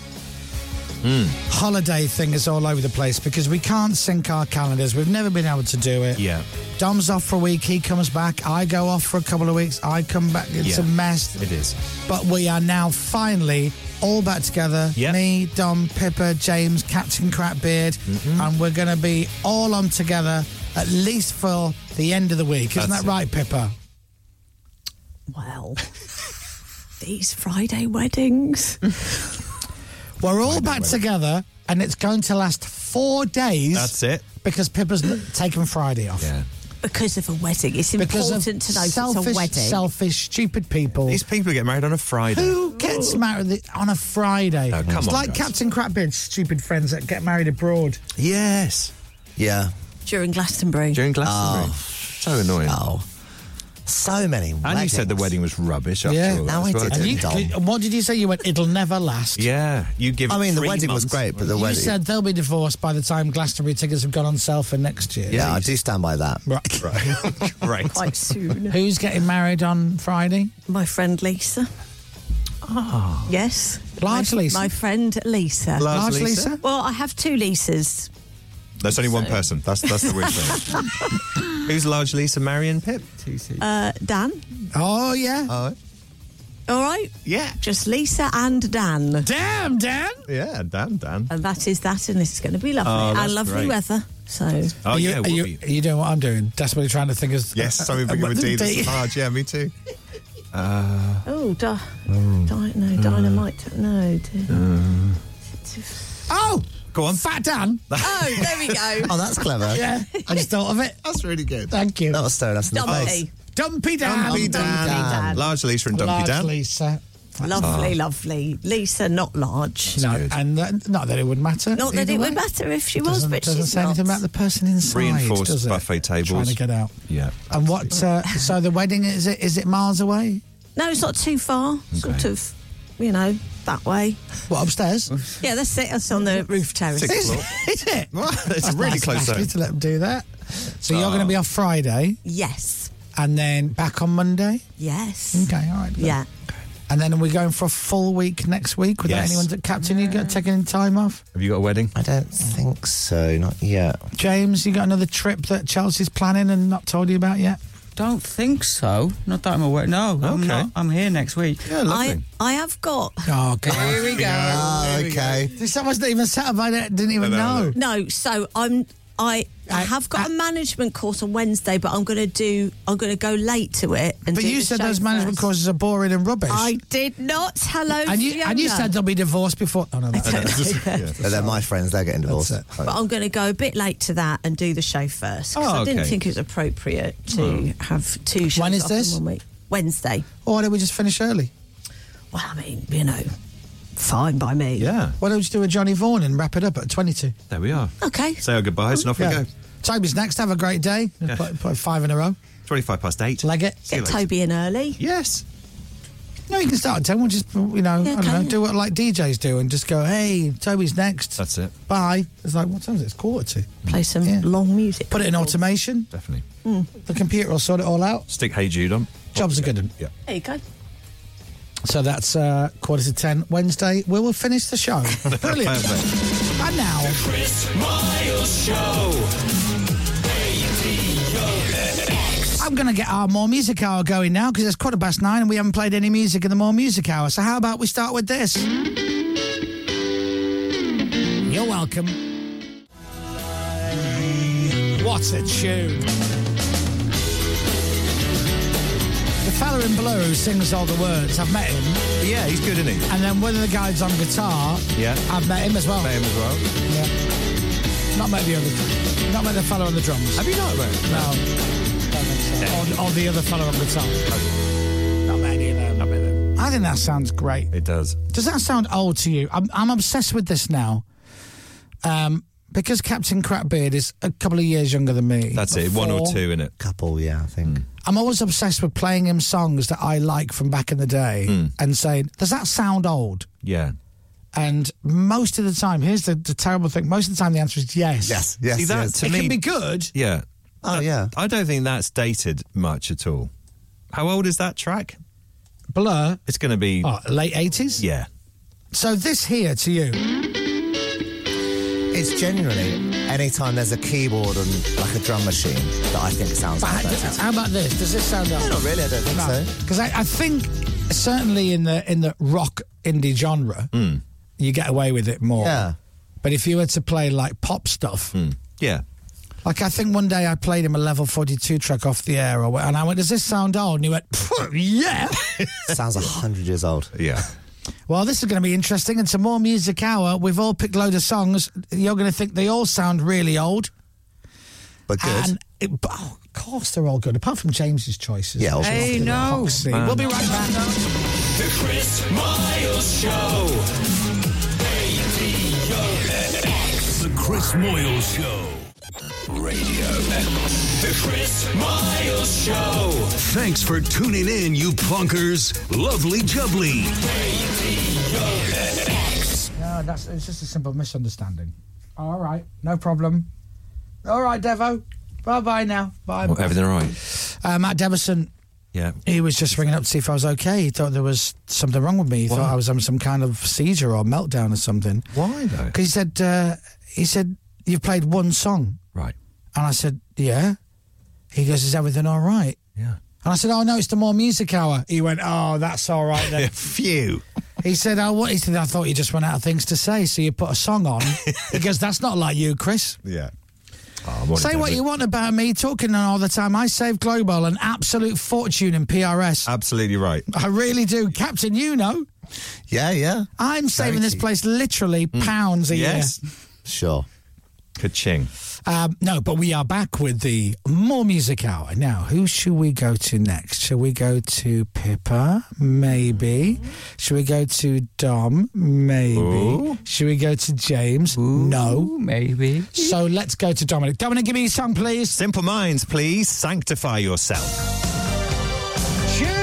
[SPEAKER 4] Hmm.
[SPEAKER 7] holiday thing is all over the place because we can't sync our calendars. We've never been able to do it.
[SPEAKER 4] Yeah.
[SPEAKER 7] Dom's off for a week, he comes back. I go off for a couple of weeks, I come back. It's
[SPEAKER 4] Yeah.
[SPEAKER 7] a mess.
[SPEAKER 4] It is.
[SPEAKER 7] But we are now finally all back together. Me, Dom, Pippa, James, Captain Crackbeard,
[SPEAKER 4] Mm-hmm.
[SPEAKER 7] and we're going to be all on together at least for the end of the week. Isn't
[SPEAKER 3] That's
[SPEAKER 7] that right, Pippa?
[SPEAKER 3] Well, these Friday weddings.
[SPEAKER 7] We're all back together, and it's going to last four days.
[SPEAKER 4] That's it.
[SPEAKER 7] Because Pippa's n- taken Friday off. Yeah.
[SPEAKER 3] Because of a wedding. It's
[SPEAKER 7] Because of
[SPEAKER 3] important to know
[SPEAKER 7] selfish,
[SPEAKER 3] it's a wedding.
[SPEAKER 7] selfish, stupid people.
[SPEAKER 4] These people get married on a Friday.
[SPEAKER 7] Who gets married on a Friday?
[SPEAKER 4] Oh, come
[SPEAKER 7] it's
[SPEAKER 4] on,
[SPEAKER 7] like
[SPEAKER 4] guys.
[SPEAKER 7] Captain Crapbeard's stupid friends that get married abroad.
[SPEAKER 4] Yes.
[SPEAKER 15] Yeah.
[SPEAKER 3] During Glastonbury.
[SPEAKER 4] During Glastonbury. so annoying.
[SPEAKER 15] Oh. So many. And
[SPEAKER 4] you said the wedding was rubbish after all.
[SPEAKER 15] Now I
[SPEAKER 4] as well,
[SPEAKER 15] did.
[SPEAKER 4] didn't
[SPEAKER 15] And
[SPEAKER 4] you?
[SPEAKER 15] you-
[SPEAKER 7] And What did you say? You went, it'll never last.
[SPEAKER 4] Yeah. You give
[SPEAKER 15] I
[SPEAKER 4] it
[SPEAKER 15] mean, the
[SPEAKER 4] three
[SPEAKER 15] wedding was
[SPEAKER 4] months.
[SPEAKER 15] great, but the
[SPEAKER 7] you
[SPEAKER 15] wedding.
[SPEAKER 7] said they'll be divorced by the time Glastonbury tickets have gone on sale for next year.
[SPEAKER 15] yeah, I do stand by that.
[SPEAKER 7] Right.
[SPEAKER 15] Right.
[SPEAKER 4] right.
[SPEAKER 3] Quite soon.
[SPEAKER 7] Who's getting married on Friday?
[SPEAKER 3] My friend Lisa. Oh. Yes.
[SPEAKER 7] Ah. Large
[SPEAKER 3] my,
[SPEAKER 7] Lisa?
[SPEAKER 3] My friend Lisa.
[SPEAKER 4] Large Large Lisa? Lisa?
[SPEAKER 3] Well, I have two Lisas.
[SPEAKER 4] There's only one person. That's that's the weird thing. Who's large Lisa, Marion Pip?
[SPEAKER 3] Uh, Dan.
[SPEAKER 7] Oh, yeah.
[SPEAKER 4] Oh.
[SPEAKER 3] All right.
[SPEAKER 4] Yeah.
[SPEAKER 3] Just Lisa and Dan.
[SPEAKER 7] Damn, Dan.
[SPEAKER 4] Yeah, Dan, Dan.
[SPEAKER 3] And that is that, and it's going to be lovely.
[SPEAKER 4] Oh,
[SPEAKER 3] and
[SPEAKER 4] that's
[SPEAKER 3] lovely
[SPEAKER 4] great.
[SPEAKER 3] weather. So.
[SPEAKER 4] Oh,
[SPEAKER 7] are you,
[SPEAKER 4] yeah,
[SPEAKER 7] are,
[SPEAKER 4] we'll
[SPEAKER 7] you,
[SPEAKER 4] be.
[SPEAKER 7] are you doing what I'm doing? Desperately trying to think of.
[SPEAKER 4] Yes, something bigger with D that's large. Yeah, me too. Uh,
[SPEAKER 3] Oh, di-
[SPEAKER 4] Mm.
[SPEAKER 3] di- no, dynamite. no. di-
[SPEAKER 7] Oh!
[SPEAKER 4] Go on.
[SPEAKER 7] Fat Dan.
[SPEAKER 3] Oh, there we go.
[SPEAKER 15] Oh, that's clever.
[SPEAKER 7] Yeah, I just thought of it.
[SPEAKER 15] That's really good.
[SPEAKER 7] Thank you.
[SPEAKER 15] That was staring us in the
[SPEAKER 3] Dumpy.
[SPEAKER 15] face.
[SPEAKER 7] Dumpy Dan.
[SPEAKER 15] Dumpy
[SPEAKER 3] Dan. Dan.
[SPEAKER 4] Large Lisa and Dumpy
[SPEAKER 7] Large
[SPEAKER 4] Dan.
[SPEAKER 7] Lisa.
[SPEAKER 3] Lovely, lovely. Lisa, not large.
[SPEAKER 7] No, and that, not that it would matter.
[SPEAKER 3] Not that
[SPEAKER 7] either
[SPEAKER 3] it
[SPEAKER 7] way.
[SPEAKER 3] would matter if she was,
[SPEAKER 7] doesn't,
[SPEAKER 3] but
[SPEAKER 7] doesn't
[SPEAKER 3] she's
[SPEAKER 7] say
[SPEAKER 3] not.
[SPEAKER 7] anything about the person inside.
[SPEAKER 4] Reinforced
[SPEAKER 7] does it?
[SPEAKER 4] buffet tables.
[SPEAKER 7] Trying to get out.
[SPEAKER 4] Yeah.
[SPEAKER 7] And what? Uh, so the wedding is it? Is it miles away?
[SPEAKER 3] No, it's not too far. Sort of, you know, that way.
[SPEAKER 7] What upstairs?
[SPEAKER 3] Yeah, that's it. That's on the roof terrace.
[SPEAKER 7] Is, is it?
[SPEAKER 4] it's
[SPEAKER 7] That's
[SPEAKER 4] really
[SPEAKER 7] nice
[SPEAKER 4] close
[SPEAKER 7] of
[SPEAKER 4] though.
[SPEAKER 7] you to let them do that. So you're going to be off Friday
[SPEAKER 3] Yes.
[SPEAKER 7] and then back on Monday.
[SPEAKER 3] Yes.
[SPEAKER 7] Okay, all right. good.
[SPEAKER 3] Yeah.
[SPEAKER 7] And then we're going for a full week next week without
[SPEAKER 4] Yes.
[SPEAKER 7] anyone. Captain, you got taking any time off?
[SPEAKER 4] Have you got a wedding?
[SPEAKER 15] I don't think so. Not yet.
[SPEAKER 7] James, you got another trip that Chelsea's planning and not told you about yet?
[SPEAKER 8] Don't think so. Not that I'm aware. No, I'm
[SPEAKER 4] Okay.
[SPEAKER 8] not. I'm here next week.
[SPEAKER 4] Yeah,
[SPEAKER 3] I I have got
[SPEAKER 7] Oh God!
[SPEAKER 8] Here we go.
[SPEAKER 15] Oh, okay.
[SPEAKER 7] Someone's not even sat about it. Didn't even know.
[SPEAKER 3] no. So I'm I. I have got a management course on Wednesday, but I'm going to do. I'm going to go late to it. And
[SPEAKER 7] But
[SPEAKER 3] do
[SPEAKER 7] you
[SPEAKER 3] the
[SPEAKER 7] said
[SPEAKER 3] show
[SPEAKER 7] those management
[SPEAKER 3] first.
[SPEAKER 7] courses are boring and rubbish.
[SPEAKER 3] I did not. Hello,
[SPEAKER 7] and you and you
[SPEAKER 3] Fiona.
[SPEAKER 7] said they'll be divorced before. Oh no, that's
[SPEAKER 15] But they're my friends. They're getting divorced.
[SPEAKER 3] But I'm going to go a bit late to that and do the show first. 'cause
[SPEAKER 4] Oh,
[SPEAKER 3] I didn't
[SPEAKER 4] okay.
[SPEAKER 3] think it was appropriate to have two shows.
[SPEAKER 7] When is
[SPEAKER 3] off in
[SPEAKER 7] this?
[SPEAKER 3] one week. Wednesday.
[SPEAKER 7] Or why don't we just finish early?
[SPEAKER 3] Well, I mean, you know, fine by me.
[SPEAKER 4] Yeah.
[SPEAKER 7] Why don't you do a Johnny Vaughan and wrap it up at twenty-two?
[SPEAKER 4] There we are.
[SPEAKER 3] Okay.
[SPEAKER 4] Say our goodbyes and off we go.
[SPEAKER 7] Toby's next. Have a great day. Put, put five in a row.
[SPEAKER 4] Twenty-five past eight.
[SPEAKER 7] Leg it.
[SPEAKER 4] See you
[SPEAKER 3] Get
[SPEAKER 4] later.
[SPEAKER 3] Toby in early.
[SPEAKER 4] Yes.
[SPEAKER 7] No, you can start at 10. We'll just, you know, I don't
[SPEAKER 3] okay.
[SPEAKER 7] know, do what like DJs do and just go, hey, Toby's next. That's
[SPEAKER 4] it.
[SPEAKER 7] Bye. It's like, what time is it? It's quarter to.
[SPEAKER 3] Play some long music.
[SPEAKER 7] Put it in automation.
[SPEAKER 4] Definitely.
[SPEAKER 7] The computer will sort it all out.
[SPEAKER 4] Stick Hey Jude on.
[SPEAKER 7] Jobs are good. un.
[SPEAKER 4] Yeah.
[SPEAKER 3] There you go.
[SPEAKER 7] So that's uh, quarter to 10 Wednesday. We will finish the show. Brilliant. And now.
[SPEAKER 5] The Chris Miles Show.
[SPEAKER 7] I'm going to get our More Music Hour going now because it's quarter past nine and we haven't played any music in the More Music Hour. So, how about we start with this? You're welcome. What a tune. The fella in blue who sings all the words, I've met him.
[SPEAKER 4] Yeah, he's good, isn't he?
[SPEAKER 7] And then one of the guys on guitar,
[SPEAKER 4] Yeah.
[SPEAKER 7] I've met him as well.
[SPEAKER 4] Met him as well.
[SPEAKER 7] Yeah. Not met the other, not met the fella on the drums.
[SPEAKER 4] Have you not, mate?
[SPEAKER 7] No. Or, or the other fella on guitar. Not met any of them.
[SPEAKER 4] Not met
[SPEAKER 7] them. I think that sounds great.
[SPEAKER 4] It does.
[SPEAKER 7] Does that sound old to you? I'm, I'm obsessed with this now. Um, because Captain Crapbeard is a couple of years younger than me.
[SPEAKER 4] That's it. One or
[SPEAKER 7] Four.
[SPEAKER 4] two in it. Couple, yeah, I think.
[SPEAKER 7] I'm always obsessed with playing him songs that I like from back in the day
[SPEAKER 4] Hmm.
[SPEAKER 7] and saying, does that sound old?
[SPEAKER 4] Yeah.
[SPEAKER 7] And most of the time, here's the, the terrible thing most of the time the answer is yes.
[SPEAKER 4] See, that to
[SPEAKER 7] it
[SPEAKER 4] me
[SPEAKER 7] can be good.
[SPEAKER 4] Yeah. Oh yeah. I don't think that's dated much at all. How old is that track?
[SPEAKER 7] Blur.
[SPEAKER 4] It's going to be
[SPEAKER 7] Oh, late 80s?
[SPEAKER 4] Yeah.
[SPEAKER 7] So this here to you.
[SPEAKER 15] It's generally anytime there's a keyboard and like a drum machine that I think sounds
[SPEAKER 7] But
[SPEAKER 15] like
[SPEAKER 7] how,
[SPEAKER 15] that.
[SPEAKER 7] how about this? Does this sound old?
[SPEAKER 15] No, not really, I don't think so.
[SPEAKER 7] Because I, I think certainly in the in the rock indie genre,
[SPEAKER 15] Hmm.
[SPEAKER 7] you get away with it more. Yeah. But if you were to play like pop stuff,
[SPEAKER 15] Hmm.
[SPEAKER 4] Yeah.
[SPEAKER 7] like I think one day I played him a level forty two track off the air, or, what- and I went, "Does this sound old?" And he went, "Phew, "Yeah."
[SPEAKER 15] Sounds a hundred years old.
[SPEAKER 4] Yeah.
[SPEAKER 7] Well, this is going to be interesting. And some more music hour. We've all picked load of songs. You're going to think they all sound really old.
[SPEAKER 15] But
[SPEAKER 7] good. And it, but, oh, of course, they're all good, apart from James's choices.
[SPEAKER 15] Yeah,
[SPEAKER 5] Hey,
[SPEAKER 15] obviously.
[SPEAKER 5] no.
[SPEAKER 7] Foxy.
[SPEAKER 5] Man.
[SPEAKER 7] We'll be right back.
[SPEAKER 5] The Chris Miles Show. Radio X.
[SPEAKER 1] The Chris Moyle Show.
[SPEAKER 5] Radio X. The Chris Miles Show.
[SPEAKER 1] Thanks for tuning in, you punkers. Lovely jubbly.
[SPEAKER 7] No, that's it's just a simple misunderstanding. All right, no problem. All right, Devo. Bye bye now. Bye.
[SPEAKER 4] Well, everything all right?
[SPEAKER 7] Uh, Matt Devison,
[SPEAKER 4] Yeah.
[SPEAKER 7] he was just ringing up to see if I was okay. He thought there was something wrong with me. He thought I was having some kind of seizure or meltdown or something.
[SPEAKER 4] Why though?
[SPEAKER 7] Because he said uh, he said you've played one song,
[SPEAKER 4] Right.
[SPEAKER 7] and I said yeah. He goes, is everything all right?
[SPEAKER 4] Yeah.
[SPEAKER 7] And I said, oh no, it's the more music hour. He went, oh, that's all right then.
[SPEAKER 4] Phew.
[SPEAKER 7] He said, "I what?" He said, "I thought you just ran out of things to say, so you put a song on." he goes, "That's not like you, Chris.
[SPEAKER 4] Yeah. Oh,
[SPEAKER 7] say what you want about me, talking all the time. I save Global an absolute fortune in
[SPEAKER 4] Ah.
[SPEAKER 7] PRS.
[SPEAKER 4] Absolutely right.
[SPEAKER 7] I really do, Captain. You know,
[SPEAKER 15] Yeah, yeah.
[SPEAKER 7] I'm saving this place literally pounds a
[SPEAKER 4] Yes.
[SPEAKER 7] year.
[SPEAKER 15] Sure.
[SPEAKER 4] Ka-ching.
[SPEAKER 7] Um, no, but we are back with the more music hour now. Who should we go to next? Shall we go to Pippa? Maybe. Shall we go to Dom? Maybe.
[SPEAKER 8] Ooh.
[SPEAKER 7] Should we go to James? No.
[SPEAKER 8] Maybe.
[SPEAKER 7] So let's go to Dominic. Dominic, give me your song, please.
[SPEAKER 4] Simple Minds, please. Sanctify yourself.
[SPEAKER 7] June.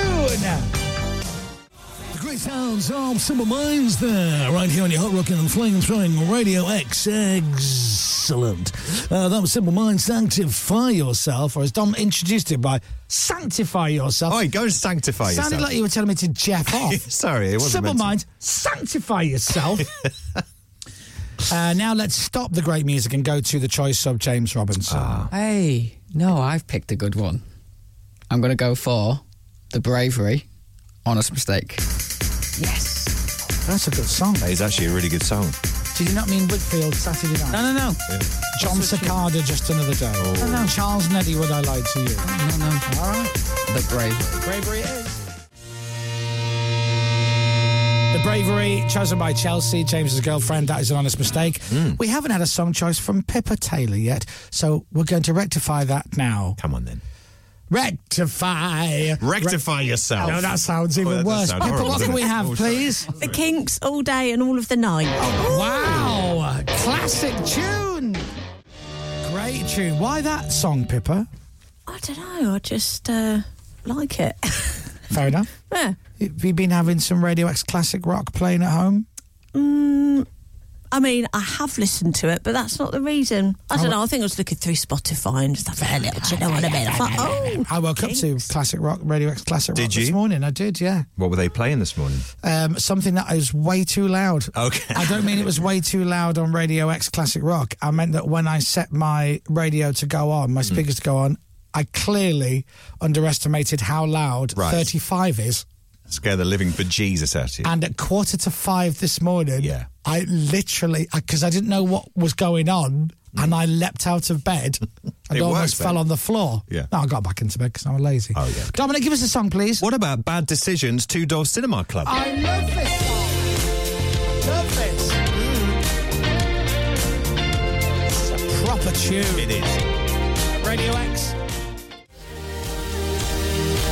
[SPEAKER 19] The great sounds of Simple Minds there, right here on your hot rocking and flame throwing Radio X. Excellent. Uh, that was Simple Minds, Sanctify Yourself, or as Dom introduced it by, Sanctify Yourself.
[SPEAKER 4] Oh, go and sanctify
[SPEAKER 7] Sounded
[SPEAKER 4] yourself.
[SPEAKER 7] like you were telling me to Jeff off.
[SPEAKER 4] Sorry, it wasn't
[SPEAKER 7] Simple
[SPEAKER 4] meant
[SPEAKER 7] mind,
[SPEAKER 4] to.
[SPEAKER 7] sanctify yourself. uh, now let's stop the great music and go to the choice of James Robinson.
[SPEAKER 4] Ah.
[SPEAKER 8] Hey, no, I've picked a good one. I'm going to go for The Bravery, Honest Mistake.
[SPEAKER 7] That's a good song.
[SPEAKER 4] That is actually a really good song.
[SPEAKER 7] Did you not mean Whitfield Saturday night?
[SPEAKER 8] No, no, no.
[SPEAKER 7] John Cicada, just another day. No, no. Charles Neddy, would I lie to you? No, no. All right.
[SPEAKER 8] The Bravery.
[SPEAKER 7] Bravery is. The bravery chosen by Chelsea, James's girlfriend, that is an honest mistake. We haven't had a song choice from Pippa Taylor yet, so we're going to rectify that now.
[SPEAKER 4] Come on then.
[SPEAKER 7] Rectify.
[SPEAKER 4] Rectify yourself.
[SPEAKER 7] No, that sounds
[SPEAKER 4] Oh,
[SPEAKER 7] even
[SPEAKER 4] that does
[SPEAKER 7] worse.
[SPEAKER 4] sound
[SPEAKER 7] Pippa,
[SPEAKER 4] horrible,
[SPEAKER 7] what can
[SPEAKER 4] doesn't
[SPEAKER 7] we
[SPEAKER 4] it?
[SPEAKER 7] have,
[SPEAKER 4] Oh, sorry.
[SPEAKER 7] please?
[SPEAKER 3] The Kinks all day and all of the night.
[SPEAKER 7] wow. Classic tune. Great tune. Why that song, Pippa?
[SPEAKER 3] I don't know. I just uh, like it.
[SPEAKER 7] Fair enough.
[SPEAKER 3] Yeah.
[SPEAKER 7] Have you been having some Radio X classic rock playing at home?
[SPEAKER 3] Mm, I mean, I have listened to it, but that's not the reason. I don't know. I think I was looking through Spotify and just having a little. Do you know what I mean? I thought, oh,
[SPEAKER 7] I woke up to classic rock, Radio X classic rock this morning. I did, yeah.
[SPEAKER 4] What were they playing this morning?
[SPEAKER 7] Um, something that is way too loud.
[SPEAKER 4] Okay.
[SPEAKER 7] I don't mean it was way too loud on Radio X Classic Rock. I meant that when I set my radio to go on,
[SPEAKER 4] Hmm.
[SPEAKER 7] my speakers to go on, I clearly underestimated how loud
[SPEAKER 4] Right.
[SPEAKER 7] 35 is.
[SPEAKER 4] Scare the living bejesus out of you.
[SPEAKER 7] And at quarter to five this morning, yeah. I literally, because I, didn't know what was going on, and I leapt out of bed and
[SPEAKER 4] Hmm. It
[SPEAKER 7] almost
[SPEAKER 4] worked, though.
[SPEAKER 7] fell on the floor.
[SPEAKER 4] Yeah.
[SPEAKER 7] No, I got back into bed because I'm lazy. Oh, yeah. Dominic, give us a song, please.
[SPEAKER 4] What about Bad Decisions Two Door Cinema Club?
[SPEAKER 7] I love this song. Love this. It's a proper tune. It is. Radio X.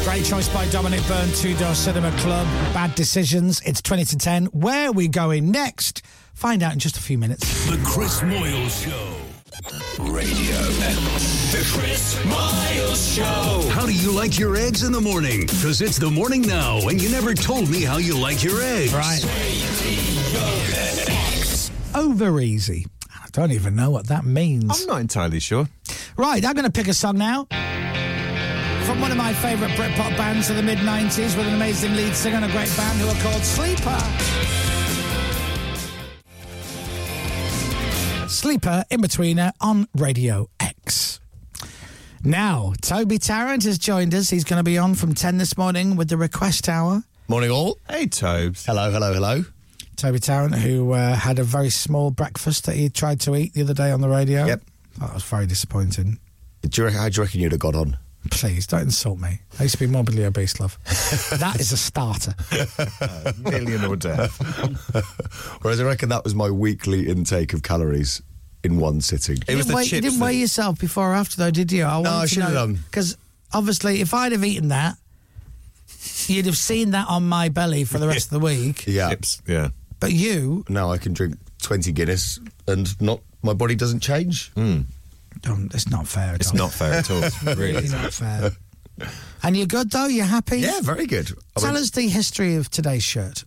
[SPEAKER 7] Great choice by Dominic Byrne, Two Door Cinema Club. Bad decisions. It's 20 to 10. Where are we going next? Find out in just a few minutes.
[SPEAKER 1] The Chris Moyle Show. Radio The Chris Miles Show. How do you like your eggs in the morning? Because it's the morning now, and you never told me how you like your eggs.
[SPEAKER 7] Right. Over easy. I don't even know what that means.
[SPEAKER 4] I'm not entirely sure.
[SPEAKER 7] Right, I'm going to pick a song now from one of my favourite Britpop bands of the mid 90s with an amazing lead singer and a great band who are called Sleeper. Sleeper in betweener on Radio X. Now, Toby Tarrant has joined us. He's going to be on from 10 this morning with the request hour.
[SPEAKER 4] Morning, all. Hey, Tobes.
[SPEAKER 15] Hello, hello, hello.
[SPEAKER 7] Toby Tarrant, who uh, had a very small breakfast that he tried to eat the other day on the radio. Yep. That was very disappointing.
[SPEAKER 15] Do you, reckon- how do you reckon you'd have got on?
[SPEAKER 7] Please don't insult me. I used to be morbidly obese, love. that is a starter.
[SPEAKER 4] Million or death.
[SPEAKER 15] Whereas I reckon that was my weekly intake of calories in one sitting.
[SPEAKER 7] you didn't weigh, you didn't weigh yourself before or after, though, did you? I
[SPEAKER 15] No, I should have done.
[SPEAKER 7] Because obviously, if I'd have eaten that, you'd have seen that on my belly for the rest of the week.
[SPEAKER 15] Yeah.
[SPEAKER 4] Yeah.
[SPEAKER 7] But you.
[SPEAKER 15] Now I can drink 20 Guinness and not my body doesn't change.
[SPEAKER 7] Don't, um, it's not fair.
[SPEAKER 15] It's
[SPEAKER 7] Dom.
[SPEAKER 15] not fair at all,
[SPEAKER 7] It's
[SPEAKER 15] really.
[SPEAKER 7] really not fair. And you're good though. You're happy.
[SPEAKER 15] Yeah, very good. I
[SPEAKER 7] Tell
[SPEAKER 15] mean-
[SPEAKER 7] us the history of today's shirt.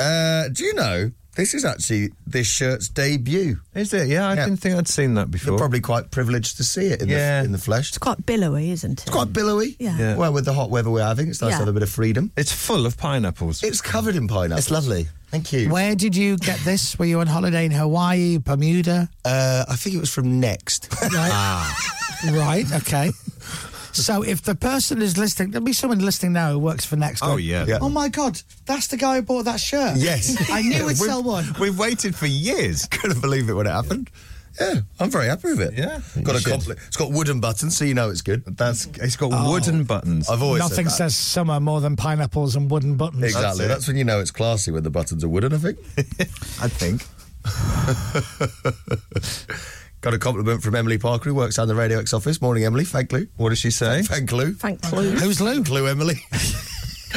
[SPEAKER 15] Uh, do you know this is actually this shirt's debut?
[SPEAKER 4] Is it? Yeah, I didn't think I'd seen that before.
[SPEAKER 15] You're probably quite privileged to see it in,
[SPEAKER 4] Yeah.
[SPEAKER 15] the, in the flesh. It's
[SPEAKER 3] quite billowy, isn't it? It's
[SPEAKER 15] quite billowy.
[SPEAKER 3] Yeah.
[SPEAKER 15] Well, with the hot weather we're having, it's nice
[SPEAKER 3] Yeah.
[SPEAKER 15] to have a bit of freedom.
[SPEAKER 4] It's full of pineapples.
[SPEAKER 15] It's covered in pineapple. It's lovely. Thank you.
[SPEAKER 7] Where did you get this? Were you on holiday in Hawaii, Bermuda?
[SPEAKER 15] Uh, I think it was from Next.
[SPEAKER 7] Right. Okay. So if the person is listening, there'll be someone listening now who works for Next.
[SPEAKER 4] Oh,
[SPEAKER 7] going,
[SPEAKER 4] yeah. Yeah.
[SPEAKER 7] Oh my God, that's the guy who bought that shirt.
[SPEAKER 15] Yes.
[SPEAKER 7] I knew
[SPEAKER 15] We've-
[SPEAKER 7] it'd sell one.
[SPEAKER 4] We've waited for years.
[SPEAKER 15] Couldn't believe it when it happened. Yeah, I'm very happy with it. Yeah, got a compli- It's got wooden buttons, so you know it's good. That's it's got
[SPEAKER 7] Oh.
[SPEAKER 4] wooden buttons.
[SPEAKER 15] I've always
[SPEAKER 7] Nothing
[SPEAKER 15] said that.
[SPEAKER 7] says summer more than pineapples and wooden buttons.
[SPEAKER 15] exactly. That's, when you know it's classy when the buttons are wooden. I think.
[SPEAKER 4] I think.
[SPEAKER 15] Got a compliment from Emily Parker, who works down the Radio X office. Morning, Emily. Thank Lou.
[SPEAKER 4] What does she say?
[SPEAKER 15] Thank Lou.
[SPEAKER 3] Thank Lou.
[SPEAKER 15] Who's Lou? Lou Emily.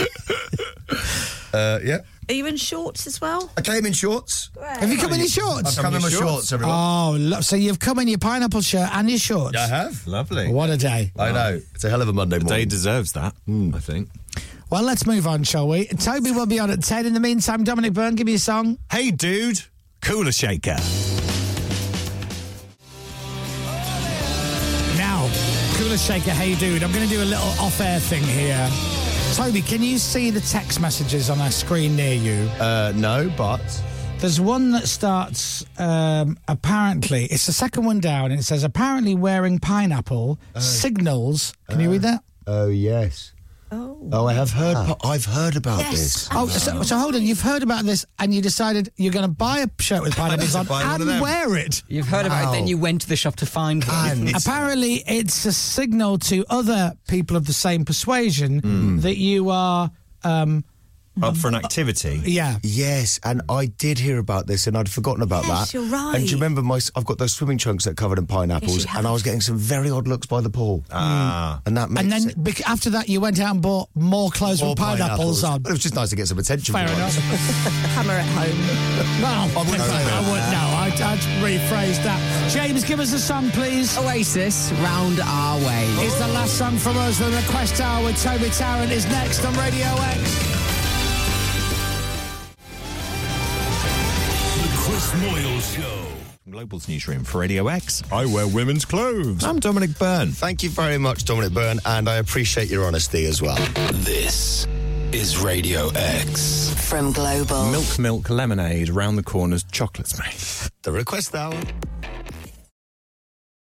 [SPEAKER 15] uh, yeah.
[SPEAKER 3] Are you in shorts as well?
[SPEAKER 15] I came in shorts.
[SPEAKER 7] Have you come in your shorts?
[SPEAKER 15] I've come in my shorts, everyone.
[SPEAKER 7] Oh, lo- so you've come in your pineapple shirt and your shorts.
[SPEAKER 15] I have.
[SPEAKER 4] Lovely.
[SPEAKER 7] What a day.
[SPEAKER 15] I know. It's a hell of a Monday morning.
[SPEAKER 4] Day deserves that, I think.
[SPEAKER 7] Well, let's move on, shall we? Toby will be on at 10. In the meantime, Dominic Byrne, give me a song.
[SPEAKER 4] Hey, dude. Cooler shaker.
[SPEAKER 7] Now, Cooler Shaker, hey dude, I'm going to do a little off air thing here. Toby, can you see the text messages on our screen near you?
[SPEAKER 15] Uh, no, but.
[SPEAKER 7] There's one that starts, um, apparently, it's the second one down, and it says, apparently wearing pineapple
[SPEAKER 8] Uh,
[SPEAKER 7] signals. Can you read that?
[SPEAKER 15] Oh yes.
[SPEAKER 3] Oh.
[SPEAKER 15] Oh, I have heard. I've heard about this.
[SPEAKER 7] Oh, so, so hold on. You've heard about this, and you decided you're going to buy a shirt with pineapples on
[SPEAKER 8] Buy one of
[SPEAKER 7] and
[SPEAKER 8] them.
[SPEAKER 7] wear it.
[SPEAKER 8] You've heard about
[SPEAKER 7] Wow.
[SPEAKER 8] it, then you went to the shop to find one.
[SPEAKER 7] Apparently, it's a Hmm. signal to other people of the same persuasion that you are um,
[SPEAKER 4] Oh, for an activity?
[SPEAKER 7] Yeah.
[SPEAKER 15] Yes, and I did hear about this, and I'd forgotten about
[SPEAKER 4] Yes,
[SPEAKER 15] that.
[SPEAKER 4] you're right.
[SPEAKER 15] And do you remember my? I've got those swimming trunks that are covered in pineapples,
[SPEAKER 7] you have.
[SPEAKER 15] and I was getting some very odd looks by the pool. Ah, and that. Makes
[SPEAKER 7] and then bec- after that, you went out and bought more clothes
[SPEAKER 15] more
[SPEAKER 7] with pineapples, on.
[SPEAKER 15] It was just nice to get some attention.
[SPEAKER 7] Fair
[SPEAKER 15] for
[SPEAKER 7] enough.
[SPEAKER 15] once.
[SPEAKER 7] Hammer at home. No, I wouldn't. I wouldn't. No, I'd, I'd rephrase that. James, give us a song, please. Oasis, round our way. Is the last song from us. The request hour with Toby Tarrant is next on Radio X.
[SPEAKER 20] The Chris Moyle Show.
[SPEAKER 4] Global's newsroom for Radio X. I wear women's clothes. I'm Dominic Byrne.
[SPEAKER 15] Thank you very much, Dominic Byrne, and I appreciate your honesty as well.
[SPEAKER 21] This is Radio X.
[SPEAKER 2] From Global.
[SPEAKER 22] Milk, milk, lemonade, round the corners, chocolates, mate.
[SPEAKER 15] The request hour.